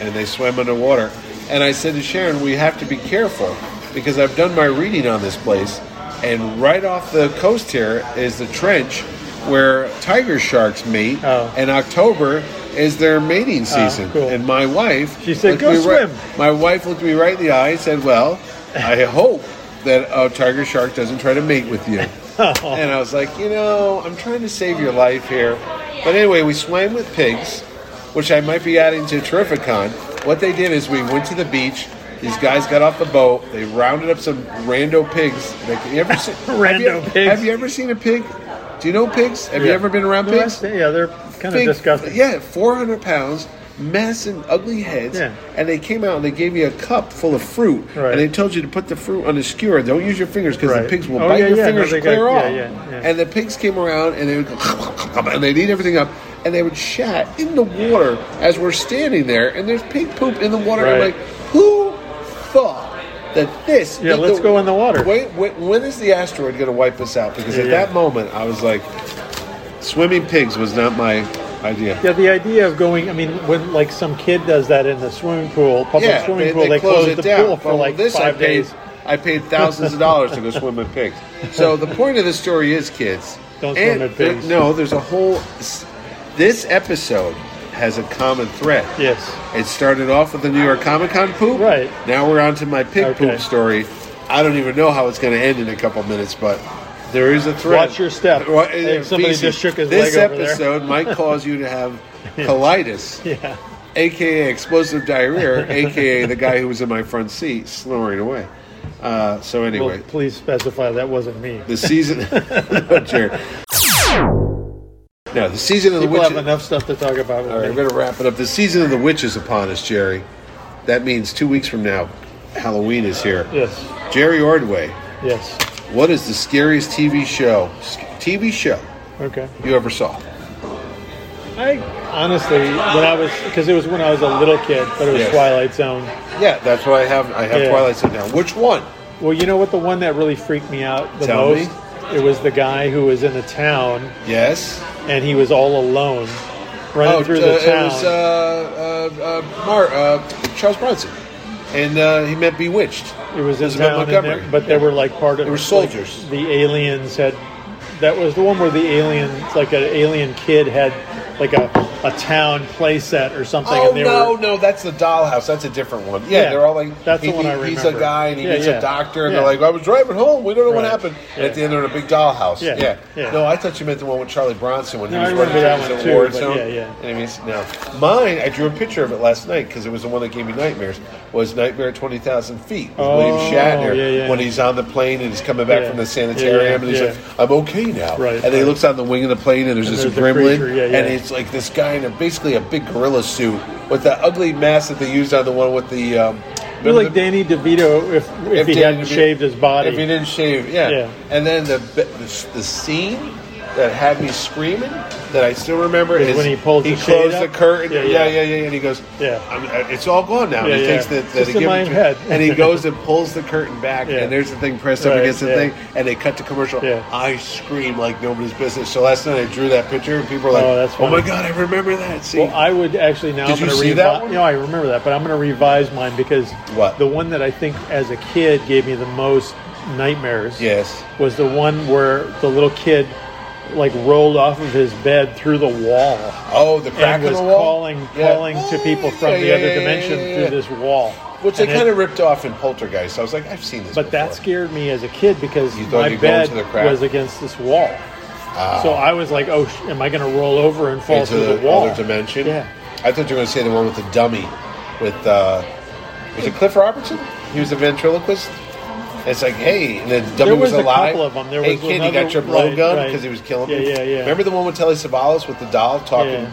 Speaker 3: and they swam underwater. And I said to Sharon, "We have to be careful because I've done my reading on this place, and right off the coast here is the trench where tiger sharks mate,
Speaker 2: Oh.
Speaker 3: and October is their mating season.
Speaker 2: cool.
Speaker 3: And my wife,
Speaker 2: She said,
Speaker 3: looked
Speaker 2: "Go
Speaker 3: me right-
Speaker 2: swim."
Speaker 3: my wife looked me right in the eye and said, "Well, I hope that a tiger shark doesn't try to mate with you." and I was like, "You know, I'm trying to save your life here." But anyway, we swam with pigs, which I might be adding to Terrificon. What they did is we went to the beach. These guys got off the boat. They rounded up some rando pigs. They, you ever seen, have you-
Speaker 2: Rando pigs.
Speaker 3: Have you ever seen a pig? Do you know pigs? Have you
Speaker 2: Yeah.
Speaker 3: ever been around
Speaker 2: No, I
Speaker 3: pigs?
Speaker 2: see, Yeah, they're kind of
Speaker 3: big-
Speaker 2: disgusting.
Speaker 3: Yeah, 400 pounds, massive, ugly heads.
Speaker 2: Yeah.
Speaker 3: And they came out and they gave you a cup full of fruit.
Speaker 2: Right.
Speaker 3: And they told you to put the fruit on a skewer. Don't use your fingers because the
Speaker 2: Right.
Speaker 3: pigs will
Speaker 2: Oh,
Speaker 3: bite
Speaker 2: yeah,
Speaker 3: your
Speaker 2: yeah, no,
Speaker 3: fingers
Speaker 2: they got-
Speaker 3: clear
Speaker 2: yeah,
Speaker 3: off.
Speaker 2: yeah, yeah.
Speaker 3: And the pigs came around and they would go, and they'd eat everything up. And they would shat in the water as we're standing there. And there's pig poop in the water. And I'm
Speaker 2: Right.
Speaker 3: like, who thought that this?
Speaker 2: Yeah,
Speaker 3: that
Speaker 2: let's go in the water.
Speaker 3: Wait, wait, when is the asteroid going to wipe us out? Because at
Speaker 2: Yeah.
Speaker 3: that moment, I was like, swimming pigs was not my idea.
Speaker 2: Yeah, the idea of going, I mean, when like some kid does that in the swimming pool, public swimming pool, they, close, the pool for
Speaker 3: Well,
Speaker 2: like
Speaker 3: this
Speaker 2: five
Speaker 3: I paid,
Speaker 2: days.
Speaker 3: I paid thousands of dollars to go swim with pigs. So the point of the story is, kids,
Speaker 2: Don't
Speaker 3: and
Speaker 2: swim with pigs.
Speaker 3: no, there's a whole. This episode has a common thread.
Speaker 2: Yes.
Speaker 3: It started off with the New York Comic Con poop.
Speaker 2: Right.
Speaker 3: Now we're on to my pig
Speaker 2: Okay.
Speaker 3: poop story. I don't even know how it's going to end in a couple minutes, but there is a thread.
Speaker 2: Watch your step.
Speaker 3: What-
Speaker 2: Hey, somebody just shook his
Speaker 3: this
Speaker 2: leg over there.
Speaker 3: episode might cause you to have colitis
Speaker 2: Yeah.
Speaker 3: aka explosive diarrhea, aka the guy who was in my front seat snoring away. Uh, so
Speaker 2: Well,
Speaker 3: anyway,
Speaker 2: please specify that wasn't me.
Speaker 3: the season. Jared. No, the season of the
Speaker 2: People
Speaker 3: witch.
Speaker 2: have enough stuff to talk about. With
Speaker 3: All right,
Speaker 2: me.
Speaker 3: we're gonna wrap it up. The season of the witch is upon us, Jerry. That means two weeks from now, Halloween is here.
Speaker 2: Yes,
Speaker 3: Jerry Ordway,
Speaker 2: yes.
Speaker 3: what is the scariest TV show sc- TV show
Speaker 2: Okay.
Speaker 3: you ever saw?
Speaker 2: I honestly, when I was, because it was when I was a little kid, but it was
Speaker 3: Yes.
Speaker 2: Twilight Zone.
Speaker 3: Yeah, that's why I have I have
Speaker 2: Yeah.
Speaker 3: Twilight Zone down. Which one?
Speaker 2: Well, you know what? The one that really freaked me out the
Speaker 3: Tell me.
Speaker 2: most. It was the guy who was in the town
Speaker 3: Yes.
Speaker 2: and he was all alone running through the
Speaker 3: uh,
Speaker 2: town.
Speaker 3: It was uh, uh, uh, Mar- uh, Charles Bronson, and uh, he meant Bewitched.
Speaker 2: It was in
Speaker 3: Elizabeth
Speaker 2: town, and
Speaker 3: Montgomery.
Speaker 2: there- but they were like part of.
Speaker 3: They were
Speaker 2: like,
Speaker 3: soldiers.
Speaker 2: the aliens had. That was the one where the aliens, like an alien kid, had like a, a town playset or something.
Speaker 3: Oh
Speaker 2: and they
Speaker 3: no,
Speaker 2: were,
Speaker 3: no, that's the dollhouse. That's a different one. Yeah,
Speaker 2: Yeah,
Speaker 3: they're all like,
Speaker 2: that's the
Speaker 3: he,
Speaker 2: one I
Speaker 3: he's a
Speaker 2: remember.
Speaker 3: guy and he
Speaker 2: Yeah,
Speaker 3: meets
Speaker 2: yeah.
Speaker 3: a doctor, and
Speaker 2: Yeah.
Speaker 3: they're like, I was driving home. We don't know what
Speaker 2: Right.
Speaker 3: happened. And
Speaker 2: Yeah.
Speaker 3: At the end, they're in a big dollhouse.
Speaker 2: Yeah,
Speaker 3: Yeah.
Speaker 2: yeah.
Speaker 3: No, I thought you meant the one with Charlie Bronson when
Speaker 2: No,
Speaker 3: he was
Speaker 2: I
Speaker 3: running
Speaker 2: remember that
Speaker 3: through
Speaker 2: one
Speaker 3: the
Speaker 2: too,
Speaker 3: war
Speaker 2: but
Speaker 3: zone.
Speaker 2: yeah, yeah.
Speaker 3: Enemies. No, mine. I drew a picture of it last night because it was the one that gave me nightmares. Was Nightmare at Twenty Thousand Feet with William
Speaker 2: Oh,
Speaker 3: Shatner
Speaker 2: yeah, yeah.
Speaker 3: when he's on the plane and he's coming back
Speaker 2: Yeah.
Speaker 3: from the sanitarium
Speaker 2: Yeah, yeah,
Speaker 3: and he's
Speaker 2: yeah.
Speaker 3: like, "I'm okay now,"
Speaker 2: Right,
Speaker 3: and then he
Speaker 2: right.
Speaker 3: looks on the wing of the plane and there's this
Speaker 2: there's the
Speaker 3: gremlin
Speaker 2: creature, yeah,
Speaker 3: and
Speaker 2: yeah.
Speaker 3: it's like this guy in a basically a big gorilla suit with that ugly mask that they used on the one with the.
Speaker 2: It
Speaker 3: Um,
Speaker 2: was like
Speaker 3: remember the-
Speaker 2: Danny DeVito if if, he
Speaker 3: Danny
Speaker 2: hadn't
Speaker 3: DeVito-
Speaker 2: shaved his body.
Speaker 3: If he didn't shave, yeah.
Speaker 2: Yeah.
Speaker 3: And then the, the the scene that had me screaming that I still remember
Speaker 2: Is
Speaker 3: is
Speaker 2: when he pulls the shade
Speaker 3: closed the
Speaker 2: up?
Speaker 3: curtain.
Speaker 2: Yeah,
Speaker 3: Yeah
Speaker 2: yeah.
Speaker 3: yeah. yeah, yeah, And he goes,
Speaker 2: Yeah.
Speaker 3: I'm, I- it's all gone now.
Speaker 2: Yeah,
Speaker 3: and he
Speaker 2: yeah.
Speaker 3: takes the, the
Speaker 2: Just in
Speaker 3: the-
Speaker 2: my head.
Speaker 3: and he goes and pulls the curtain back,
Speaker 2: Yeah.
Speaker 3: and there's the thing pressed up
Speaker 2: Right,
Speaker 3: against the
Speaker 2: yeah.
Speaker 3: thing, and they cut to commercial.
Speaker 2: Yeah.
Speaker 3: I scream like nobody's business. So last night I drew that picture, and people were like,
Speaker 2: Oh, that's
Speaker 3: my
Speaker 2: funny.
Speaker 3: god, I remember that scene.
Speaker 2: Well, I would actually now.
Speaker 3: Did
Speaker 2: I'm
Speaker 3: you
Speaker 2: gonna
Speaker 3: see
Speaker 2: revi-
Speaker 3: that one?
Speaker 2: No, I remember that, but I'm going to revise mine because
Speaker 3: What?
Speaker 2: the one that I think as a kid gave me the most nightmares.
Speaker 3: yes.
Speaker 2: was the one where the little kid like rolled off of his bed through the wall
Speaker 3: Oh, the crack
Speaker 2: and was
Speaker 3: in the wall?
Speaker 2: calling
Speaker 3: Yeah.
Speaker 2: calling to people from
Speaker 3: Yeah,
Speaker 2: the
Speaker 3: yeah,
Speaker 2: other
Speaker 3: yeah, yeah,
Speaker 2: dimension
Speaker 3: yeah, yeah.
Speaker 2: through this wall.
Speaker 3: Which
Speaker 2: And
Speaker 3: they
Speaker 2: it-
Speaker 3: kind of ripped off in Poltergeist. I was like, I've seen this.
Speaker 2: But that
Speaker 3: before.
Speaker 2: scared me as a kid because
Speaker 3: You thought
Speaker 2: my
Speaker 3: you'd go
Speaker 2: bed
Speaker 3: into the crack?
Speaker 2: was against this wall. So I was like, "Oh, sh- am I going to roll over and fall
Speaker 3: into
Speaker 2: through
Speaker 3: the,
Speaker 2: the, wall?"
Speaker 3: other dimension.
Speaker 2: Yeah.
Speaker 3: I thought you were going to say the one with the dummy, with uh, was it Cliff Robertson? He was a ventriloquist. It's like, hey, and the dummy
Speaker 2: was a
Speaker 3: alive.
Speaker 2: couple of 'em. There
Speaker 3: hey,
Speaker 2: was
Speaker 3: kid, you
Speaker 2: another-
Speaker 3: got your
Speaker 2: right,
Speaker 3: blowgun
Speaker 2: right.
Speaker 3: because he was killing
Speaker 2: Yeah,
Speaker 3: me.
Speaker 2: yeah, yeah.
Speaker 3: Remember the one with Telly Savalas with the doll talking? Ter-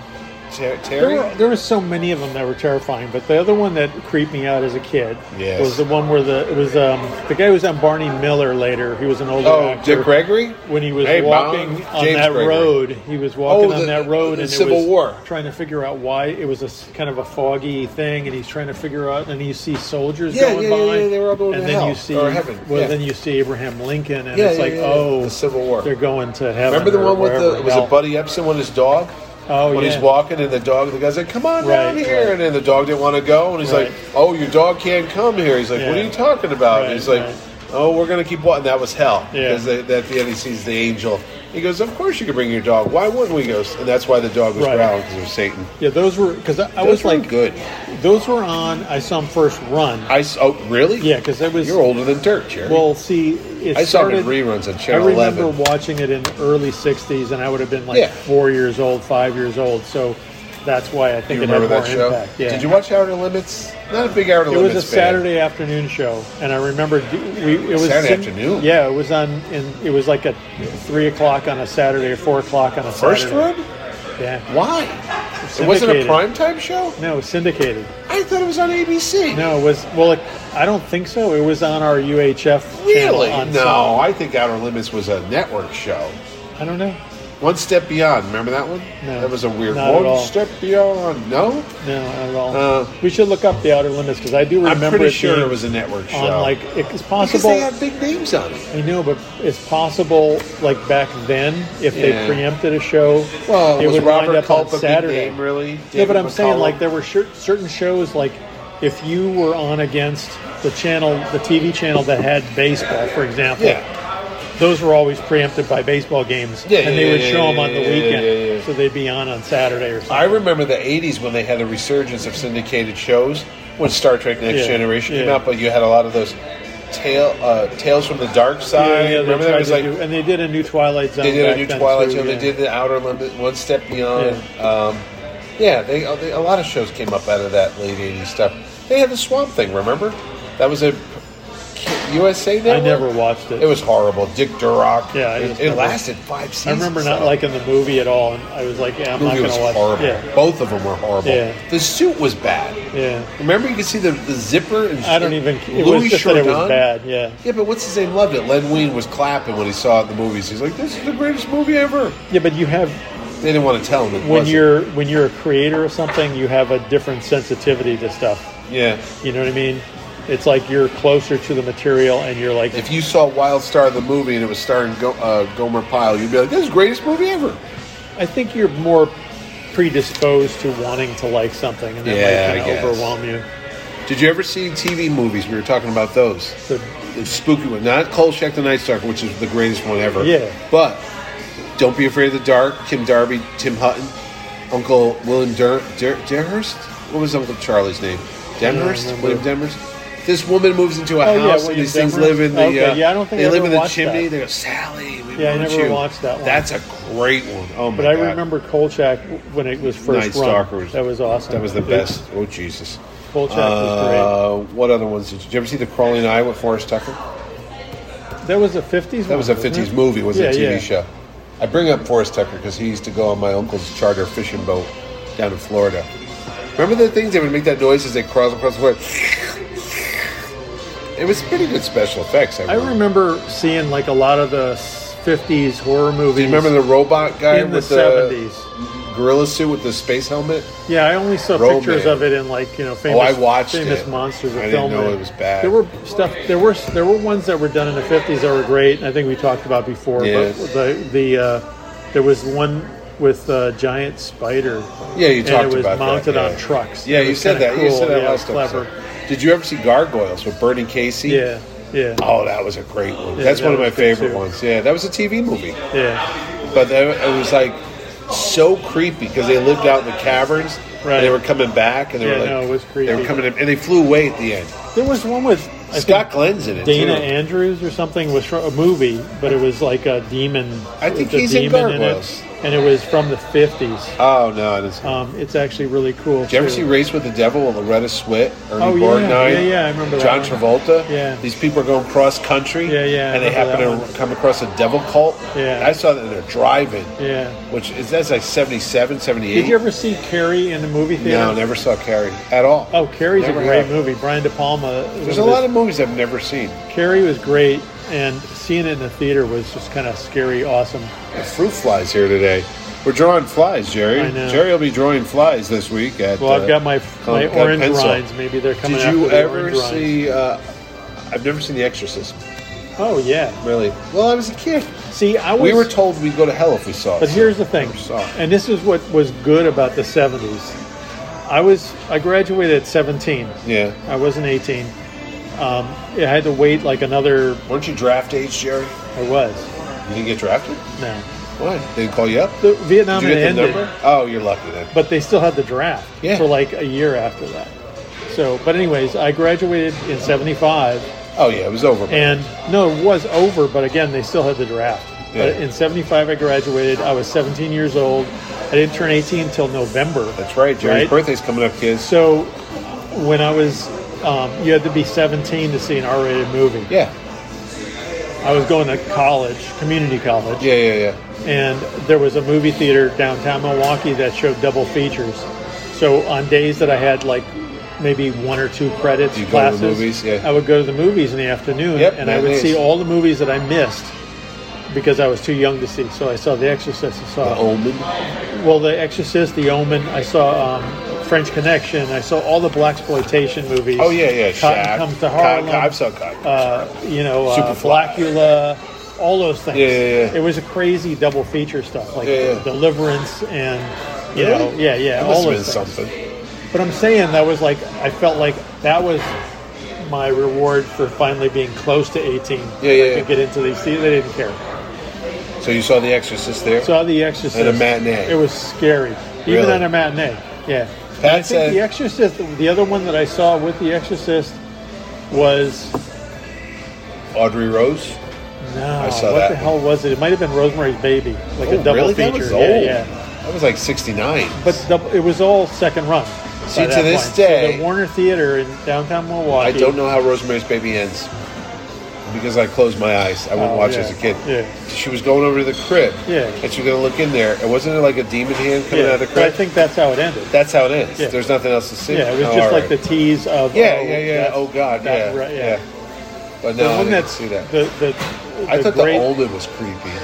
Speaker 2: There
Speaker 3: Terry.
Speaker 2: were, there were so many of them that were terrifying, but the other one that creeped me out as a kid
Speaker 3: Yes.
Speaker 2: was the one where the it was um, the guy who was on Barney Miller later. He was an older
Speaker 3: oh,
Speaker 2: actor.
Speaker 3: Dick Gregory.
Speaker 2: when he was
Speaker 3: Hey,
Speaker 2: walking
Speaker 3: Bob,
Speaker 2: on
Speaker 3: James
Speaker 2: that
Speaker 3: Gregory.
Speaker 2: road. He was walking
Speaker 3: Oh,
Speaker 2: on
Speaker 3: the-
Speaker 2: that road,
Speaker 3: the
Speaker 2: and
Speaker 3: Civil
Speaker 2: it was
Speaker 3: War.
Speaker 2: trying to figure out why it was a s- kind of a foggy thing, and he's trying to figure out. And you see soldiers
Speaker 3: Yeah,
Speaker 2: going
Speaker 3: yeah, yeah,
Speaker 2: by,
Speaker 3: yeah, they were all going
Speaker 2: and
Speaker 3: to
Speaker 2: then
Speaker 3: hell,
Speaker 2: you see,
Speaker 3: or heaven,
Speaker 2: well,
Speaker 3: yeah.
Speaker 2: then you see Abraham Lincoln, and
Speaker 3: Yeah,
Speaker 2: it's
Speaker 3: yeah,
Speaker 2: like,
Speaker 3: yeah, yeah,
Speaker 2: oh,
Speaker 3: the Civil War.
Speaker 2: they're going to heaven.
Speaker 3: Remember the
Speaker 2: or
Speaker 3: one with the
Speaker 2: wherever
Speaker 3: it was it
Speaker 2: hell.
Speaker 3: Buddy Epson with his dog?
Speaker 2: Oh,
Speaker 3: when
Speaker 2: yeah.
Speaker 3: he's walking and the dog, the guy's like, "Come on down
Speaker 2: Right,
Speaker 3: here,"
Speaker 2: right.
Speaker 3: and then the dog didn't want to go, and he's
Speaker 2: Right.
Speaker 3: like, "Oh, your dog can't come here." He's like, "What
Speaker 2: Yeah.
Speaker 3: are you talking about?"
Speaker 2: Right,
Speaker 3: And he's like,
Speaker 2: right.
Speaker 3: "Oh, we're gonna keep walking." That was hell
Speaker 2: Yeah.
Speaker 3: because they- at the end he sees the angel. He goes, "Of course you can bring your dog. Why wouldn't we?" He Goes, and that's why the dog was
Speaker 2: Right.
Speaker 3: growling because of Satan.
Speaker 2: Yeah, those were because I, I
Speaker 3: Those
Speaker 2: was
Speaker 3: were
Speaker 2: like,
Speaker 3: good.
Speaker 2: those were on. I saw them first run.
Speaker 3: I s- oh really?
Speaker 2: Yeah, because it was.
Speaker 3: You're older than dirt, Jerry.
Speaker 2: Well, see, it
Speaker 3: I saw him in
Speaker 2: started-
Speaker 3: reruns on
Speaker 2: I
Speaker 3: Channel
Speaker 2: remember
Speaker 3: Eleven.
Speaker 2: watching it in the early '60s, and I would have been like
Speaker 3: Yeah.
Speaker 2: four years old, five years old. So that's why I
Speaker 3: Do
Speaker 2: think
Speaker 3: you
Speaker 2: it had
Speaker 3: remember
Speaker 2: more
Speaker 3: that show?
Speaker 2: impact. Yeah.
Speaker 3: Did you watch Outer Limits? Not a big Outer
Speaker 2: It
Speaker 3: Limits.
Speaker 2: was a
Speaker 3: fan.
Speaker 2: Saturday afternoon show, and I remember d- we, it was
Speaker 3: Saturday
Speaker 2: syn-
Speaker 3: afternoon?
Speaker 2: Yeah, it was on, and it was like at three o'clock on a Saturday or four o'clock on a
Speaker 3: First
Speaker 2: Saturday.
Speaker 3: run?
Speaker 2: Yeah.
Speaker 3: Why? It wasn't a
Speaker 2: Syndicated.
Speaker 3: primetime show?
Speaker 2: No, it was syndicated.
Speaker 3: I thought it was on ABC.
Speaker 2: No, it was well. It, I don't think so. It was on our UHF
Speaker 3: really?
Speaker 2: channel. On
Speaker 3: No,
Speaker 2: some-
Speaker 3: I think Outer Limits was a network show.
Speaker 2: I don't know.
Speaker 3: One Step Beyond, remember that one?
Speaker 2: No,
Speaker 3: That was a weird
Speaker 2: not at
Speaker 3: one.
Speaker 2: all.
Speaker 3: Step Beyond, no?
Speaker 2: No, not at all.
Speaker 3: Uh,
Speaker 2: we should look up the Outer Limits because I do
Speaker 3: I'm
Speaker 2: remember.
Speaker 3: pretty
Speaker 2: it
Speaker 3: sure
Speaker 2: being
Speaker 3: it was a network show.
Speaker 2: on like it's
Speaker 3: because they
Speaker 2: possible.
Speaker 3: had big names on it.
Speaker 2: I know, but it's possible like back then if
Speaker 3: Yeah.
Speaker 2: they preempted a show,
Speaker 3: Well,
Speaker 2: it
Speaker 3: was
Speaker 2: would
Speaker 3: Robert
Speaker 2: wind up
Speaker 3: Culp a
Speaker 2: on
Speaker 3: big
Speaker 2: Saturday.
Speaker 3: name, really?
Speaker 2: yeah, but
Speaker 3: David
Speaker 2: I'm saying
Speaker 3: McCallum?
Speaker 2: like there were cer- certain shows like if you were on against the channel, the TV channel that had baseball, for example.
Speaker 3: Yeah.
Speaker 2: Those were always preempted by baseball games,
Speaker 3: Yeah,
Speaker 2: and
Speaker 3: yeah,
Speaker 2: they would
Speaker 3: yeah,
Speaker 2: show
Speaker 3: yeah,
Speaker 2: them on the
Speaker 3: yeah, yeah,
Speaker 2: weekend,
Speaker 3: yeah, yeah.
Speaker 2: so they'd be on on Saturday or something.
Speaker 3: I remember the 80s when they had a resurgence of syndicated shows when Star Trek Next
Speaker 2: Yeah,
Speaker 3: Generation came
Speaker 2: yeah.
Speaker 3: out, but you had a lot of those tale, uh, Tales from the Dark Side.
Speaker 2: Yeah, yeah,
Speaker 3: remember
Speaker 2: they
Speaker 3: that? It
Speaker 2: tried
Speaker 3: was
Speaker 2: to
Speaker 3: like
Speaker 2: do, and they did a new Twilight Zone.
Speaker 3: They did
Speaker 2: back
Speaker 3: a new
Speaker 2: then,
Speaker 3: Twilight
Speaker 2: too,
Speaker 3: Zone.
Speaker 2: yeah.
Speaker 3: They did the Outer Limit, One Step Beyond. Yeah, um, yeah they, uh, they- a lot of shows came up out of that late '80s stuff. They had the Swamp Thing. Remember, that was a USA
Speaker 2: I
Speaker 3: Network?
Speaker 2: never watched it.
Speaker 3: It was horrible. Dick Durock.
Speaker 2: Yeah,
Speaker 3: it,
Speaker 2: it was
Speaker 3: it
Speaker 2: never-
Speaker 3: lasted five seasons.
Speaker 2: I remember not
Speaker 3: though.
Speaker 2: liking the movie at all, and I was like, yeah, I'm
Speaker 3: The
Speaker 2: not going
Speaker 3: movie was
Speaker 2: to watch
Speaker 3: horrible.
Speaker 2: it.
Speaker 3: Both of them were horrible.
Speaker 2: Yeah.
Speaker 3: The suit was bad.
Speaker 2: Yeah, yeah.
Speaker 3: Remember, you could see the, the zipper. And
Speaker 2: I don't even. It
Speaker 3: Louis
Speaker 2: was just that it was
Speaker 3: Chardin?
Speaker 2: bad. Yeah,
Speaker 3: Yeah, but what's his name loved it. Len Wein was clapping when he saw it in the movies. He's like, "This is the greatest movie ever."
Speaker 2: yeah, but you have
Speaker 3: They didn't want to tell him. It
Speaker 2: when
Speaker 3: wasn't.
Speaker 2: you're when you're a creator of something, you have a different sensitivity to stuff.
Speaker 3: yeah.
Speaker 2: You know what I mean? It's like you're closer to the material, and you're like,
Speaker 3: If you saw Wild Star the movie and it was starring Go- uh, Gomer Pyle, you'd be like, "This is the greatest movie ever."
Speaker 2: I think you're more predisposed to wanting to like something, and that
Speaker 3: Yeah, I
Speaker 2: might kind
Speaker 3: guess.
Speaker 2: of overwhelm you.
Speaker 3: Did you ever see TV movies? We were talking about those.
Speaker 2: So,
Speaker 3: The spooky one, not Kolchak the Night Stalker, which is the greatest one ever.
Speaker 2: Yeah.
Speaker 3: But Don't Be Afraid of the Dark, Kim Darby, Tim Hutton, Uncle William Dur- Dur- Durhurst. What was Uncle Charlie's name? Demhurst?
Speaker 2: remember.
Speaker 3: William Demhurst? This woman moves into a
Speaker 2: Oh, yeah,
Speaker 3: house and
Speaker 2: William
Speaker 3: these things
Speaker 2: Demhurst.
Speaker 3: live in the.
Speaker 2: Okay,
Speaker 3: uh,
Speaker 2: yeah, I don't think
Speaker 3: They
Speaker 2: I
Speaker 3: live
Speaker 2: ever
Speaker 3: in the
Speaker 2: watched
Speaker 3: chimney.
Speaker 2: that.
Speaker 3: They go, Sally, we
Speaker 2: Yeah, I
Speaker 3: want
Speaker 2: never
Speaker 3: you."
Speaker 2: watched that one.
Speaker 3: That's a great one. Oh, my
Speaker 2: but I
Speaker 3: God.
Speaker 2: remember Kolchak when it was first
Speaker 3: Night
Speaker 2: run.
Speaker 3: Stalker was-
Speaker 2: that was awesome.
Speaker 3: That was the
Speaker 2: It-
Speaker 3: best. Oh, Jesus.
Speaker 2: Kolchak was
Speaker 3: Uh, what other ones did you, did you ever see The Crawling Eye with Forrest Tucker?
Speaker 2: great. That was a '50s.
Speaker 3: That was a 50s movie, was not a
Speaker 2: Yeah,
Speaker 3: TV
Speaker 2: yeah.
Speaker 3: show. I bring up Forrest Tucker because he used to go on my uncle's charter fishing boat down in Florida. Remember the things that would make that noise as they cross across the water? It was pretty good special effects. I
Speaker 2: I
Speaker 3: remember.
Speaker 2: remember seeing like a lot of the s- '50s horror movies.
Speaker 3: Do you remember the robot guy
Speaker 2: in the
Speaker 3: with the,
Speaker 2: '70s?
Speaker 3: gorilla suit with the space helmet?
Speaker 2: Yeah, I only saw
Speaker 3: Roman. Oh,
Speaker 2: pictures of it in like you know famous.
Speaker 3: I watched
Speaker 2: famous
Speaker 3: it.
Speaker 2: monsters.
Speaker 3: I
Speaker 2: Of
Speaker 3: didn't
Speaker 2: film
Speaker 3: know
Speaker 2: and-
Speaker 3: it was bad.
Speaker 2: There were stuff. There were there were ones that were done in the fifties that were great. And I think we talked about before.
Speaker 3: Yes.
Speaker 2: But the the uh, there was one with a giant spider.
Speaker 3: Yeah, you
Speaker 2: and
Speaker 3: talked
Speaker 2: it was
Speaker 3: about that,
Speaker 2: mounted
Speaker 3: yeah.
Speaker 2: on trucks.
Speaker 3: Yeah,
Speaker 2: It
Speaker 3: you
Speaker 2: was
Speaker 3: said
Speaker 2: kinda
Speaker 3: that. You
Speaker 2: cool.
Speaker 3: said that
Speaker 2: yeah, it was
Speaker 3: last
Speaker 2: clever.
Speaker 3: episode. Did you ever see Gargoyles with Bernie Casey?
Speaker 2: Yeah, yeah,
Speaker 3: Oh, that was a great one.
Speaker 2: Yeah,
Speaker 3: That's
Speaker 2: that
Speaker 3: one of my
Speaker 2: was good,
Speaker 3: favorite
Speaker 2: too.
Speaker 3: ones. Yeah, that was a TV movie.
Speaker 2: yeah.
Speaker 3: But that, it was like so creepy because they lived out in the caverns.
Speaker 2: Right.
Speaker 3: And they were coming back, and they were
Speaker 2: Yeah,
Speaker 3: like,
Speaker 2: no, it was creepy.
Speaker 3: They were coming, in, and they flew away at the end.
Speaker 2: There was one with I
Speaker 3: Scott
Speaker 2: think
Speaker 3: Glenn's in it.
Speaker 2: Dana
Speaker 3: too.
Speaker 2: Andrews or something was from a movie, but it was like a demon.
Speaker 3: I think
Speaker 2: the
Speaker 3: he's in
Speaker 2: demon
Speaker 3: Gargoyles.
Speaker 2: it, and it was from the fifties.
Speaker 3: oh no, I didn't see.
Speaker 2: Um, it's actually really cool.
Speaker 3: Did you ever
Speaker 2: too.
Speaker 3: see Race with the Devil with Loretta Swit, Ernie
Speaker 2: Oh, yeah,
Speaker 3: Borgnine,
Speaker 2: yeah, yeah, I remember that
Speaker 3: John
Speaker 2: one.
Speaker 3: Travolta?
Speaker 2: Yeah.
Speaker 3: these people are going cross country.
Speaker 2: Yeah, yeah, I
Speaker 3: and they
Speaker 2: remember
Speaker 3: happen
Speaker 2: that
Speaker 3: to
Speaker 2: one.
Speaker 3: come across a devil cult.
Speaker 2: Yeah.
Speaker 3: I saw that in a drive-in,
Speaker 2: Yeah.
Speaker 3: which is that's like 77, 78.
Speaker 2: Did you ever see Carrie in the movie theater?
Speaker 3: No, never saw Carrie at all.
Speaker 2: Oh, Carrie's
Speaker 3: Never
Speaker 2: a great
Speaker 3: have.
Speaker 2: movie. Brian De Palma.
Speaker 3: There's a lot of movies I've never seen.
Speaker 2: Carrie was great, and seeing it in the theater was just kind of scary, awesome.
Speaker 3: The fruit flies here today. We're drawing flies, Jerry.
Speaker 2: I know.
Speaker 3: Jerry will be drawing flies this week. At,
Speaker 2: Well,
Speaker 3: uh,
Speaker 2: I've got my my
Speaker 3: Comic-Con
Speaker 2: orange
Speaker 3: pencil.
Speaker 2: rinds. Maybe they're coming.
Speaker 3: Did you
Speaker 2: after the
Speaker 3: ever
Speaker 2: orange rinds.
Speaker 3: see? Uh, I've never seen The Exorcist.
Speaker 2: Oh yeah.
Speaker 3: Really? Well, I was a kid.
Speaker 2: See, I was.
Speaker 3: We were told we'd go to hell if we saw it.
Speaker 2: But
Speaker 3: so
Speaker 2: here's the thing,
Speaker 3: never saw it.
Speaker 2: and this is what was good about the '70s. I was I graduated at 17.
Speaker 3: yeah.
Speaker 2: I wasn't 18. Um, I had to wait like another.
Speaker 3: Weren't you draft age, Jerry?
Speaker 2: I was
Speaker 3: You didn't get drafted.
Speaker 2: no.
Speaker 3: Why? They didn't call you up.
Speaker 2: The Vietnam
Speaker 3: Did you
Speaker 2: had
Speaker 3: get the
Speaker 2: ended,
Speaker 3: number? Oh, you're lucky then.
Speaker 2: but they still had the draft
Speaker 3: Yeah.
Speaker 2: for like a year after that. So, but anyways, I graduated in '75,
Speaker 3: Oh yeah, it was over. by
Speaker 2: and no, it was over. But again, they still had the draft.
Speaker 3: Yeah.
Speaker 2: But in '75, I graduated. I was 17 years old. I didn't turn 18 until November.
Speaker 3: That's right. Jerry's
Speaker 2: Right?
Speaker 3: birthday's coming up, kids.
Speaker 2: So, when I was, um, you had to be 17 to see an R-rated movie.
Speaker 3: yeah,
Speaker 2: I was going to college, community college.
Speaker 3: yeah, yeah, yeah.
Speaker 2: and there was a movie theater downtown Milwaukee that showed double features. So on days that I had like maybe one or two credits
Speaker 3: You go to the
Speaker 2: classes,
Speaker 3: movies, yeah.
Speaker 2: I would go to the movies in the afternoon,
Speaker 3: Yep,
Speaker 2: and I would
Speaker 3: matinees.
Speaker 2: see all the movies that I missed because I was too young to see. So I saw The Exorcist, I
Speaker 3: The
Speaker 2: saw
Speaker 3: Omen.
Speaker 2: well, The Exorcist, The Omen, I saw um, French Connection, I saw all the black exploitation movies.
Speaker 3: Oh yeah, yeah.
Speaker 2: Cotton
Speaker 3: Shaft.
Speaker 2: Comes to
Speaker 3: Cotton-
Speaker 2: Harlem
Speaker 3: I've saw Cotton.
Speaker 2: uh, you know, uh,
Speaker 3: Superfly.
Speaker 2: Blackula, all those things.
Speaker 3: Yeah, yeah, yeah.
Speaker 2: It was a crazy double feature stuff like
Speaker 3: Yeah, yeah.
Speaker 2: Deliverance and you
Speaker 3: Really?
Speaker 2: know, yeah, yeah,
Speaker 3: That must
Speaker 2: all
Speaker 3: have
Speaker 2: those
Speaker 3: been
Speaker 2: things.
Speaker 3: something.
Speaker 2: But I'm saying that was like I felt like that was my reward for finally being close to 18.
Speaker 3: Yeah, yeah,
Speaker 2: I
Speaker 3: yeah.
Speaker 2: could get into these. See, they didn't care.
Speaker 3: So you saw The Exorcist there.
Speaker 2: Saw The Exorcist
Speaker 3: At a matinee.
Speaker 2: It was scary, even
Speaker 3: Really?
Speaker 2: at a matinee. Yeah. And I
Speaker 3: Pat
Speaker 2: think
Speaker 3: said-
Speaker 2: The Exorcist. The other one that I saw with The Exorcist was
Speaker 3: Audrey Rose.
Speaker 2: No,
Speaker 3: I saw
Speaker 2: what
Speaker 3: that
Speaker 2: the
Speaker 3: one.
Speaker 2: hell was it? It might have been Rosemary's Baby, like
Speaker 3: oh,
Speaker 2: a double
Speaker 3: really?
Speaker 2: feature.
Speaker 3: That was
Speaker 2: yeah,
Speaker 3: old.
Speaker 2: yeah.
Speaker 3: That was like '69.
Speaker 2: But double, it was all second run. by
Speaker 3: See, to
Speaker 2: that
Speaker 3: this
Speaker 2: point.
Speaker 3: day-
Speaker 2: the Warner Theater in downtown Milwaukee.
Speaker 3: I don't know how Rosemary's Baby ends. because I closed my eyes. I wouldn't
Speaker 2: Oh,
Speaker 3: watch
Speaker 2: yeah.
Speaker 3: as a kid.
Speaker 2: Yeah.
Speaker 3: She was going over to the crib.
Speaker 2: Yeah.
Speaker 3: And she was going to look in there. And wasn't it like a demon hand coming out
Speaker 2: Yeah,
Speaker 3: of the
Speaker 2: but I
Speaker 3: crib?
Speaker 2: think that's how it ended.
Speaker 3: That's how it ends.
Speaker 2: Yeah.
Speaker 3: There's nothing else to see.
Speaker 2: Yeah, it was
Speaker 3: Oh,
Speaker 2: just
Speaker 3: all
Speaker 2: like
Speaker 3: right.
Speaker 2: the tease of
Speaker 3: Yeah,
Speaker 2: oh,
Speaker 3: yeah, yeah.
Speaker 2: that's-
Speaker 3: Oh God,
Speaker 2: that-
Speaker 3: yeah,
Speaker 2: right,
Speaker 3: yeah. But no,
Speaker 2: The
Speaker 3: I
Speaker 2: one
Speaker 3: didn't
Speaker 2: that's
Speaker 3: see that.
Speaker 2: the the,
Speaker 3: I
Speaker 2: the
Speaker 3: thought
Speaker 2: great-
Speaker 3: the Omen was creepy.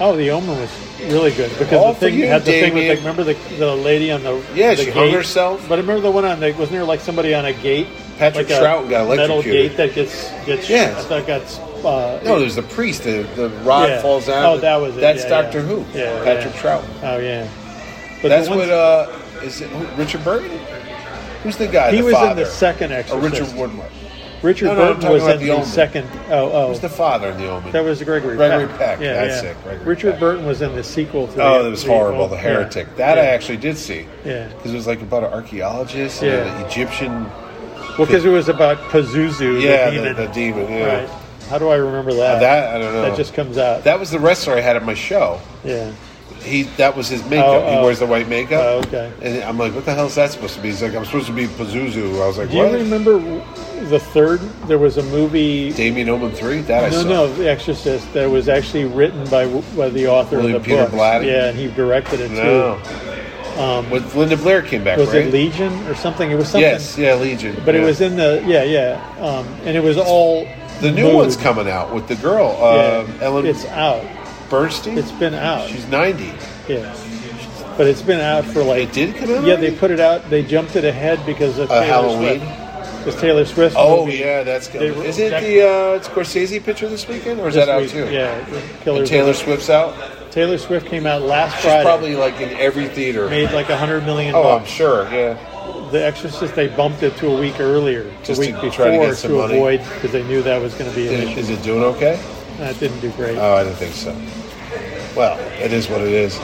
Speaker 2: oh the omen was really good because
Speaker 3: All
Speaker 2: the
Speaker 3: Oh, for
Speaker 2: thing
Speaker 3: you,
Speaker 2: had the thing with
Speaker 3: Damien.
Speaker 2: the, remember the, the lady on the
Speaker 3: Yeah,
Speaker 2: the
Speaker 3: she hung
Speaker 2: gate?
Speaker 3: herself.
Speaker 2: But remember the one on the wasn't there like somebody on a gate
Speaker 3: Patrick
Speaker 2: like a
Speaker 3: Troughton got
Speaker 2: metal
Speaker 3: electrocuted.
Speaker 2: gate that gets gets
Speaker 3: Yeah.
Speaker 2: that got uh,
Speaker 3: No, there's the priest. The, the rod
Speaker 2: Yeah.
Speaker 3: falls out.
Speaker 2: Oh, that was it.
Speaker 3: That's
Speaker 2: Yeah,
Speaker 3: Doctor
Speaker 2: yeah.
Speaker 3: Who.
Speaker 2: Yeah,
Speaker 3: Patrick
Speaker 2: yeah.
Speaker 3: Trout.
Speaker 2: oh yeah but the
Speaker 3: That's
Speaker 2: ones-
Speaker 3: what uh, is it? Who, Richard Burton? Who's the guy?
Speaker 2: he
Speaker 3: the
Speaker 2: was
Speaker 3: father?
Speaker 2: in the second
Speaker 3: Or
Speaker 2: Exorcist
Speaker 3: Richard Woodward.
Speaker 2: Richard
Speaker 3: No, no, I'm
Speaker 2: Burton
Speaker 3: talking
Speaker 2: was
Speaker 3: about
Speaker 2: in
Speaker 3: The
Speaker 2: the,
Speaker 3: Omen.
Speaker 2: second oh
Speaker 3: Who's
Speaker 2: oh
Speaker 3: the father in the Omen?
Speaker 2: that was Gregory
Speaker 3: Gregory
Speaker 2: Peck,
Speaker 3: Peck,
Speaker 2: Yeah,
Speaker 3: that's
Speaker 2: yeah.
Speaker 3: it, Gregory
Speaker 2: Richard
Speaker 3: Peck.
Speaker 2: Burton was in the sequel to
Speaker 3: Oh,
Speaker 2: the,
Speaker 3: that was
Speaker 2: the-
Speaker 3: horrible.
Speaker 2: well,
Speaker 3: The
Speaker 2: yeah.
Speaker 3: heretic. That I
Speaker 2: Yeah.
Speaker 3: actually did see.
Speaker 2: Yeah.
Speaker 3: Because it was like about an archaeologist
Speaker 2: Yeah.
Speaker 3: and an Egyptian.
Speaker 2: Well, because it was about Pazuzu,
Speaker 3: Yeah,
Speaker 2: the
Speaker 3: the
Speaker 2: demon.
Speaker 3: the demon yeah.
Speaker 2: Right. How do I remember that?
Speaker 3: Uh, That I don't know.
Speaker 2: That just comes out.
Speaker 3: That was the wrestler I had at my show.
Speaker 2: yeah.
Speaker 3: He that was his makeup.
Speaker 2: Oh, oh.
Speaker 3: He wears the white makeup.
Speaker 2: Oh, okay.
Speaker 3: And I'm like, what the hell is that supposed to be? He's like, I'm supposed to be Pazuzu. I was like,
Speaker 2: Do
Speaker 3: what?
Speaker 2: you remember the third? There was a movie.
Speaker 3: Damien Omen three? That I
Speaker 2: no,
Speaker 3: saw.
Speaker 2: no, The Exorcist. That was actually written by by the author
Speaker 3: William
Speaker 2: of the
Speaker 3: Peter
Speaker 2: book.
Speaker 3: Blatty?
Speaker 2: Yeah, and he directed it
Speaker 3: No.
Speaker 2: too.
Speaker 3: With Linda Blair came back,
Speaker 2: Um, Was
Speaker 3: right?
Speaker 2: it Legion or something? It was something.
Speaker 3: Yes, yeah, Legion.
Speaker 2: But
Speaker 3: yeah.
Speaker 2: it was in the yeah yeah, um, and it was all
Speaker 3: the new
Speaker 2: mood.
Speaker 3: one's coming out with the girl,
Speaker 2: Yeah,
Speaker 3: um, Ellen
Speaker 2: It's out.
Speaker 3: Bernstein.
Speaker 2: It's been out.
Speaker 3: She's ninety.
Speaker 2: Yeah, but it's been out for like
Speaker 3: It did come out.
Speaker 2: Yeah, they
Speaker 3: already?
Speaker 2: put it out. They jumped it ahead because of
Speaker 3: Uh,
Speaker 2: Taylor
Speaker 3: Halloween?
Speaker 2: Swift. This Taylor Swift.
Speaker 3: Oh
Speaker 2: movie
Speaker 3: yeah, that's good.
Speaker 2: They were-
Speaker 3: Is it
Speaker 2: that-
Speaker 3: the uh, Scorsese picture this weekend, or is
Speaker 2: this
Speaker 3: that out
Speaker 2: week.
Speaker 3: too?
Speaker 2: Yeah, the
Speaker 3: And
Speaker 2: Killers.
Speaker 3: Taylor Swift's out.
Speaker 2: Taylor Swift came out last
Speaker 3: She's
Speaker 2: Friday.
Speaker 3: probably like in every theater.
Speaker 2: made like a hundred million.
Speaker 3: Oh, I'm
Speaker 2: bucks.
Speaker 3: sure. Yeah.
Speaker 2: The Exorcist. They bumped it to a week earlier, the
Speaker 3: Just
Speaker 2: week
Speaker 3: to
Speaker 2: before,
Speaker 3: try to get some money.
Speaker 2: avoid because they knew that was going to be an
Speaker 3: Is,
Speaker 2: issue.
Speaker 3: is it doing okay?
Speaker 2: That didn't do great.
Speaker 3: Oh, I do not think so. Well, it is what it is.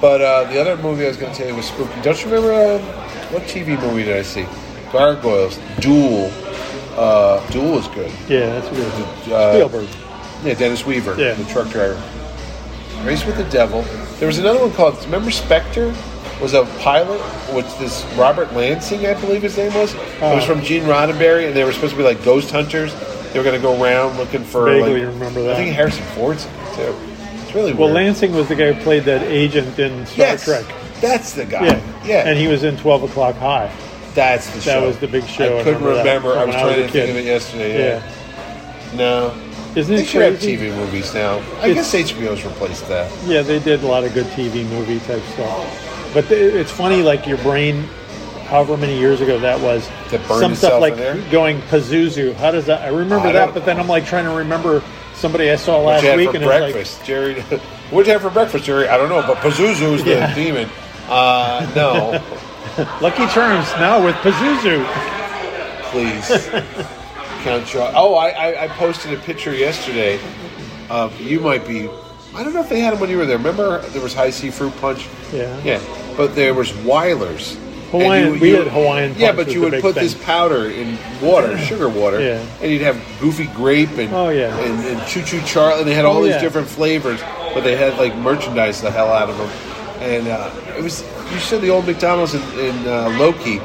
Speaker 3: But uh, the other movie I was going to tell you was spooky. Don't you remember um, what TV movie did I see? Gargoyles, Duel. Uh, Duel is good.
Speaker 2: yeah, that's weird.
Speaker 3: Uh,
Speaker 2: Spielberg.
Speaker 3: Yeah, Dennis Weaver,
Speaker 2: Yeah.
Speaker 3: the truck driver. Race with the Devil. There was another one called. Remember Spectre? Was a pilot with this Robert Lansing, I believe his name was. It was
Speaker 2: Oh.
Speaker 3: from Gene Roddenberry, and they were supposed to be like ghost hunters. They were going to go around looking for.
Speaker 2: Vaguely
Speaker 3: like,
Speaker 2: remember that.
Speaker 3: I think Harrison Ford's in it too. It's really
Speaker 2: Well,
Speaker 3: weird.
Speaker 2: Lansing was the guy who played that agent in Star
Speaker 3: yes,
Speaker 2: Trek.
Speaker 3: That's the guy.
Speaker 2: Yeah,
Speaker 3: Yeah,
Speaker 2: And he was in Twelve O'clock High.
Speaker 3: that's the show.
Speaker 2: That was the big show.
Speaker 3: I couldn't
Speaker 2: remember that
Speaker 3: remember. I
Speaker 2: from
Speaker 3: was
Speaker 2: when I was
Speaker 3: trying
Speaker 2: a
Speaker 3: to think
Speaker 2: kid.
Speaker 3: of it yesterday.
Speaker 2: Yeah.
Speaker 3: yeah. No.
Speaker 2: Isn't
Speaker 3: They
Speaker 2: it
Speaker 3: should have
Speaker 2: crazy?
Speaker 3: TV movies now. I
Speaker 2: It's-
Speaker 3: guess HBO's replaced that.
Speaker 2: Yeah, they did a lot of good TV movie type stuff. But th- it's funny, like your brain, however many years ago that was,
Speaker 3: That burned
Speaker 2: some
Speaker 3: itself
Speaker 2: stuff
Speaker 3: in
Speaker 2: like
Speaker 3: there?
Speaker 2: going Pazuzu. How does that? I remember that,
Speaker 3: I don't-
Speaker 2: but then I'm like trying to remember somebody I saw last
Speaker 3: What'd you have
Speaker 2: week,
Speaker 3: for
Speaker 2: and
Speaker 3: breakfast, Jerry? What'd you have for breakfast, Jerry? I don't know, but Pazuzu is the
Speaker 2: Yeah.
Speaker 3: demon. Uh, no,
Speaker 2: it's like Lucky Charms now with Pazuzu.
Speaker 3: please. Count your. Oh, I, I, I posted a picture yesterday. Of you might be. I don't know if they had them when you were there. Remember, there was high sea fruit punch.
Speaker 2: Yeah.
Speaker 3: Yeah, but there was Weilers. And
Speaker 2: Hawaiian- we had Hawaiian
Speaker 3: Yeah,
Speaker 2: Punch
Speaker 3: but
Speaker 2: was
Speaker 3: you
Speaker 2: the
Speaker 3: would
Speaker 2: big
Speaker 3: put
Speaker 2: thing.
Speaker 3: this powder in water, sugar water,
Speaker 2: Yeah.
Speaker 3: and you'd have Goofy Grape and
Speaker 2: Oh, yeah.
Speaker 3: and, and Choo Choo Charlie. And they had all
Speaker 2: Oh,
Speaker 3: these
Speaker 2: yeah.
Speaker 3: different flavors, but they had like merchandise the hell out of them. And uh, it was you said the old McDonald's in, in uh, Loki.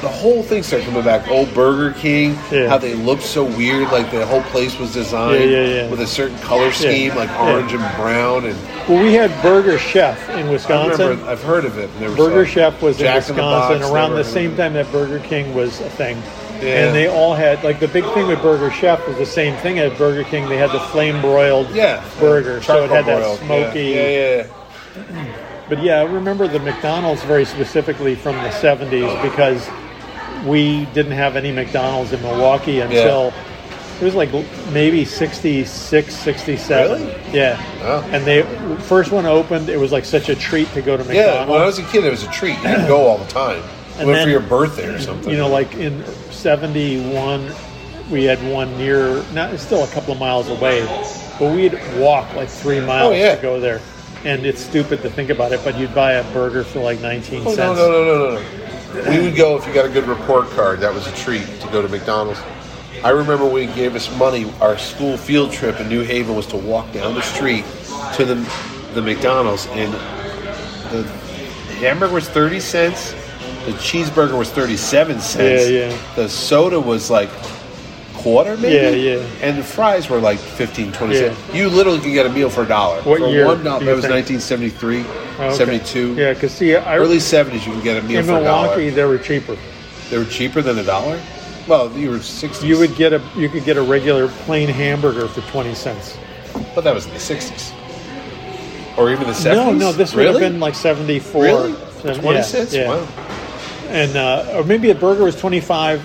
Speaker 3: The whole thing started coming back. Old Burger King,
Speaker 2: Yeah.
Speaker 3: how they looked so weird, like the whole place was designed
Speaker 2: Yeah, yeah, yeah.
Speaker 3: with a certain color scheme, like
Speaker 2: Yeah.
Speaker 3: orange and brown and
Speaker 2: Well, we had Burger Chef in
Speaker 3: I
Speaker 2: Wisconsin.
Speaker 3: remember, I've heard of it. Never
Speaker 2: Burger
Speaker 3: saw it.
Speaker 2: Chef was in
Speaker 3: Jack the
Speaker 2: Wisconsin around
Speaker 3: Box, never
Speaker 2: the
Speaker 3: heard of
Speaker 2: same
Speaker 3: it.
Speaker 2: time that Burger King was a thing.
Speaker 3: Yeah.
Speaker 2: And they all had like the big thing with Burger Chef was the same thing at Burger King. They had the flame broiled
Speaker 3: Yeah,
Speaker 2: burger, so it
Speaker 3: charcoal
Speaker 2: had
Speaker 3: broiled,
Speaker 2: that smoky.
Speaker 3: Yeah, yeah, yeah.
Speaker 2: But yeah, I remember the McDonald's very specifically from the '70s because we didn't have any McDonald's in Milwaukee until it was like maybe '66, '67.
Speaker 3: Really?
Speaker 2: Yeah.
Speaker 3: Wow.
Speaker 2: And they first one opened. It was like such a treat to go to McDonald's.
Speaker 3: Yeah, when I was a kid, it was a treat. You could go all the time.
Speaker 2: And
Speaker 3: Went
Speaker 2: then-
Speaker 3: for your birthday or something.
Speaker 2: you know, like in '71, we had one near, not it's still a couple of miles away, but we'd walk like three miles
Speaker 3: Oh, yeah.
Speaker 2: to go there. And it's stupid to think about it, but you'd buy a burger for like 19
Speaker 3: oh,
Speaker 2: cents.
Speaker 3: no, no, no, no, no, no. We would go if you got a good report card. That was a treat to go to McDonald's. I remember when he gave us money. Our school field trip in New Haven was to walk down the street to the the McDonald's, and the hamburger was thirty cents. The cheeseburger was thirty-seven cents.
Speaker 2: Yeah, yeah.
Speaker 3: The soda was like quarter, maybe.
Speaker 2: Yeah, yeah.
Speaker 3: And the fries were like 15, 20
Speaker 2: Yeah.
Speaker 3: cents. You literally could get a meal for a dollar.
Speaker 2: What
Speaker 3: for
Speaker 2: year
Speaker 3: One dollar.
Speaker 2: do you
Speaker 3: It was
Speaker 2: think?
Speaker 3: 1973,
Speaker 2: Oh, okay.
Speaker 3: 72.
Speaker 2: Yeah, because see, I,
Speaker 3: Early 70s, you can get a meal
Speaker 2: in
Speaker 3: for a
Speaker 2: Milwaukee
Speaker 3: dollar.
Speaker 2: they were cheaper.
Speaker 3: They were cheaper than a dollar. Well, you were 60.
Speaker 2: You would get a you could get a regular plain hamburger for twenty cents.
Speaker 3: but that was in the 60s, or even the 70s.
Speaker 2: No, no, this would
Speaker 3: really?
Speaker 2: have been like seventy four.
Speaker 3: really 20 cents. Wow.
Speaker 2: and uh, or maybe a burger was twenty five,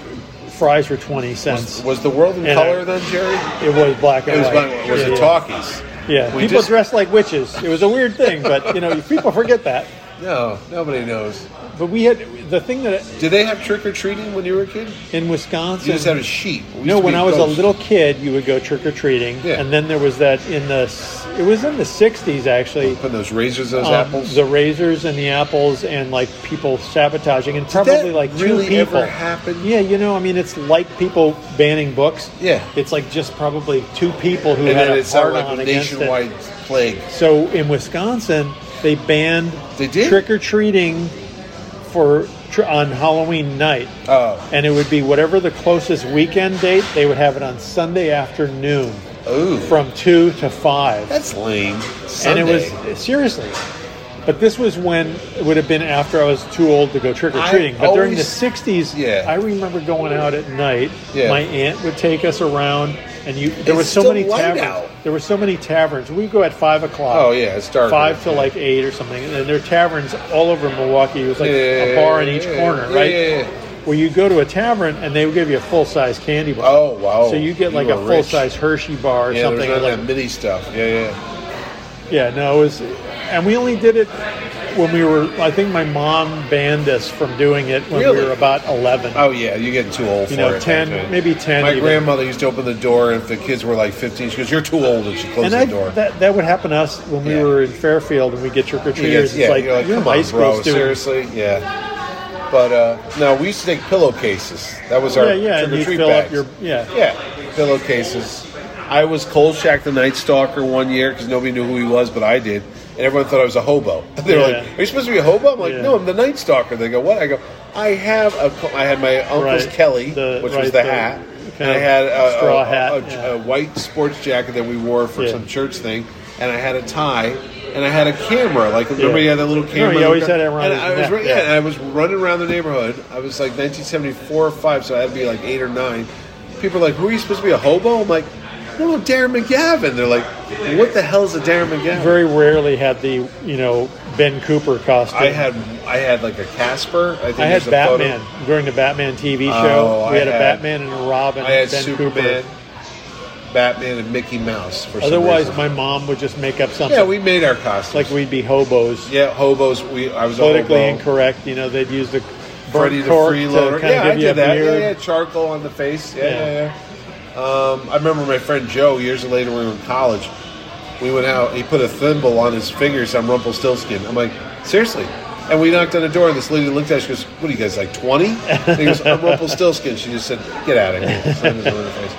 Speaker 2: fries were twenty cents.
Speaker 3: Was the world in
Speaker 2: And I-
Speaker 3: color then, Jerry?
Speaker 2: it was black and
Speaker 3: It was,
Speaker 2: white.
Speaker 3: about- was
Speaker 2: yeah,
Speaker 3: the
Speaker 2: yeah.
Speaker 3: talkies.
Speaker 2: Yeah,
Speaker 3: We
Speaker 2: people
Speaker 3: just-
Speaker 2: dressed like witches. It was a weird thing, but you know, people forget that.
Speaker 3: No, nobody knows.
Speaker 2: But we had the thing that
Speaker 3: Did they have trick or treating when you were a kid?
Speaker 2: in Wisconsin.
Speaker 3: You just had a sheet. We
Speaker 2: No,
Speaker 3: used to
Speaker 2: when
Speaker 3: be
Speaker 2: I was
Speaker 3: ghosts.
Speaker 2: a little kid, you would go trick or treating,
Speaker 3: Yeah.
Speaker 2: and then there was that in the. s- It was in the '60s, actually.
Speaker 3: put those razors, those
Speaker 2: um,
Speaker 3: apples.
Speaker 2: The razors and the apples, and like people sabotaging, and
Speaker 3: Did
Speaker 2: probably
Speaker 3: that
Speaker 2: like two
Speaker 3: really
Speaker 2: people.
Speaker 3: ever happen?
Speaker 2: Yeah, you know, I mean, it's like people banning books.
Speaker 3: Yeah.
Speaker 2: it's like just probably two people who
Speaker 3: and
Speaker 2: had
Speaker 3: then
Speaker 2: a
Speaker 3: it sounded
Speaker 2: hard
Speaker 3: like
Speaker 2: on
Speaker 3: a
Speaker 2: against it.
Speaker 3: nationwide plague.
Speaker 2: So in Wisconsin, they banned
Speaker 3: They did?
Speaker 2: trick or treating for tr- on Halloween night,
Speaker 3: Oh,
Speaker 2: and it would be whatever the closest weekend date. They would have it on Sunday afternoon
Speaker 3: ooh,
Speaker 2: from two to five,
Speaker 3: that's lame. Sunday.
Speaker 2: and it was seriously. But this was when it would have been after I was too old to go trick or treating.
Speaker 3: I
Speaker 2: But during the
Speaker 3: always-
Speaker 2: '60s,
Speaker 3: Yeah.
Speaker 2: I remember going out at night.
Speaker 3: Yeah.
Speaker 2: My aunt would take us around, and you there
Speaker 3: It's
Speaker 2: were so
Speaker 3: still
Speaker 2: many
Speaker 3: light
Speaker 2: taverns.
Speaker 3: out.
Speaker 2: There were so many taverns. We go at five o'clock
Speaker 3: Oh yeah, it's dark.
Speaker 2: five to like eight or something. And there are taverns all over Milwaukee. It was like a bar in each
Speaker 3: Yeah,
Speaker 2: corner,
Speaker 3: yeah,
Speaker 2: right?
Speaker 3: yeah, yeah.
Speaker 2: Where you go to a tavern and they will give you a full size candy bar.
Speaker 3: Oh wow.
Speaker 2: So you get like
Speaker 3: were
Speaker 2: a full
Speaker 3: rich.
Speaker 2: size Hershey bar or
Speaker 3: Yeah,
Speaker 2: something.
Speaker 3: there's none
Speaker 2: Like- Mm-hmm.
Speaker 3: of that mini stuff. Yeah, yeah.
Speaker 2: yeah, no, it was, and we only did it when we were. I think my mom banned us from doing it when
Speaker 3: Really?
Speaker 2: we were about eleven.
Speaker 3: Oh yeah, you're getting too old
Speaker 2: You
Speaker 3: for
Speaker 2: know,
Speaker 3: it.
Speaker 2: 10,
Speaker 3: man.
Speaker 2: maybe 10
Speaker 3: My
Speaker 2: even.
Speaker 3: grandmother used to open the door if the kids were like 15. She goes, "You're too old," and she
Speaker 2: and
Speaker 3: closed the
Speaker 2: I,
Speaker 3: door.
Speaker 2: that that would happen to us when we
Speaker 3: Yeah.
Speaker 2: were in Fairfield and we get trick or
Speaker 3: You
Speaker 2: treaters.
Speaker 3: guys-
Speaker 2: it's like,
Speaker 3: you're like,
Speaker 2: you're a
Speaker 3: come
Speaker 2: high
Speaker 3: on,
Speaker 2: school
Speaker 3: bro,
Speaker 2: student.
Speaker 3: seriously, yeah. But uh, no, we used to take pillowcases. That was our
Speaker 2: Yeah, yeah, and you
Speaker 3: trick or treat
Speaker 2: fill up
Speaker 3: bags.
Speaker 2: your yeah.
Speaker 3: yeah, pillowcases. I was Kolchak the Night Stalker one year because nobody knew who he was, but I did, and everyone thought I was a hobo. They were
Speaker 2: Yeah.
Speaker 3: like, "Are you supposed to be a hobo?" I'm like,
Speaker 2: Yeah.
Speaker 3: "No, I'm the Night Stalker." They go, "What?" I go, "I have a, Ko- I had my uncle's
Speaker 2: Right,
Speaker 3: Kelly,
Speaker 2: the-
Speaker 3: which
Speaker 2: right,
Speaker 3: was the,
Speaker 2: the
Speaker 3: hat, and
Speaker 2: kind
Speaker 3: I
Speaker 2: of
Speaker 3: had a
Speaker 2: straw
Speaker 3: a-
Speaker 2: hat,
Speaker 3: a-
Speaker 2: yeah.
Speaker 3: a white sports jacket that we wore for
Speaker 2: Yeah.
Speaker 3: some church thing, and I had a tie, and I had a camera. Like remember, you had that little
Speaker 2: No,
Speaker 3: camera.
Speaker 2: he
Speaker 3: that
Speaker 2: always
Speaker 3: would-
Speaker 2: had it around
Speaker 3: and
Speaker 2: his
Speaker 3: I was,
Speaker 2: neck,
Speaker 3: run-
Speaker 2: yeah.
Speaker 3: yeah, and I was running around the neighborhood. I was like 1974 or five, so I had to be like eight or nine. People are like, "Who are you supposed to be a hobo?" I'm like, "No, no, Darren McGavin." They're like, "What the hell is a Darren McGavin?"
Speaker 2: very rarely had the you know Ben Cooper costume.
Speaker 3: I had I had like a Casper. I, think
Speaker 2: I had
Speaker 3: there's a photo.
Speaker 2: Batman during the Batman TV
Speaker 3: Oh,
Speaker 2: show. we
Speaker 3: I
Speaker 2: had, a
Speaker 3: had-
Speaker 2: Batman and a Robin.
Speaker 3: I had
Speaker 2: and ben
Speaker 3: Superman,
Speaker 2: Cooper.
Speaker 3: Batman, and Mickey Mouse. For some
Speaker 2: Otherwise,
Speaker 3: reason.
Speaker 2: my mom would just make up something.
Speaker 3: yeah, we made our costumes.
Speaker 2: like we'd be hobos,
Speaker 3: Yeah, hobos. We I was
Speaker 2: politically
Speaker 3: a hobo.
Speaker 2: incorrect. You know, they'd use the burnt
Speaker 3: Freddy the
Speaker 2: cork to
Speaker 3: freeloader.
Speaker 2: kind
Speaker 3: yeah,
Speaker 2: of give you a
Speaker 3: I did that. Yeah,
Speaker 2: beard.
Speaker 3: yeah, charcoal on the face. Yeah,
Speaker 2: Yeah.
Speaker 3: yeah, yeah. Um, I remember my friend Joe years later when we were in college. We went out. He put a thimble on his fingers on Rumpelstiltskin. I'm like, seriously. And we knocked on the door, and this lady looked at us. She goes, "What are you guys like, 20?" And he goes, "I'm Rumpelstiltskin." She just said, "Get out of here." Slammed his door in the face.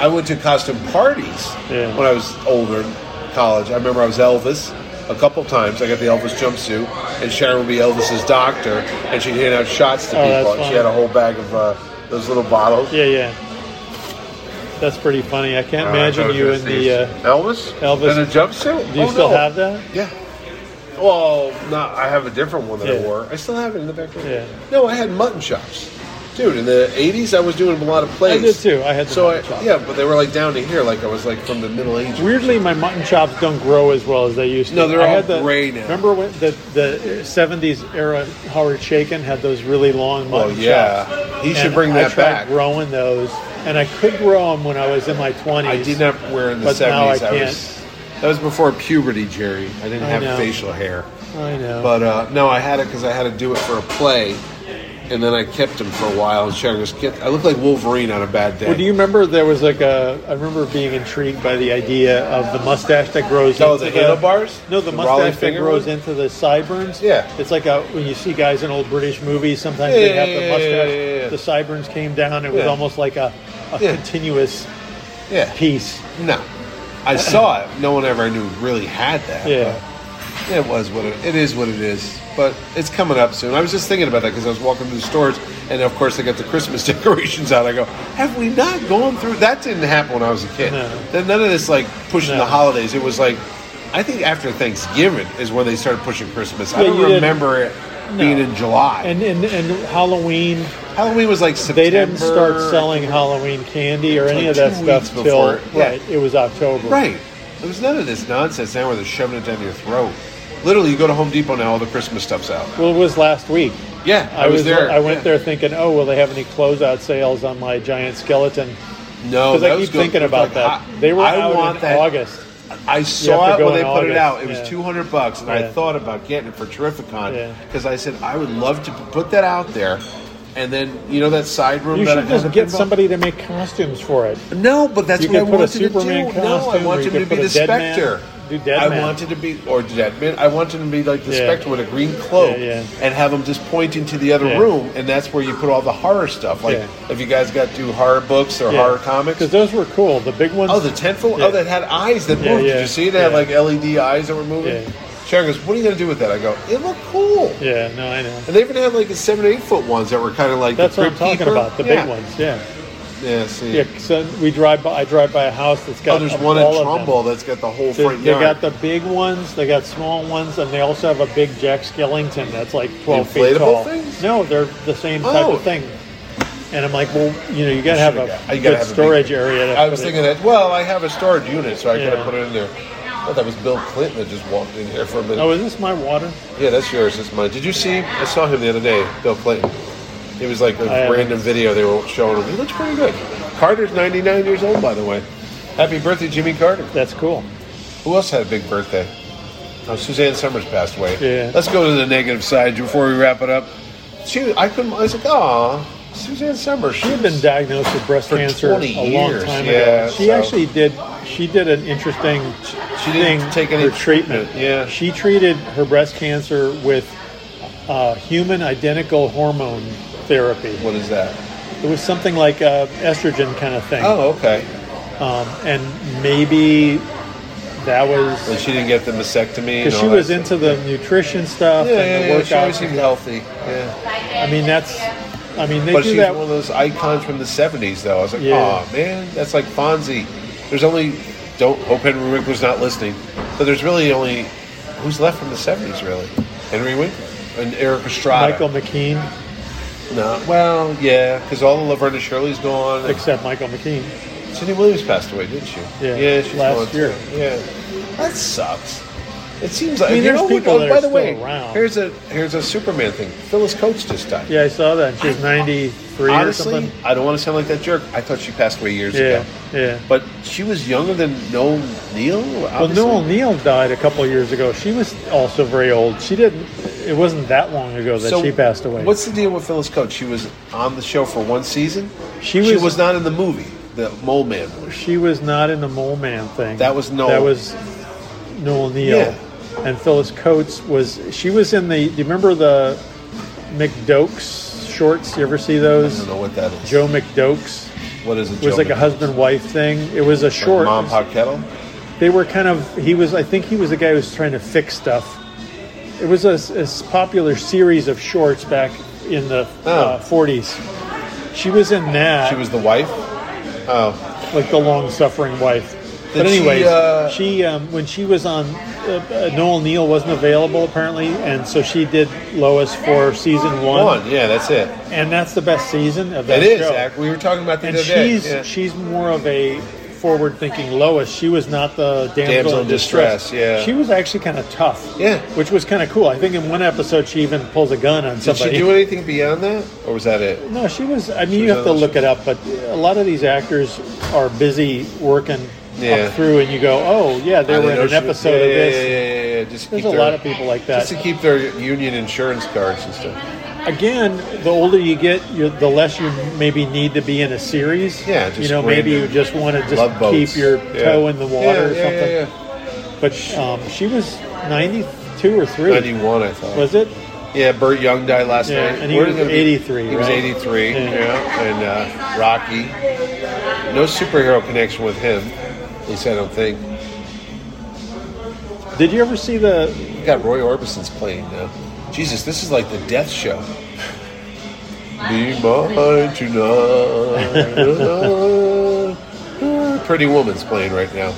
Speaker 3: I went to costume parties
Speaker 2: Yeah.
Speaker 3: when I was older, in college. I remember I was Elvis a couple times. I got the Elvis jumpsuit, and Sharon would be Elvis's doctor, and she'd hand out shots to
Speaker 2: Oh, that's
Speaker 3: people. And she
Speaker 2: funny.
Speaker 3: had a whole bag of uh, those little bottles.
Speaker 2: yeah, yeah. That's pretty funny. I can't imagine you in the. Uh,
Speaker 3: Elvis.
Speaker 2: Elvis-
Speaker 3: in a jumpsuit.
Speaker 2: do you
Speaker 3: Oh,
Speaker 2: still
Speaker 3: no.
Speaker 2: have that?
Speaker 3: Yeah. Well, no, I have a different one that
Speaker 2: Yeah.
Speaker 3: I wore. I still have it in the back room.
Speaker 2: Yeah.
Speaker 3: No, I had mutton chops. Dude, in the 80s, I was doing a lot of
Speaker 2: I
Speaker 3: plays.
Speaker 2: did too. I had the
Speaker 3: So I,
Speaker 2: mutton chops.
Speaker 3: yeah, but they were like down to here, like I was like from the Middle Ages.
Speaker 2: Weirdly, my mutton chops don't grow as well as they used to.
Speaker 3: No, they're
Speaker 2: I
Speaker 3: all
Speaker 2: had the,
Speaker 3: gray now.
Speaker 2: Remember when the the seventies era Howard Chaykin had those really long
Speaker 3: Oh
Speaker 2: mutton
Speaker 3: yeah,
Speaker 2: chops?
Speaker 3: he should
Speaker 2: And
Speaker 3: bring
Speaker 2: I
Speaker 3: that
Speaker 2: tried
Speaker 3: back.
Speaker 2: Growing those, and I could grow them when I was in my twenties.
Speaker 3: I did not wear in the
Speaker 2: But now I
Speaker 3: seventies. I, was that was before puberty, Jerry. I didn't
Speaker 2: I
Speaker 3: have
Speaker 2: know.
Speaker 3: facial hair,
Speaker 2: I know.
Speaker 3: but uh, no, I had it because I had to do it for a play, and then I kept them for a while. And Sharon goes, "Get." I look like Wolverine on a bad day.
Speaker 2: well, do you remember there was like a? I remember being intrigued by the idea of the mustache that grows.
Speaker 3: Oh,
Speaker 2: into
Speaker 3: the handlebars?
Speaker 2: No, the,
Speaker 3: The Raleigh
Speaker 2: mustache that
Speaker 3: finger
Speaker 2: grows
Speaker 3: one?
Speaker 2: into the sideburns.
Speaker 3: Yeah.
Speaker 2: it's like a, when you see guys in old British movies. Sometimes
Speaker 3: Yeah,
Speaker 2: they have the
Speaker 3: yeah,
Speaker 2: mustache.
Speaker 3: yeah, yeah, yeah.
Speaker 2: The sideburns came down. It was
Speaker 3: Yeah.
Speaker 2: almost like a, a
Speaker 3: Yeah.
Speaker 2: continuous
Speaker 3: yeah,
Speaker 2: piece.
Speaker 3: no, I saw it. No one ever I knew really had that.
Speaker 2: Yeah.
Speaker 3: but It was what it, it is. What it is, but it's coming up soon. I was just thinking about that because I was walking through the stores, and of course they got the Christmas decorations out. I go, have we not gone through? That didn't happen when I was a kid.
Speaker 2: No.
Speaker 3: Then none of this like pushing
Speaker 2: No.
Speaker 3: the holidays. It was like, I think after Thanksgiving is when they started pushing Christmas. I
Speaker 2: Yeah, you
Speaker 3: don't
Speaker 2: didn't-
Speaker 3: remember it being in July.
Speaker 2: And and, and Halloween,
Speaker 3: Halloween was like September.
Speaker 2: they didn't start selling Halloween candy or any of
Speaker 3: like
Speaker 2: that
Speaker 3: two
Speaker 2: stuff
Speaker 3: weeks
Speaker 2: till
Speaker 3: before, yeah.
Speaker 2: right. It was October.
Speaker 3: Right. There was none of this nonsense now where they're shoving it down your throat. Literally, you go to Home Depot now, all the Christmas stuff's out.
Speaker 2: Well, it was last week.
Speaker 3: Yeah, I,
Speaker 2: I uh,
Speaker 3: was, there.
Speaker 2: I went
Speaker 3: yeah.
Speaker 2: there thinking, oh, will they have any closeout sales on my giant skeleton?
Speaker 3: No,
Speaker 2: Because
Speaker 3: Oh, that
Speaker 2: I
Speaker 3: was
Speaker 2: keep
Speaker 3: good.
Speaker 2: thinking
Speaker 3: It was
Speaker 2: about
Speaker 3: like
Speaker 2: that.
Speaker 3: hot.
Speaker 2: They were
Speaker 3: I
Speaker 2: out
Speaker 3: want
Speaker 2: in
Speaker 3: that.
Speaker 2: August.
Speaker 3: I
Speaker 2: have to
Speaker 3: saw it
Speaker 2: go
Speaker 3: when
Speaker 2: in
Speaker 3: they put it
Speaker 2: August,
Speaker 3: out. It was
Speaker 2: yeah.
Speaker 3: 200 bucks, and
Speaker 2: Yeah.
Speaker 3: I thought about getting it for
Speaker 2: Yeah.
Speaker 3: Terrificon because I said I would love to put that out there. And then you know that side room.
Speaker 2: You
Speaker 3: that I
Speaker 2: should just
Speaker 3: had
Speaker 2: get
Speaker 3: pinball?
Speaker 2: somebody to make costumes for it.
Speaker 3: No, but that's
Speaker 2: You
Speaker 3: what I
Speaker 2: could put a
Speaker 3: wanted to do.
Speaker 2: Superman
Speaker 3: no, I
Speaker 2: costume, or you
Speaker 3: wanted
Speaker 2: could
Speaker 3: him to be
Speaker 2: put a
Speaker 3: the
Speaker 2: dead man-
Speaker 3: Spectre.
Speaker 2: do dead
Speaker 3: I
Speaker 2: man.
Speaker 3: wanted to be or Deadman. I wanted him to be like the
Speaker 2: Yeah.
Speaker 3: Spectre with a green cloak
Speaker 2: Yeah, yeah.
Speaker 3: and have him just pointing to the other
Speaker 2: Yeah.
Speaker 3: room, and that's where you put all the horror stuff. Like
Speaker 2: Yeah.
Speaker 3: if you guys got do horror books or horror comics.
Speaker 2: Because those were cool. The big ones.
Speaker 3: Oh, the tentpole.
Speaker 2: Yeah.
Speaker 3: Oh, that had eyes that
Speaker 2: Yeah,
Speaker 3: moved.
Speaker 2: yeah,
Speaker 3: Did you see it? They had
Speaker 2: yeah.
Speaker 3: like LED eyes that were moving.
Speaker 2: Yeah.
Speaker 3: Sharon goes, "What are you going to do with that?" I go, "It looked cool."
Speaker 2: yeah, no, I know.
Speaker 3: And they even had like the seven, eight foot ones that were kind of like
Speaker 2: That's
Speaker 3: the
Speaker 2: what I'm
Speaker 3: Crypt
Speaker 2: talking
Speaker 3: Keeper.
Speaker 2: about. The
Speaker 3: yeah.
Speaker 2: big ones. Yeah.
Speaker 3: Yeah, see.
Speaker 2: Yeah. So we drive by. I drive by a house that's got.
Speaker 3: Oh, there's
Speaker 2: of
Speaker 3: one
Speaker 2: all
Speaker 3: in
Speaker 2: of them.
Speaker 3: Trumbull that's got the whole
Speaker 2: They,
Speaker 3: front
Speaker 2: they
Speaker 3: yard.
Speaker 2: got the big ones, they got small ones, and they also have a big Jack Skellington that's like 12 feet
Speaker 3: Inflatable
Speaker 2: tall.
Speaker 3: things?
Speaker 2: No, they're the same type
Speaker 3: Oh.
Speaker 2: of thing. And I'm like, well, you know, you gotta have
Speaker 3: Should've
Speaker 2: a
Speaker 3: got- you
Speaker 2: good
Speaker 3: gotta have a big-
Speaker 2: storage area. to
Speaker 3: I was
Speaker 2: put it-
Speaker 3: thinking that. Well, I have a storage unit, so I could
Speaker 2: Yeah.
Speaker 3: have put it in there. But that was Bill Clinton that just walked in here for a minute.
Speaker 2: Oh, is this my water?
Speaker 3: yeah, that's yours. That's mine. Did you see? I saw him the other day, Bill Clinton. It was like a
Speaker 2: I haven't.
Speaker 3: random video they were showing him. He looks pretty good. Carter's 99 years old, by the way. Happy birthday, Jimmy Carter.
Speaker 2: That's cool.
Speaker 3: Who else had a big birthday? Oh, Suzanne Summers passed away.
Speaker 2: Yeah.
Speaker 3: Let's go to the negative side before we wrap it up. She, I couldn't. I was like, oh, Suzanne Summers.
Speaker 2: She had been diagnosed with breast
Speaker 3: For
Speaker 2: cancer
Speaker 3: 20
Speaker 2: a
Speaker 3: years,
Speaker 2: long time
Speaker 3: yeah,
Speaker 2: ago. She
Speaker 3: so-
Speaker 2: actually did. She did an interesting
Speaker 3: she didn't
Speaker 2: thing.
Speaker 3: take any
Speaker 2: her treatment.
Speaker 3: treatment, yeah.
Speaker 2: she treated her breast cancer with uh, human identical hormone therapy.
Speaker 3: What is that?
Speaker 2: It was something like a estrogen kind of thing.
Speaker 3: Oh, okay.
Speaker 2: Um, and maybe that
Speaker 3: And
Speaker 2: was
Speaker 3: she didn't get the
Speaker 2: because
Speaker 3: mastectomy. Because
Speaker 2: she was into the nutrition stuff
Speaker 3: yeah, yeah,
Speaker 2: and
Speaker 3: yeah,
Speaker 2: the
Speaker 3: She always
Speaker 2: workouts.
Speaker 3: seemed healthy. Yeah.
Speaker 2: I mean, that's. I mean, they
Speaker 3: But
Speaker 2: do
Speaker 3: she's
Speaker 2: that.
Speaker 3: one of those icons from the '70s, though. I was like,
Speaker 2: Yeah.
Speaker 3: oh man, that's like Fonzie. There's only don't hope Henry Winkler's not listening, but there's really only who's left from the '70s, really. Henry Winkler and Eric Estrada.
Speaker 2: Michael McKean,
Speaker 3: No, well, yeah, because all the Laverne and Shirley's gone.
Speaker 2: except Michael McKean.
Speaker 3: Cindy Williams passed away, didn't she?
Speaker 2: Yeah,
Speaker 3: yeah, she's
Speaker 2: last
Speaker 3: gone, too.
Speaker 2: year.
Speaker 3: Yeah, that sucks. It seems like
Speaker 2: I mean,
Speaker 3: you
Speaker 2: there's
Speaker 3: know who-
Speaker 2: people
Speaker 3: oh,
Speaker 2: that
Speaker 3: by
Speaker 2: are
Speaker 3: the
Speaker 2: still
Speaker 3: way,
Speaker 2: around.
Speaker 3: here's a here's a Superman thing. Phyllis Coates just died.
Speaker 2: Yeah, I saw that. She was 93 or
Speaker 3: Honestly,
Speaker 2: something.
Speaker 3: I don't want to sound like that jerk. I thought she passed away years
Speaker 2: Yeah,
Speaker 3: ago,
Speaker 2: yeah.
Speaker 3: but she was younger than Noel Neal.
Speaker 2: Well,
Speaker 3: Obviously.
Speaker 2: Noel Neal died a couple of years ago. She was also very old. She didn't. It wasn't that long ago that she passed away.
Speaker 3: What's the deal with Phyllis Coates? She was on the show for one season.
Speaker 2: She
Speaker 3: she
Speaker 2: was-
Speaker 3: was not in the movie, the Mole Man.
Speaker 2: she was not in the Mole Man thing.
Speaker 3: That was Noel.
Speaker 2: That was Noel Neal.
Speaker 3: Yeah.
Speaker 2: And Phyllis Coates was. She was in the. Do you remember the McDokes shorts? You ever see
Speaker 3: I don't
Speaker 2: those?
Speaker 3: know what that is.
Speaker 2: Joe McDokes
Speaker 3: What is it?
Speaker 2: was
Speaker 3: Joe
Speaker 2: like a
Speaker 3: McDonald?
Speaker 2: husband wife thing. It was a short.
Speaker 3: Mom hot kettle.
Speaker 2: they were kind of he was i think he was the guy who was trying to fix stuff it was a, a popular series of shorts back in the uh,
Speaker 3: Oh.
Speaker 2: 40s she was in that
Speaker 3: She was the wife. Oh,
Speaker 2: like the long-suffering wife
Speaker 3: Did
Speaker 2: but
Speaker 3: she,
Speaker 2: anyways, she,
Speaker 3: uh,
Speaker 2: um, when she was on, uh, uh, Noel Neal wasn't available apparently, and so she did Lois for season one,
Speaker 3: one. Yeah, that's it.
Speaker 2: and that's the best season of that
Speaker 3: It is.
Speaker 2: show.
Speaker 3: Zach. We were talking about the
Speaker 2: And
Speaker 3: other day.
Speaker 2: she's
Speaker 3: Yeah.
Speaker 2: she's more of a forward-thinking Lois. She was not the damsel,
Speaker 3: Damsel in
Speaker 2: in distress.
Speaker 3: distress, yeah.
Speaker 2: she was actually kind of tough.
Speaker 3: Yeah.
Speaker 2: which was kind of cool. I think in one episode she even pulls a gun on
Speaker 3: Did
Speaker 2: somebody.
Speaker 3: she do anything beyond that, or was that it?
Speaker 2: No, she was. I mean,
Speaker 3: She
Speaker 2: you
Speaker 3: was
Speaker 2: have to
Speaker 3: on the
Speaker 2: look it up, but a lot of these actors are busy working
Speaker 3: Yeah.
Speaker 2: up through, and you go, "Oh, yeah, they
Speaker 3: I
Speaker 2: were in
Speaker 3: didn't know
Speaker 2: an
Speaker 3: she was-
Speaker 2: episode
Speaker 3: yeah,
Speaker 2: of
Speaker 3: yeah,
Speaker 2: this."
Speaker 3: Yeah, yeah, yeah. Just
Speaker 2: There's
Speaker 3: keep
Speaker 2: a
Speaker 3: their-
Speaker 2: lot of people like that.
Speaker 3: Just to keep their union insurance cards and stuff.
Speaker 2: Again, the older you get, you the less you maybe need to be in a series.
Speaker 3: Yeah, just
Speaker 2: you know, maybe
Speaker 3: random
Speaker 2: you just want to
Speaker 3: Love
Speaker 2: just
Speaker 3: boats.
Speaker 2: keep your
Speaker 3: Yeah.
Speaker 2: toe in the water
Speaker 3: Yeah,
Speaker 2: or something.
Speaker 3: yeah, yeah,
Speaker 2: But um, she was 92 or 3.
Speaker 3: yeah. Ninety-one, I thought.
Speaker 2: Was it?
Speaker 3: Yeah, Burt Young died last
Speaker 2: Yeah,
Speaker 3: night.
Speaker 2: and he
Speaker 3: Where
Speaker 2: was
Speaker 3: did
Speaker 2: 83,
Speaker 3: He was
Speaker 2: right?
Speaker 3: 83,
Speaker 2: Yeah.
Speaker 3: yeah. And uh, Rocky. No superhero connection with him, at least I don't think.
Speaker 2: Did you ever see the?
Speaker 3: You got Roy Orbison's playing now. Jesus, this is like the death show. Be mine tonight. Pretty Woman's playing right now.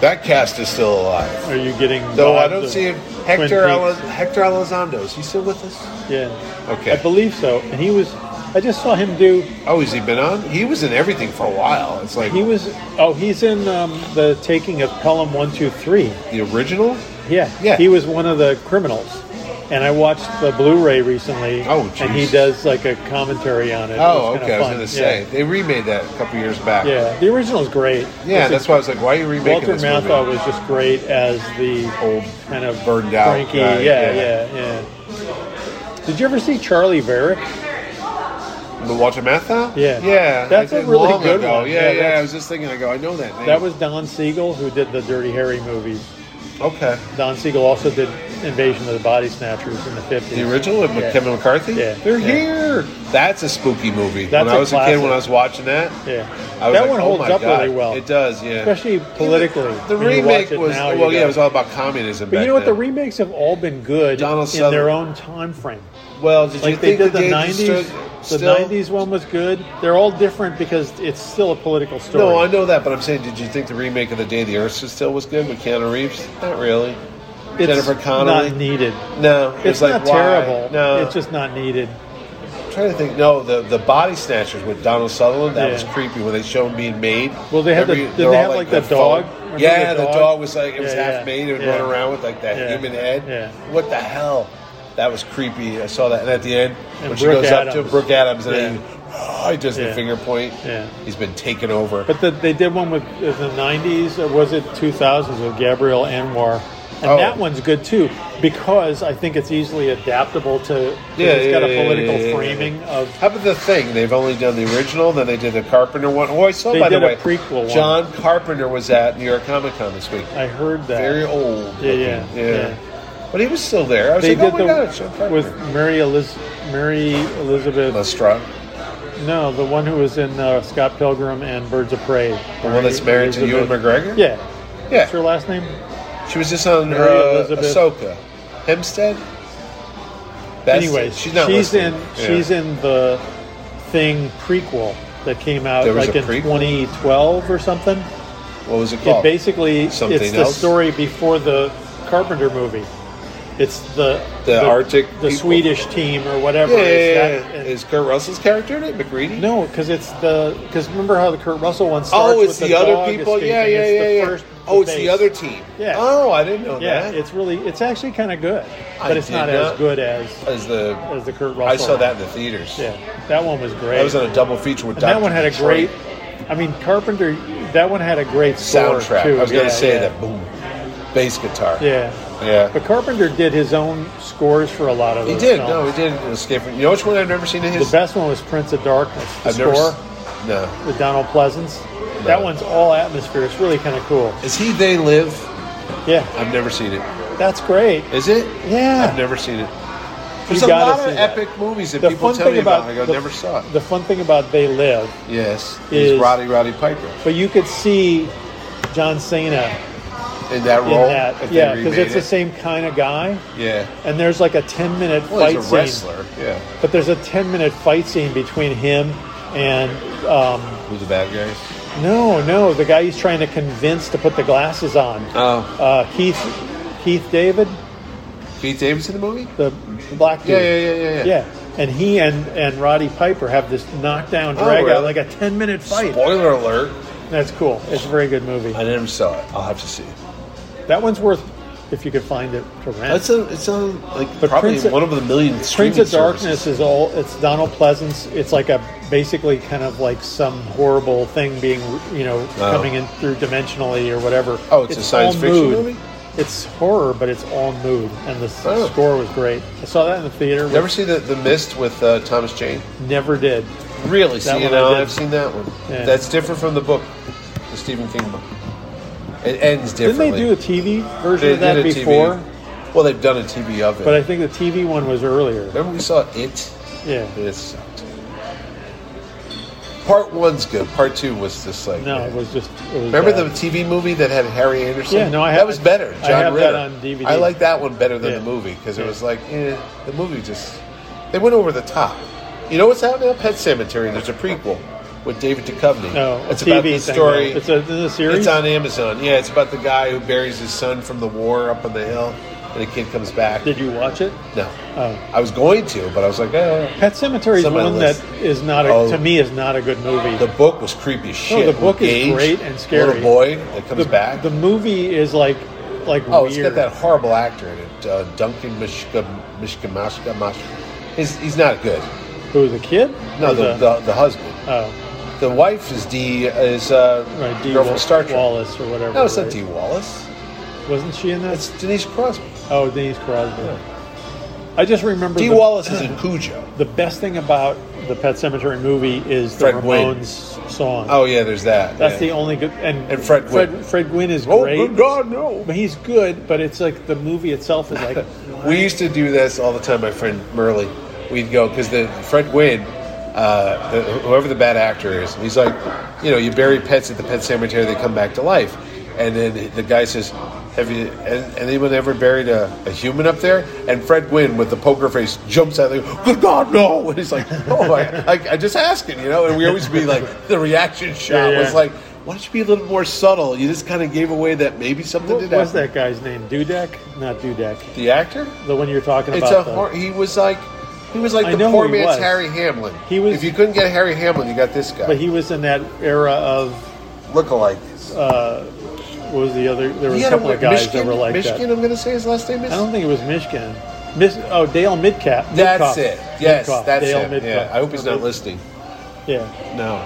Speaker 3: That cast is still alive.
Speaker 2: Are you getting?
Speaker 3: Though I
Speaker 2: robbed
Speaker 3: don't
Speaker 2: of
Speaker 3: see him.
Speaker 2: Twin
Speaker 3: Hector, Ala-
Speaker 2: Peaks?
Speaker 3: Hector Elizondo, is he still with us?
Speaker 2: Yeah.
Speaker 3: Okay.
Speaker 2: I believe so. And he was. I just saw him do.
Speaker 3: Oh, has he been on? He was in everything for a while. It's like
Speaker 2: He was. Oh, he's in um, the taking of Pelham One Two Three.
Speaker 3: the original?
Speaker 2: Yeah.
Speaker 3: Yeah.
Speaker 2: He was one of the criminals. And I watched the Blu-ray recently.
Speaker 3: Oh,
Speaker 2: and he
Speaker 3: jeez.
Speaker 2: does like a commentary on it. It
Speaker 3: Oh,
Speaker 2: kinda
Speaker 3: okay. I was
Speaker 2: fun.
Speaker 3: going to
Speaker 2: Yeah.
Speaker 3: say. They remade that a couple years back.
Speaker 2: Yeah, the original's great.
Speaker 3: Yeah,
Speaker 2: It's
Speaker 3: that's why I was like, why are you
Speaker 2: a-
Speaker 3: remaking
Speaker 2: Walter
Speaker 3: this
Speaker 2: Matthau
Speaker 3: movie?
Speaker 2: was just great as the
Speaker 3: Old
Speaker 2: kind of
Speaker 3: burned out
Speaker 2: cranky.
Speaker 3: guy,
Speaker 2: yeah,
Speaker 3: yeah.
Speaker 2: yeah, yeah, Did you ever see Charlie Varick?
Speaker 3: The Walter Matthau?
Speaker 2: Yeah.
Speaker 3: Yeah.
Speaker 2: That's
Speaker 3: I
Speaker 2: a
Speaker 3: did
Speaker 2: really
Speaker 3: long
Speaker 2: good
Speaker 3: ago.
Speaker 2: one. Yeah,
Speaker 3: Yeah, yeah. I
Speaker 2: that's-
Speaker 3: was just thinking, I go, I know that name.
Speaker 2: That was Don Siegel who did the Dirty Harry movies.
Speaker 3: Okay.
Speaker 2: Don Siegel also did Invasion of the Body Snatchers in the fifties.
Speaker 3: The original with
Speaker 2: Yeah.
Speaker 3: Kevin McCarthy?
Speaker 2: Yeah.
Speaker 3: They're
Speaker 2: Yeah.
Speaker 3: here. That's a spooky movie.
Speaker 2: That's
Speaker 3: when I
Speaker 2: a
Speaker 3: was a kid,
Speaker 2: classic.
Speaker 3: when I was watching that,
Speaker 2: Yeah,
Speaker 3: I was
Speaker 2: that
Speaker 3: like,
Speaker 2: one
Speaker 3: oh
Speaker 2: holds
Speaker 3: my
Speaker 2: up
Speaker 3: God.
Speaker 2: really well.
Speaker 3: It does, yeah.
Speaker 2: Especially
Speaker 3: Even
Speaker 2: politically.
Speaker 3: The
Speaker 2: When you watch
Speaker 3: remake
Speaker 2: it
Speaker 3: was,
Speaker 2: now, you
Speaker 3: well, yeah,
Speaker 2: go-
Speaker 3: it was all about communism.
Speaker 2: But
Speaker 3: back
Speaker 2: you know what? The
Speaker 3: then.
Speaker 2: remakes have all been good
Speaker 3: Donald
Speaker 2: in
Speaker 3: Sutherland.
Speaker 2: their own time frame.
Speaker 3: Well, did you
Speaker 2: Like they did
Speaker 3: think that
Speaker 2: the
Speaker 3: stood-
Speaker 2: nineties. The
Speaker 3: still-
Speaker 2: nineties one was good. They're all different because it's still a political story.
Speaker 3: No, I know that, but I'm saying, did you think the remake of The Day the Earth Stood Still was good with Keanu Reeves? Not really.
Speaker 2: it's
Speaker 3: Jennifer Connelly.
Speaker 2: not needed.
Speaker 3: No, it
Speaker 2: It's
Speaker 3: was like,
Speaker 2: not
Speaker 3: why?
Speaker 2: terrible.
Speaker 3: No,
Speaker 2: It's just not needed.
Speaker 3: I'm trying to think. No, the the body snatchers with Donald Sutherland that
Speaker 2: Yeah.
Speaker 3: was creepy when they showed him being made.
Speaker 2: Well, they had the-
Speaker 3: Every-
Speaker 2: did
Speaker 3: they're
Speaker 2: they
Speaker 3: all,
Speaker 2: have, like, the
Speaker 3: phone-
Speaker 2: dog? Remember
Speaker 3: Yeah,
Speaker 2: the
Speaker 3: the dog?
Speaker 2: dog?
Speaker 3: was like it was
Speaker 2: Yeah,
Speaker 3: half
Speaker 2: yeah,
Speaker 3: made and
Speaker 2: yeah.
Speaker 3: run around with like that
Speaker 2: Yeah,
Speaker 3: human head.
Speaker 2: yeah.
Speaker 3: What the hell? That was creepy. I saw that, and at the end,
Speaker 2: And
Speaker 3: when she
Speaker 2: Brooke
Speaker 3: goes up to
Speaker 2: Adams.
Speaker 3: Brooke Adams and
Speaker 2: Yeah.
Speaker 3: he, oh, he does the
Speaker 2: Yeah.
Speaker 3: finger point.
Speaker 2: Yeah.
Speaker 3: He's been taken over.
Speaker 2: But the, they did one with in the nineties or was it two thousands with Gabriel Anwar, and
Speaker 3: Oh.
Speaker 2: that one's good too because I think it's easily adaptable to.
Speaker 3: Yeah,
Speaker 2: it's got
Speaker 3: yeah,
Speaker 2: a
Speaker 3: yeah,
Speaker 2: political
Speaker 3: yeah, yeah, yeah.
Speaker 2: framing of
Speaker 3: How about the thing? They've only done the original, then they did the Carpenter one. Oh, I saw,
Speaker 2: They
Speaker 3: by
Speaker 2: did
Speaker 3: the
Speaker 2: a
Speaker 3: way,
Speaker 2: prequel one.
Speaker 3: John Carpenter was at New York Comic Con this week.
Speaker 2: I heard that.
Speaker 3: Very old.
Speaker 2: Yeah,
Speaker 3: looking.
Speaker 2: yeah, yeah.
Speaker 3: But he was still there. I was
Speaker 2: they
Speaker 3: like,
Speaker 2: did
Speaker 3: oh my
Speaker 2: the
Speaker 3: God, it's John Carpenter.
Speaker 2: with Mary, Eliz- Mary Elizabeth.
Speaker 3: Lestrade.
Speaker 2: No, the one who was in uh, Scott Pilgrim and Birds of Prey.
Speaker 3: The one that's married to Ewan McGregor?
Speaker 2: Yeah. What's her
Speaker 3: Yeah.
Speaker 2: last name?
Speaker 3: She was just on uh,
Speaker 2: Mary Elizabeth-
Speaker 3: Ahsoka. Hempstead? That's
Speaker 2: Anyways,
Speaker 3: she's not
Speaker 2: she's
Speaker 3: listening.
Speaker 2: in
Speaker 3: Yeah.
Speaker 2: she's in the Thing prequel that came out
Speaker 3: There was
Speaker 2: like
Speaker 3: a
Speaker 2: in
Speaker 3: prequel?
Speaker 2: 2012 or something.
Speaker 3: What was it
Speaker 2: It
Speaker 3: called?
Speaker 2: basically
Speaker 3: Something
Speaker 2: it's the
Speaker 3: else?
Speaker 2: story before the Carpenter movie. It's the
Speaker 3: The Arctic
Speaker 2: the
Speaker 3: people.
Speaker 2: Swedish team or whatever.
Speaker 3: yeah, yeah,
Speaker 2: It's
Speaker 3: yeah,
Speaker 2: that-
Speaker 3: yeah.
Speaker 2: and-
Speaker 3: Is Kurt Russell's character in it? McReady?
Speaker 2: No, because it's the because remember how the Kurt Russell one starts
Speaker 3: Oh, it's
Speaker 2: with
Speaker 3: the, other
Speaker 2: dog
Speaker 3: people.
Speaker 2: escaping.
Speaker 3: Yeah, yeah,
Speaker 2: it's
Speaker 3: yeah.
Speaker 2: the
Speaker 3: yeah.
Speaker 2: First,
Speaker 3: oh, it's the
Speaker 2: base.
Speaker 3: other team.
Speaker 2: Yeah.
Speaker 3: Oh, I didn't know
Speaker 2: Yeah,
Speaker 3: that.
Speaker 2: it's really it's actually kind of good,
Speaker 3: I
Speaker 2: but it's
Speaker 3: did
Speaker 2: not,
Speaker 3: not-
Speaker 2: as good as
Speaker 3: as the
Speaker 2: as the Kurt Russell.
Speaker 3: I saw
Speaker 2: one.
Speaker 3: that in the theaters.
Speaker 2: Yeah, that one was great.
Speaker 3: I was on a double feature with
Speaker 2: and
Speaker 3: Dr.
Speaker 2: that one had a
Speaker 3: Detroit
Speaker 2: great. I mean, Carpenter. That one had a great score,
Speaker 3: soundtrack.
Speaker 2: Too.
Speaker 3: I was going
Speaker 2: Yeah,
Speaker 3: to say
Speaker 2: yeah.
Speaker 3: that boom bass guitar.
Speaker 2: Yeah,
Speaker 3: yeah.
Speaker 2: but Carpenter did his own scores for a lot of.
Speaker 3: He
Speaker 2: those
Speaker 3: did.
Speaker 2: films.
Speaker 3: No, he did. Escape from. You know which one I've never seen in his.
Speaker 2: the best one was Prince of Darkness. The
Speaker 3: I've
Speaker 2: score
Speaker 3: Never, no.
Speaker 2: with Donald Pleasance.
Speaker 3: No.
Speaker 2: That one's all atmosphere. It's really kind of cool.
Speaker 3: Is he? They live.
Speaker 2: Yeah,
Speaker 3: I've never seen it.
Speaker 2: that's great.
Speaker 3: Is it?
Speaker 2: Yeah.
Speaker 3: I've never seen it. There's a
Speaker 2: gotta
Speaker 3: lot of
Speaker 2: see that.
Speaker 3: epic movies that
Speaker 2: The
Speaker 3: people
Speaker 2: fun
Speaker 3: tell me
Speaker 2: thing
Speaker 3: about.
Speaker 2: about
Speaker 3: I go,
Speaker 2: the-
Speaker 3: never saw it.
Speaker 2: The fun thing about They Live
Speaker 3: yes, he's
Speaker 2: is-
Speaker 3: Roddy Roddy Piper
Speaker 2: But you could see John Cena
Speaker 3: in that
Speaker 2: in
Speaker 3: role. Oh, if
Speaker 2: that.
Speaker 3: they
Speaker 2: Yeah, because
Speaker 3: remade
Speaker 2: it's the
Speaker 3: it.
Speaker 2: same kind of guy.
Speaker 3: Yeah,
Speaker 2: And there's like a 10 minute
Speaker 3: well,
Speaker 2: fight
Speaker 3: he's a
Speaker 2: scene.
Speaker 3: wrestler. Yeah,
Speaker 2: But there's a 10 minute fight scene between him and. Um,
Speaker 3: who's the bad guy?
Speaker 2: no, no, the guy he's trying to convince to put the glasses on.
Speaker 3: Oh,
Speaker 2: Uh, Keith Keith David,
Speaker 3: Pete Davidson in the movie.
Speaker 2: the black dude.
Speaker 3: Yeah, yeah, yeah, yeah, yeah.
Speaker 2: And he and, and Roddy Piper have this knockdown
Speaker 3: Oh,
Speaker 2: drag
Speaker 3: really?
Speaker 2: out, like a 10 minute fight.
Speaker 3: Spoiler alert!
Speaker 2: That's cool. It's a very good movie.
Speaker 3: I never saw it. I'll have to see it.
Speaker 2: That one's worth if you could find it to rent.
Speaker 3: That's a. It's a like
Speaker 2: But
Speaker 3: probably
Speaker 2: Prince of-
Speaker 3: one of the million. streaming
Speaker 2: Prince of
Speaker 3: services.
Speaker 2: Darkness is all. It's Donald Pleasance. It's like a basically kind of like some horrible thing being you know coming in through dimensionally or whatever.
Speaker 3: Oh, it's a science
Speaker 2: all
Speaker 3: fiction
Speaker 2: mood.
Speaker 3: movie?
Speaker 2: It's horror, but it's all mood, and the s-
Speaker 3: Oh.
Speaker 2: score was great. I saw that in the theater.
Speaker 3: You ever see the, the Mist with uh, Thomas Jane?
Speaker 2: Never did.
Speaker 3: Really?
Speaker 2: That
Speaker 3: see, you
Speaker 2: one
Speaker 3: know,
Speaker 2: I did.
Speaker 3: I've seen that one.
Speaker 2: Yeah.
Speaker 3: That's different from the book, the Stephen King book. It ends
Speaker 2: Didn't
Speaker 3: differently.
Speaker 2: they do a TV version
Speaker 3: They
Speaker 2: of that
Speaker 3: did a TV
Speaker 2: before?
Speaker 3: Well, they've done a TV of it.
Speaker 2: But I think the TV one was earlier.
Speaker 3: remember we saw it.
Speaker 2: Yeah.
Speaker 3: It sucked. Part one's good. Part two was just like.
Speaker 2: No, it was just. It was uh,
Speaker 3: Remember
Speaker 2: bad.
Speaker 3: the TV movie that had Harry Anderson?
Speaker 2: Yeah, no, I
Speaker 3: that
Speaker 2: have-
Speaker 3: was better.
Speaker 2: I
Speaker 3: John
Speaker 2: have that
Speaker 3: Ritter.
Speaker 2: on DVD.
Speaker 3: I like that one better than
Speaker 2: Yeah.
Speaker 3: the movie because it
Speaker 2: Yeah.
Speaker 3: was like, eh, the movie just they went over the top. You know what's out now? Pet Cemetery. There's a prequel with David Duchovny.
Speaker 2: no, oh, a
Speaker 3: it's
Speaker 2: TV
Speaker 3: about the
Speaker 2: thing,
Speaker 3: story.
Speaker 2: though. It's a, it's a series.
Speaker 3: It's on Amazon. Yeah, it's about the guy who buries his son from the war up on the hill, and the kid comes back.
Speaker 2: Did you watch it?
Speaker 3: no,
Speaker 2: Oh.
Speaker 3: I was going to, but I was like, eh.
Speaker 2: Pet Cemetery is
Speaker 3: It's on my
Speaker 2: one
Speaker 3: list.
Speaker 2: that is not a,
Speaker 3: Oh.
Speaker 2: to me is not a good movie.
Speaker 3: the book was creepy as shit.
Speaker 2: Oh, the book
Speaker 3: With
Speaker 2: is great and scary.
Speaker 3: Little boy that comes
Speaker 2: the,
Speaker 3: back.
Speaker 2: the movie is like like
Speaker 3: Oh,
Speaker 2: weird.
Speaker 3: it's got that horrible actor in it, uh, Duncan Mishka, Mishka, Mashka, Mash. He's, he's not good.
Speaker 2: Who the kid?
Speaker 3: No,
Speaker 2: Or
Speaker 3: the, the, the husband.
Speaker 2: oh,
Speaker 3: The wife is D is uh,
Speaker 2: right, D.
Speaker 3: girl
Speaker 2: Wa-
Speaker 3: from Star Trek.
Speaker 2: Wallace or whatever.
Speaker 3: No, it's not
Speaker 2: right?
Speaker 3: D Wallace.
Speaker 2: Wasn't she in that?
Speaker 3: It's Denise Crosby.
Speaker 2: oh, Denise Crosby. I just remember
Speaker 3: D
Speaker 2: the,
Speaker 3: Wallace is in Cujo.
Speaker 2: the best thing about the Pet Cemetery movie is the
Speaker 3: Fred Gwynne.
Speaker 2: Ramones song.
Speaker 3: Oh yeah, there's that.
Speaker 2: that's the
Speaker 3: yeah.
Speaker 2: only good and,
Speaker 3: And Fred
Speaker 2: Fred,
Speaker 3: Gwynne.
Speaker 2: Fred Gwynne is
Speaker 3: Oh
Speaker 2: great.
Speaker 3: good God, no!
Speaker 2: But he's good, but it's like the movie itself is like
Speaker 3: We used to do this all the time. My friend Merle, we'd go because the Fred Gwynn, uh, the, whoever the bad actor is, he's like, you know, you bury pets at the pet cemetery, they come back to life, and then the guy says, "Have you has anyone ever buried a, a human up there?" And Fred Gwynn with the poker face jumps out. There, Good God, no! And he's like, "Oh, I, I, I just asking, you know." And we always be like, the reaction shot
Speaker 2: Yeah, yeah.
Speaker 3: was like. Why don't you be a little more subtle? You just kind of gave away that maybe something
Speaker 2: what
Speaker 3: did
Speaker 2: was
Speaker 3: happen.
Speaker 2: that guy's name? Dudek, not Dudek.
Speaker 3: The actor?
Speaker 2: The one you're talking
Speaker 3: It's a
Speaker 2: about. the-
Speaker 3: hor- he was like he was like
Speaker 2: I
Speaker 3: the
Speaker 2: know
Speaker 3: poor
Speaker 2: who he
Speaker 3: man's
Speaker 2: was.
Speaker 3: Harry Hamlin.
Speaker 2: He was-
Speaker 3: if you couldn't get Harry Hamlin, you got this guy.
Speaker 2: but he was in that era of
Speaker 3: look alike.
Speaker 2: What was the other? There was
Speaker 3: he
Speaker 2: a
Speaker 3: had a
Speaker 2: couple
Speaker 3: weird
Speaker 2: of guys that
Speaker 3: Michigan.
Speaker 2: were like
Speaker 3: Michigan.
Speaker 2: that.
Speaker 3: I'm going to say his last name is.
Speaker 2: I don't think it was Michigan. Mis- oh, Dale Midcap.
Speaker 3: that's
Speaker 2: Midcoff.
Speaker 3: it. Yes,
Speaker 2: Midcoff.
Speaker 3: that's
Speaker 2: Dale
Speaker 3: him.
Speaker 2: Midcoff.
Speaker 3: Yeah, I hope he's not
Speaker 2: Mid-
Speaker 3: listening.
Speaker 2: Yeah,
Speaker 3: No,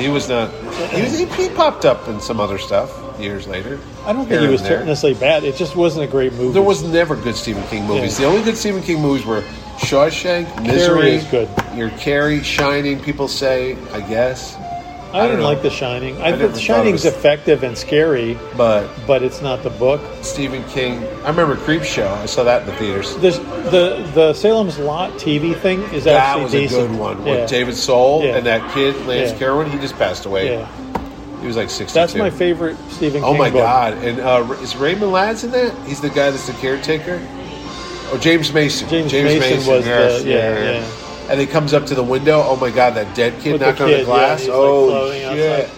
Speaker 3: he was not. He was. He, he popped up in some other stuff years later.
Speaker 2: I don't
Speaker 3: Here
Speaker 2: think he
Speaker 3: and
Speaker 2: was
Speaker 3: there.
Speaker 2: necessarily bad. It just wasn't a great movie.
Speaker 3: There was never good Stephen King movies.
Speaker 2: Yeah.
Speaker 3: The only good Stephen King movies were Shawshank, Misery,
Speaker 2: is good.
Speaker 3: Your Carrie, Shining. People say, I guess,
Speaker 2: I,
Speaker 3: I
Speaker 2: didn't
Speaker 3: don't
Speaker 2: like
Speaker 3: know.
Speaker 2: The Shining. I, think
Speaker 3: never thought
Speaker 2: The
Speaker 3: it
Speaker 2: Shining's
Speaker 3: was-
Speaker 2: effective and scary,
Speaker 3: but
Speaker 2: but it's not the book.
Speaker 3: Stephen King. I remember Creep Show. I saw that in the theaters.
Speaker 2: There's the the Salem's Lot TV thing is
Speaker 3: That
Speaker 2: actually
Speaker 3: was
Speaker 2: decent.
Speaker 3: a good one
Speaker 2: Yeah.
Speaker 3: with David Soul
Speaker 2: Yeah.
Speaker 3: and that kid Lance
Speaker 2: Yeah.
Speaker 3: Kerwin. He just passed away.
Speaker 2: Yeah,
Speaker 3: He was like sixty-two.
Speaker 2: that's my favorite Stephen.
Speaker 3: Oh
Speaker 2: King
Speaker 3: my
Speaker 2: book.
Speaker 3: god! And uh, is Raymond Ladd's in that? He's the guy that's the caretaker. Oh, James Mason.
Speaker 2: James Mason was the- yeah,
Speaker 3: And he comes up to the window. Oh my god! That dead kid
Speaker 2: With the
Speaker 3: knocked on
Speaker 2: kid,
Speaker 3: the
Speaker 2: yeah,
Speaker 3: glass.
Speaker 2: he's, like,
Speaker 3: oh
Speaker 2: floating
Speaker 3: shit!
Speaker 2: outside.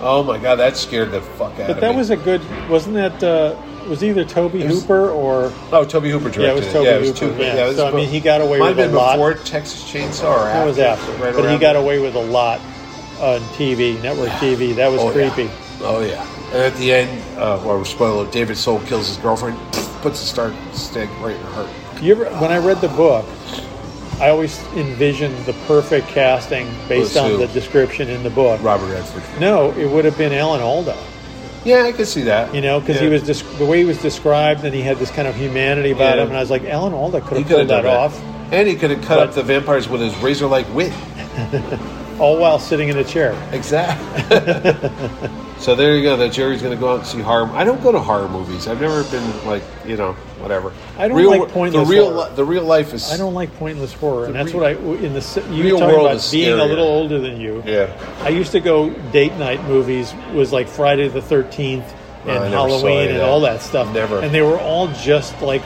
Speaker 3: Oh my god! That scared the fuck out of me.
Speaker 2: But that was a good. Wasn't that uh, was either Toby
Speaker 3: was-
Speaker 2: Hooper or
Speaker 3: Oh, Toby Hooper directed
Speaker 2: Yeah, it was Toby
Speaker 3: it was
Speaker 2: Hooper,
Speaker 3: Toby-
Speaker 2: yeah.
Speaker 3: it was
Speaker 2: So, I
Speaker 3: bu-
Speaker 2: mean, he got away
Speaker 3: Might
Speaker 2: with
Speaker 3: have
Speaker 2: a
Speaker 3: been
Speaker 2: lot.
Speaker 3: before Texas Chainsaw. Or
Speaker 2: That was after.
Speaker 3: right
Speaker 2: but he
Speaker 3: around
Speaker 2: got
Speaker 3: there.
Speaker 2: away with a lot on TV, network TV. That was
Speaker 3: Oh, yeah.
Speaker 2: creepy.
Speaker 3: Oh yeah. And at the end, uh, well, spoiler: David Soul kills his girlfriend, puts a star stick right in her. heart.
Speaker 2: You ever, when I read the book, I always envisioned the perfect casting based
Speaker 3: Who's
Speaker 2: on
Speaker 3: who?
Speaker 2: the description in the book.
Speaker 3: Robert Redford.
Speaker 2: No, it would have been Alan Alda.
Speaker 3: Yeah, I could see that.
Speaker 2: You know, because he
Speaker 3: Yeah.
Speaker 2: was desc- the way he was described, and he had this kind of humanity about
Speaker 3: Yeah.
Speaker 2: him, and I was like, Alan Alda could
Speaker 3: He
Speaker 2: have
Speaker 3: could have
Speaker 2: pulled
Speaker 3: done
Speaker 2: that,
Speaker 3: that.
Speaker 2: off,
Speaker 3: and he could have cut
Speaker 2: But-
Speaker 3: up the vampires with his razor-like wit.
Speaker 2: all while sitting in a chair.
Speaker 3: Exactly. so there you go. That Jerry's going to go out and see horror. I don't go to horror movies. I've never been like you know whatever.
Speaker 2: I don't
Speaker 3: real,
Speaker 2: like pointless
Speaker 3: The real
Speaker 2: horror.
Speaker 3: li- the real life is.
Speaker 2: I don't like pointless horror, and
Speaker 3: The
Speaker 2: that's
Speaker 3: real-
Speaker 2: what I in the s- you
Speaker 3: real
Speaker 2: were talking
Speaker 3: world
Speaker 2: about
Speaker 3: is
Speaker 2: being a
Speaker 3: scarier.
Speaker 2: little older than you.
Speaker 3: Yeah.
Speaker 2: I used to go date night movies was like Friday the Thirteenth
Speaker 3: No, I
Speaker 2: and
Speaker 3: never saw any
Speaker 2: Halloween
Speaker 3: of
Speaker 2: and
Speaker 3: that.
Speaker 2: all that stuff.
Speaker 3: Never.
Speaker 2: And they were all just like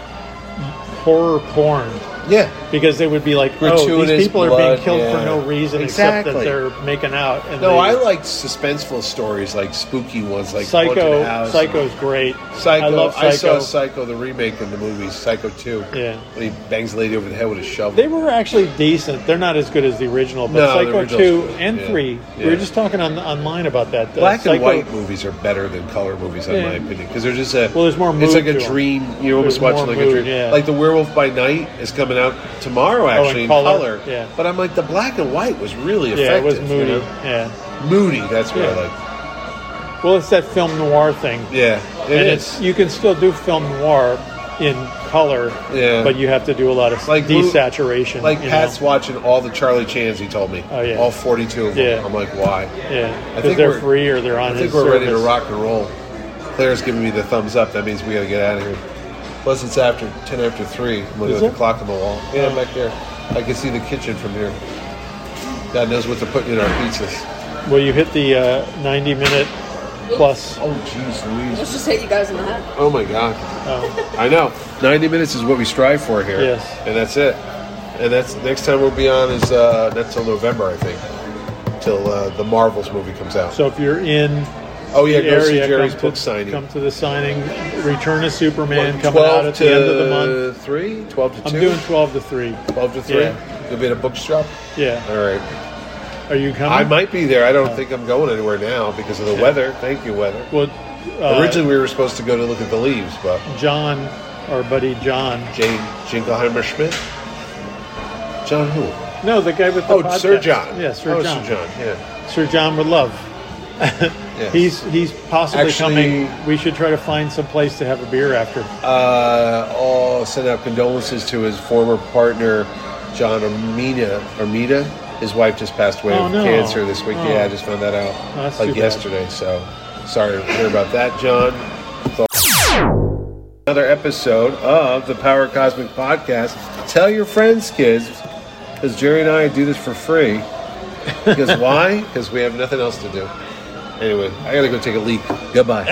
Speaker 2: horror porn
Speaker 3: Yeah.
Speaker 2: because they would be like, oh,
Speaker 3: Gratuitous
Speaker 2: these people are
Speaker 3: blood,
Speaker 2: being killed
Speaker 3: yeah.
Speaker 2: for no reason except
Speaker 3: Exactly.
Speaker 2: that they're making out. And
Speaker 3: No,
Speaker 2: they-
Speaker 3: I like suspenseful stories, like spooky ones, like Haunted
Speaker 2: Psycho.
Speaker 3: House.
Speaker 2: Psycho's great.
Speaker 3: Psycho.
Speaker 2: I love Psycho.
Speaker 3: saw Psycho, the remake in the movies, Psycho Two.
Speaker 2: Yeah.
Speaker 3: when he bangs the lady over the head with a shovel.
Speaker 2: They uh, were actually decent. They're not as good as the original, but
Speaker 3: No, the
Speaker 2: Psycho
Speaker 3: original's
Speaker 2: two
Speaker 3: good.
Speaker 2: and
Speaker 3: Yeah.
Speaker 2: three. We
Speaker 3: Yeah.
Speaker 2: were just talking on online about that. The
Speaker 3: Black and
Speaker 2: Psycho-
Speaker 3: white movies are better than color movies, in
Speaker 2: Yeah.
Speaker 3: my opinion, because there's just a
Speaker 2: Well, there's more
Speaker 3: It's
Speaker 2: mood
Speaker 3: like a
Speaker 2: to 'em.
Speaker 3: dream. You're
Speaker 2: There's
Speaker 3: almost watching
Speaker 2: more
Speaker 3: like a
Speaker 2: mood,
Speaker 3: dream.
Speaker 2: yeah. Oh,
Speaker 3: Like the Werewolf by Night is coming out tomorrow, actually in
Speaker 2: color,
Speaker 3: color.
Speaker 2: yeah.
Speaker 3: But I'm like the black and white was really
Speaker 2: Yeah, it
Speaker 3: effective.
Speaker 2: was moody.
Speaker 3: you know?
Speaker 2: Yeah.
Speaker 3: Moody. That's what
Speaker 2: Yeah.
Speaker 3: I like.
Speaker 2: Well, it's that film noir thing.
Speaker 3: Yeah,
Speaker 2: and
Speaker 3: it is.
Speaker 2: it's you can still do film noir in color,
Speaker 3: Yeah.
Speaker 2: but you have to do a lot of
Speaker 3: Like mo-
Speaker 2: desaturation.
Speaker 3: Like
Speaker 2: you
Speaker 3: Pat's
Speaker 2: know?
Speaker 3: watching all the Charlie Chans. He told me.
Speaker 2: Oh, yeah.
Speaker 3: All 42 of them.
Speaker 2: Yeah.
Speaker 3: I'm like, why?
Speaker 2: yeah,
Speaker 3: think
Speaker 2: because they're
Speaker 3: we're-
Speaker 2: free or they're on.
Speaker 3: I think
Speaker 2: his
Speaker 3: we're ready to
Speaker 2: service.
Speaker 3: rock and roll. Claire's giving me the thumbs up. That means we got to get out of here. Plus, it's after 10 after 3. I'm looking
Speaker 2: Is
Speaker 3: at the
Speaker 2: it?
Speaker 3: clock on the wall. Yeah,
Speaker 2: Oh.
Speaker 3: back there. I can see the kitchen from here. God knows what they're putting in our pizzas.
Speaker 2: Well, you hit the uh, 90 minute plus.
Speaker 3: Oh, jeez Louise.
Speaker 4: Let's just hit you guys in the head.
Speaker 3: Oh, my God.
Speaker 2: Oh.
Speaker 3: I know. 90 minutes is what we strive for here.
Speaker 2: Yes.
Speaker 3: And that's it. And that's next time we'll be on is uh, that's till November, I think, till uh, the Marvels movie comes out.
Speaker 2: So if you're in
Speaker 3: oh yeah,
Speaker 2: the
Speaker 3: go see
Speaker 2: area,
Speaker 3: Jerry's
Speaker 2: come,
Speaker 3: book
Speaker 2: to,
Speaker 3: signing.
Speaker 2: come to the signing. Return of Superman
Speaker 3: What,
Speaker 2: coming out at the end of the month.
Speaker 3: three, 12 to
Speaker 2: I'm
Speaker 3: two,
Speaker 2: doing 12 to 3.
Speaker 3: 12 to three.
Speaker 2: yeah.
Speaker 3: You'll be at a bookshop.
Speaker 2: Yeah.
Speaker 3: All right.
Speaker 2: Are you coming?
Speaker 3: I might be there. I don't think I'm going anywhere now because of the
Speaker 2: Oh. Yeah.
Speaker 3: weather. Thank you, weather.
Speaker 2: Well, uh,
Speaker 3: Originally, we were supposed to go to look at the leaves, but
Speaker 2: John, our buddy John.
Speaker 3: Jane Jingleheimer Schmidt, John who?
Speaker 2: No, the guy with the
Speaker 3: Oh,
Speaker 2: podcast.
Speaker 3: Sir John.
Speaker 2: Yeah, Sir
Speaker 3: oh,
Speaker 2: John.
Speaker 3: Sir John. Yeah.
Speaker 2: Sir John would love.
Speaker 3: Yes.
Speaker 2: He's he's possibly
Speaker 3: Actually-
Speaker 2: coming. We should try to find some place to have a beer after.
Speaker 3: uh, all send out condolences to his former partner, John Armina. Armida, his wife just passed away
Speaker 2: Oh,
Speaker 3: of
Speaker 2: no.
Speaker 3: cancer this week.
Speaker 2: Oh.
Speaker 3: Yeah, I just found that out
Speaker 2: Oh, that's too
Speaker 3: like
Speaker 2: bad.
Speaker 3: yesterday. So sorry to hear about that, John. Another episode of the Power Cosmic Podcast. Tell your friends, kids, because Jerry and I do this for free. Because why? Because we have nothing else to do. Anyway, I gotta go take a leak. Goodbye.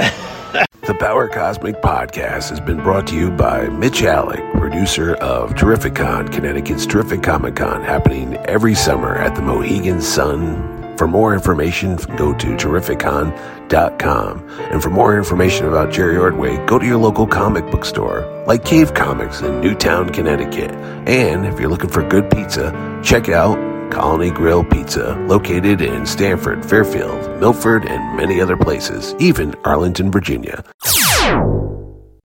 Speaker 1: The Power Cosmic Podcast has been brought to you by Mitch Alec, producer of Terrificon, Connecticut's Terrific Comic Con, happening every summer at the Mohegan Sun. For more information, go to terrificon.com. And for more information about Jerry Ordway, go to your local comic book store, like Cave Comics in Newtown, Connecticut. And if you're looking for good pizza, check out Colony Grill Pizza, located in Stamford, Fairfield, Milford, and many other places, even Arlington, Virginia.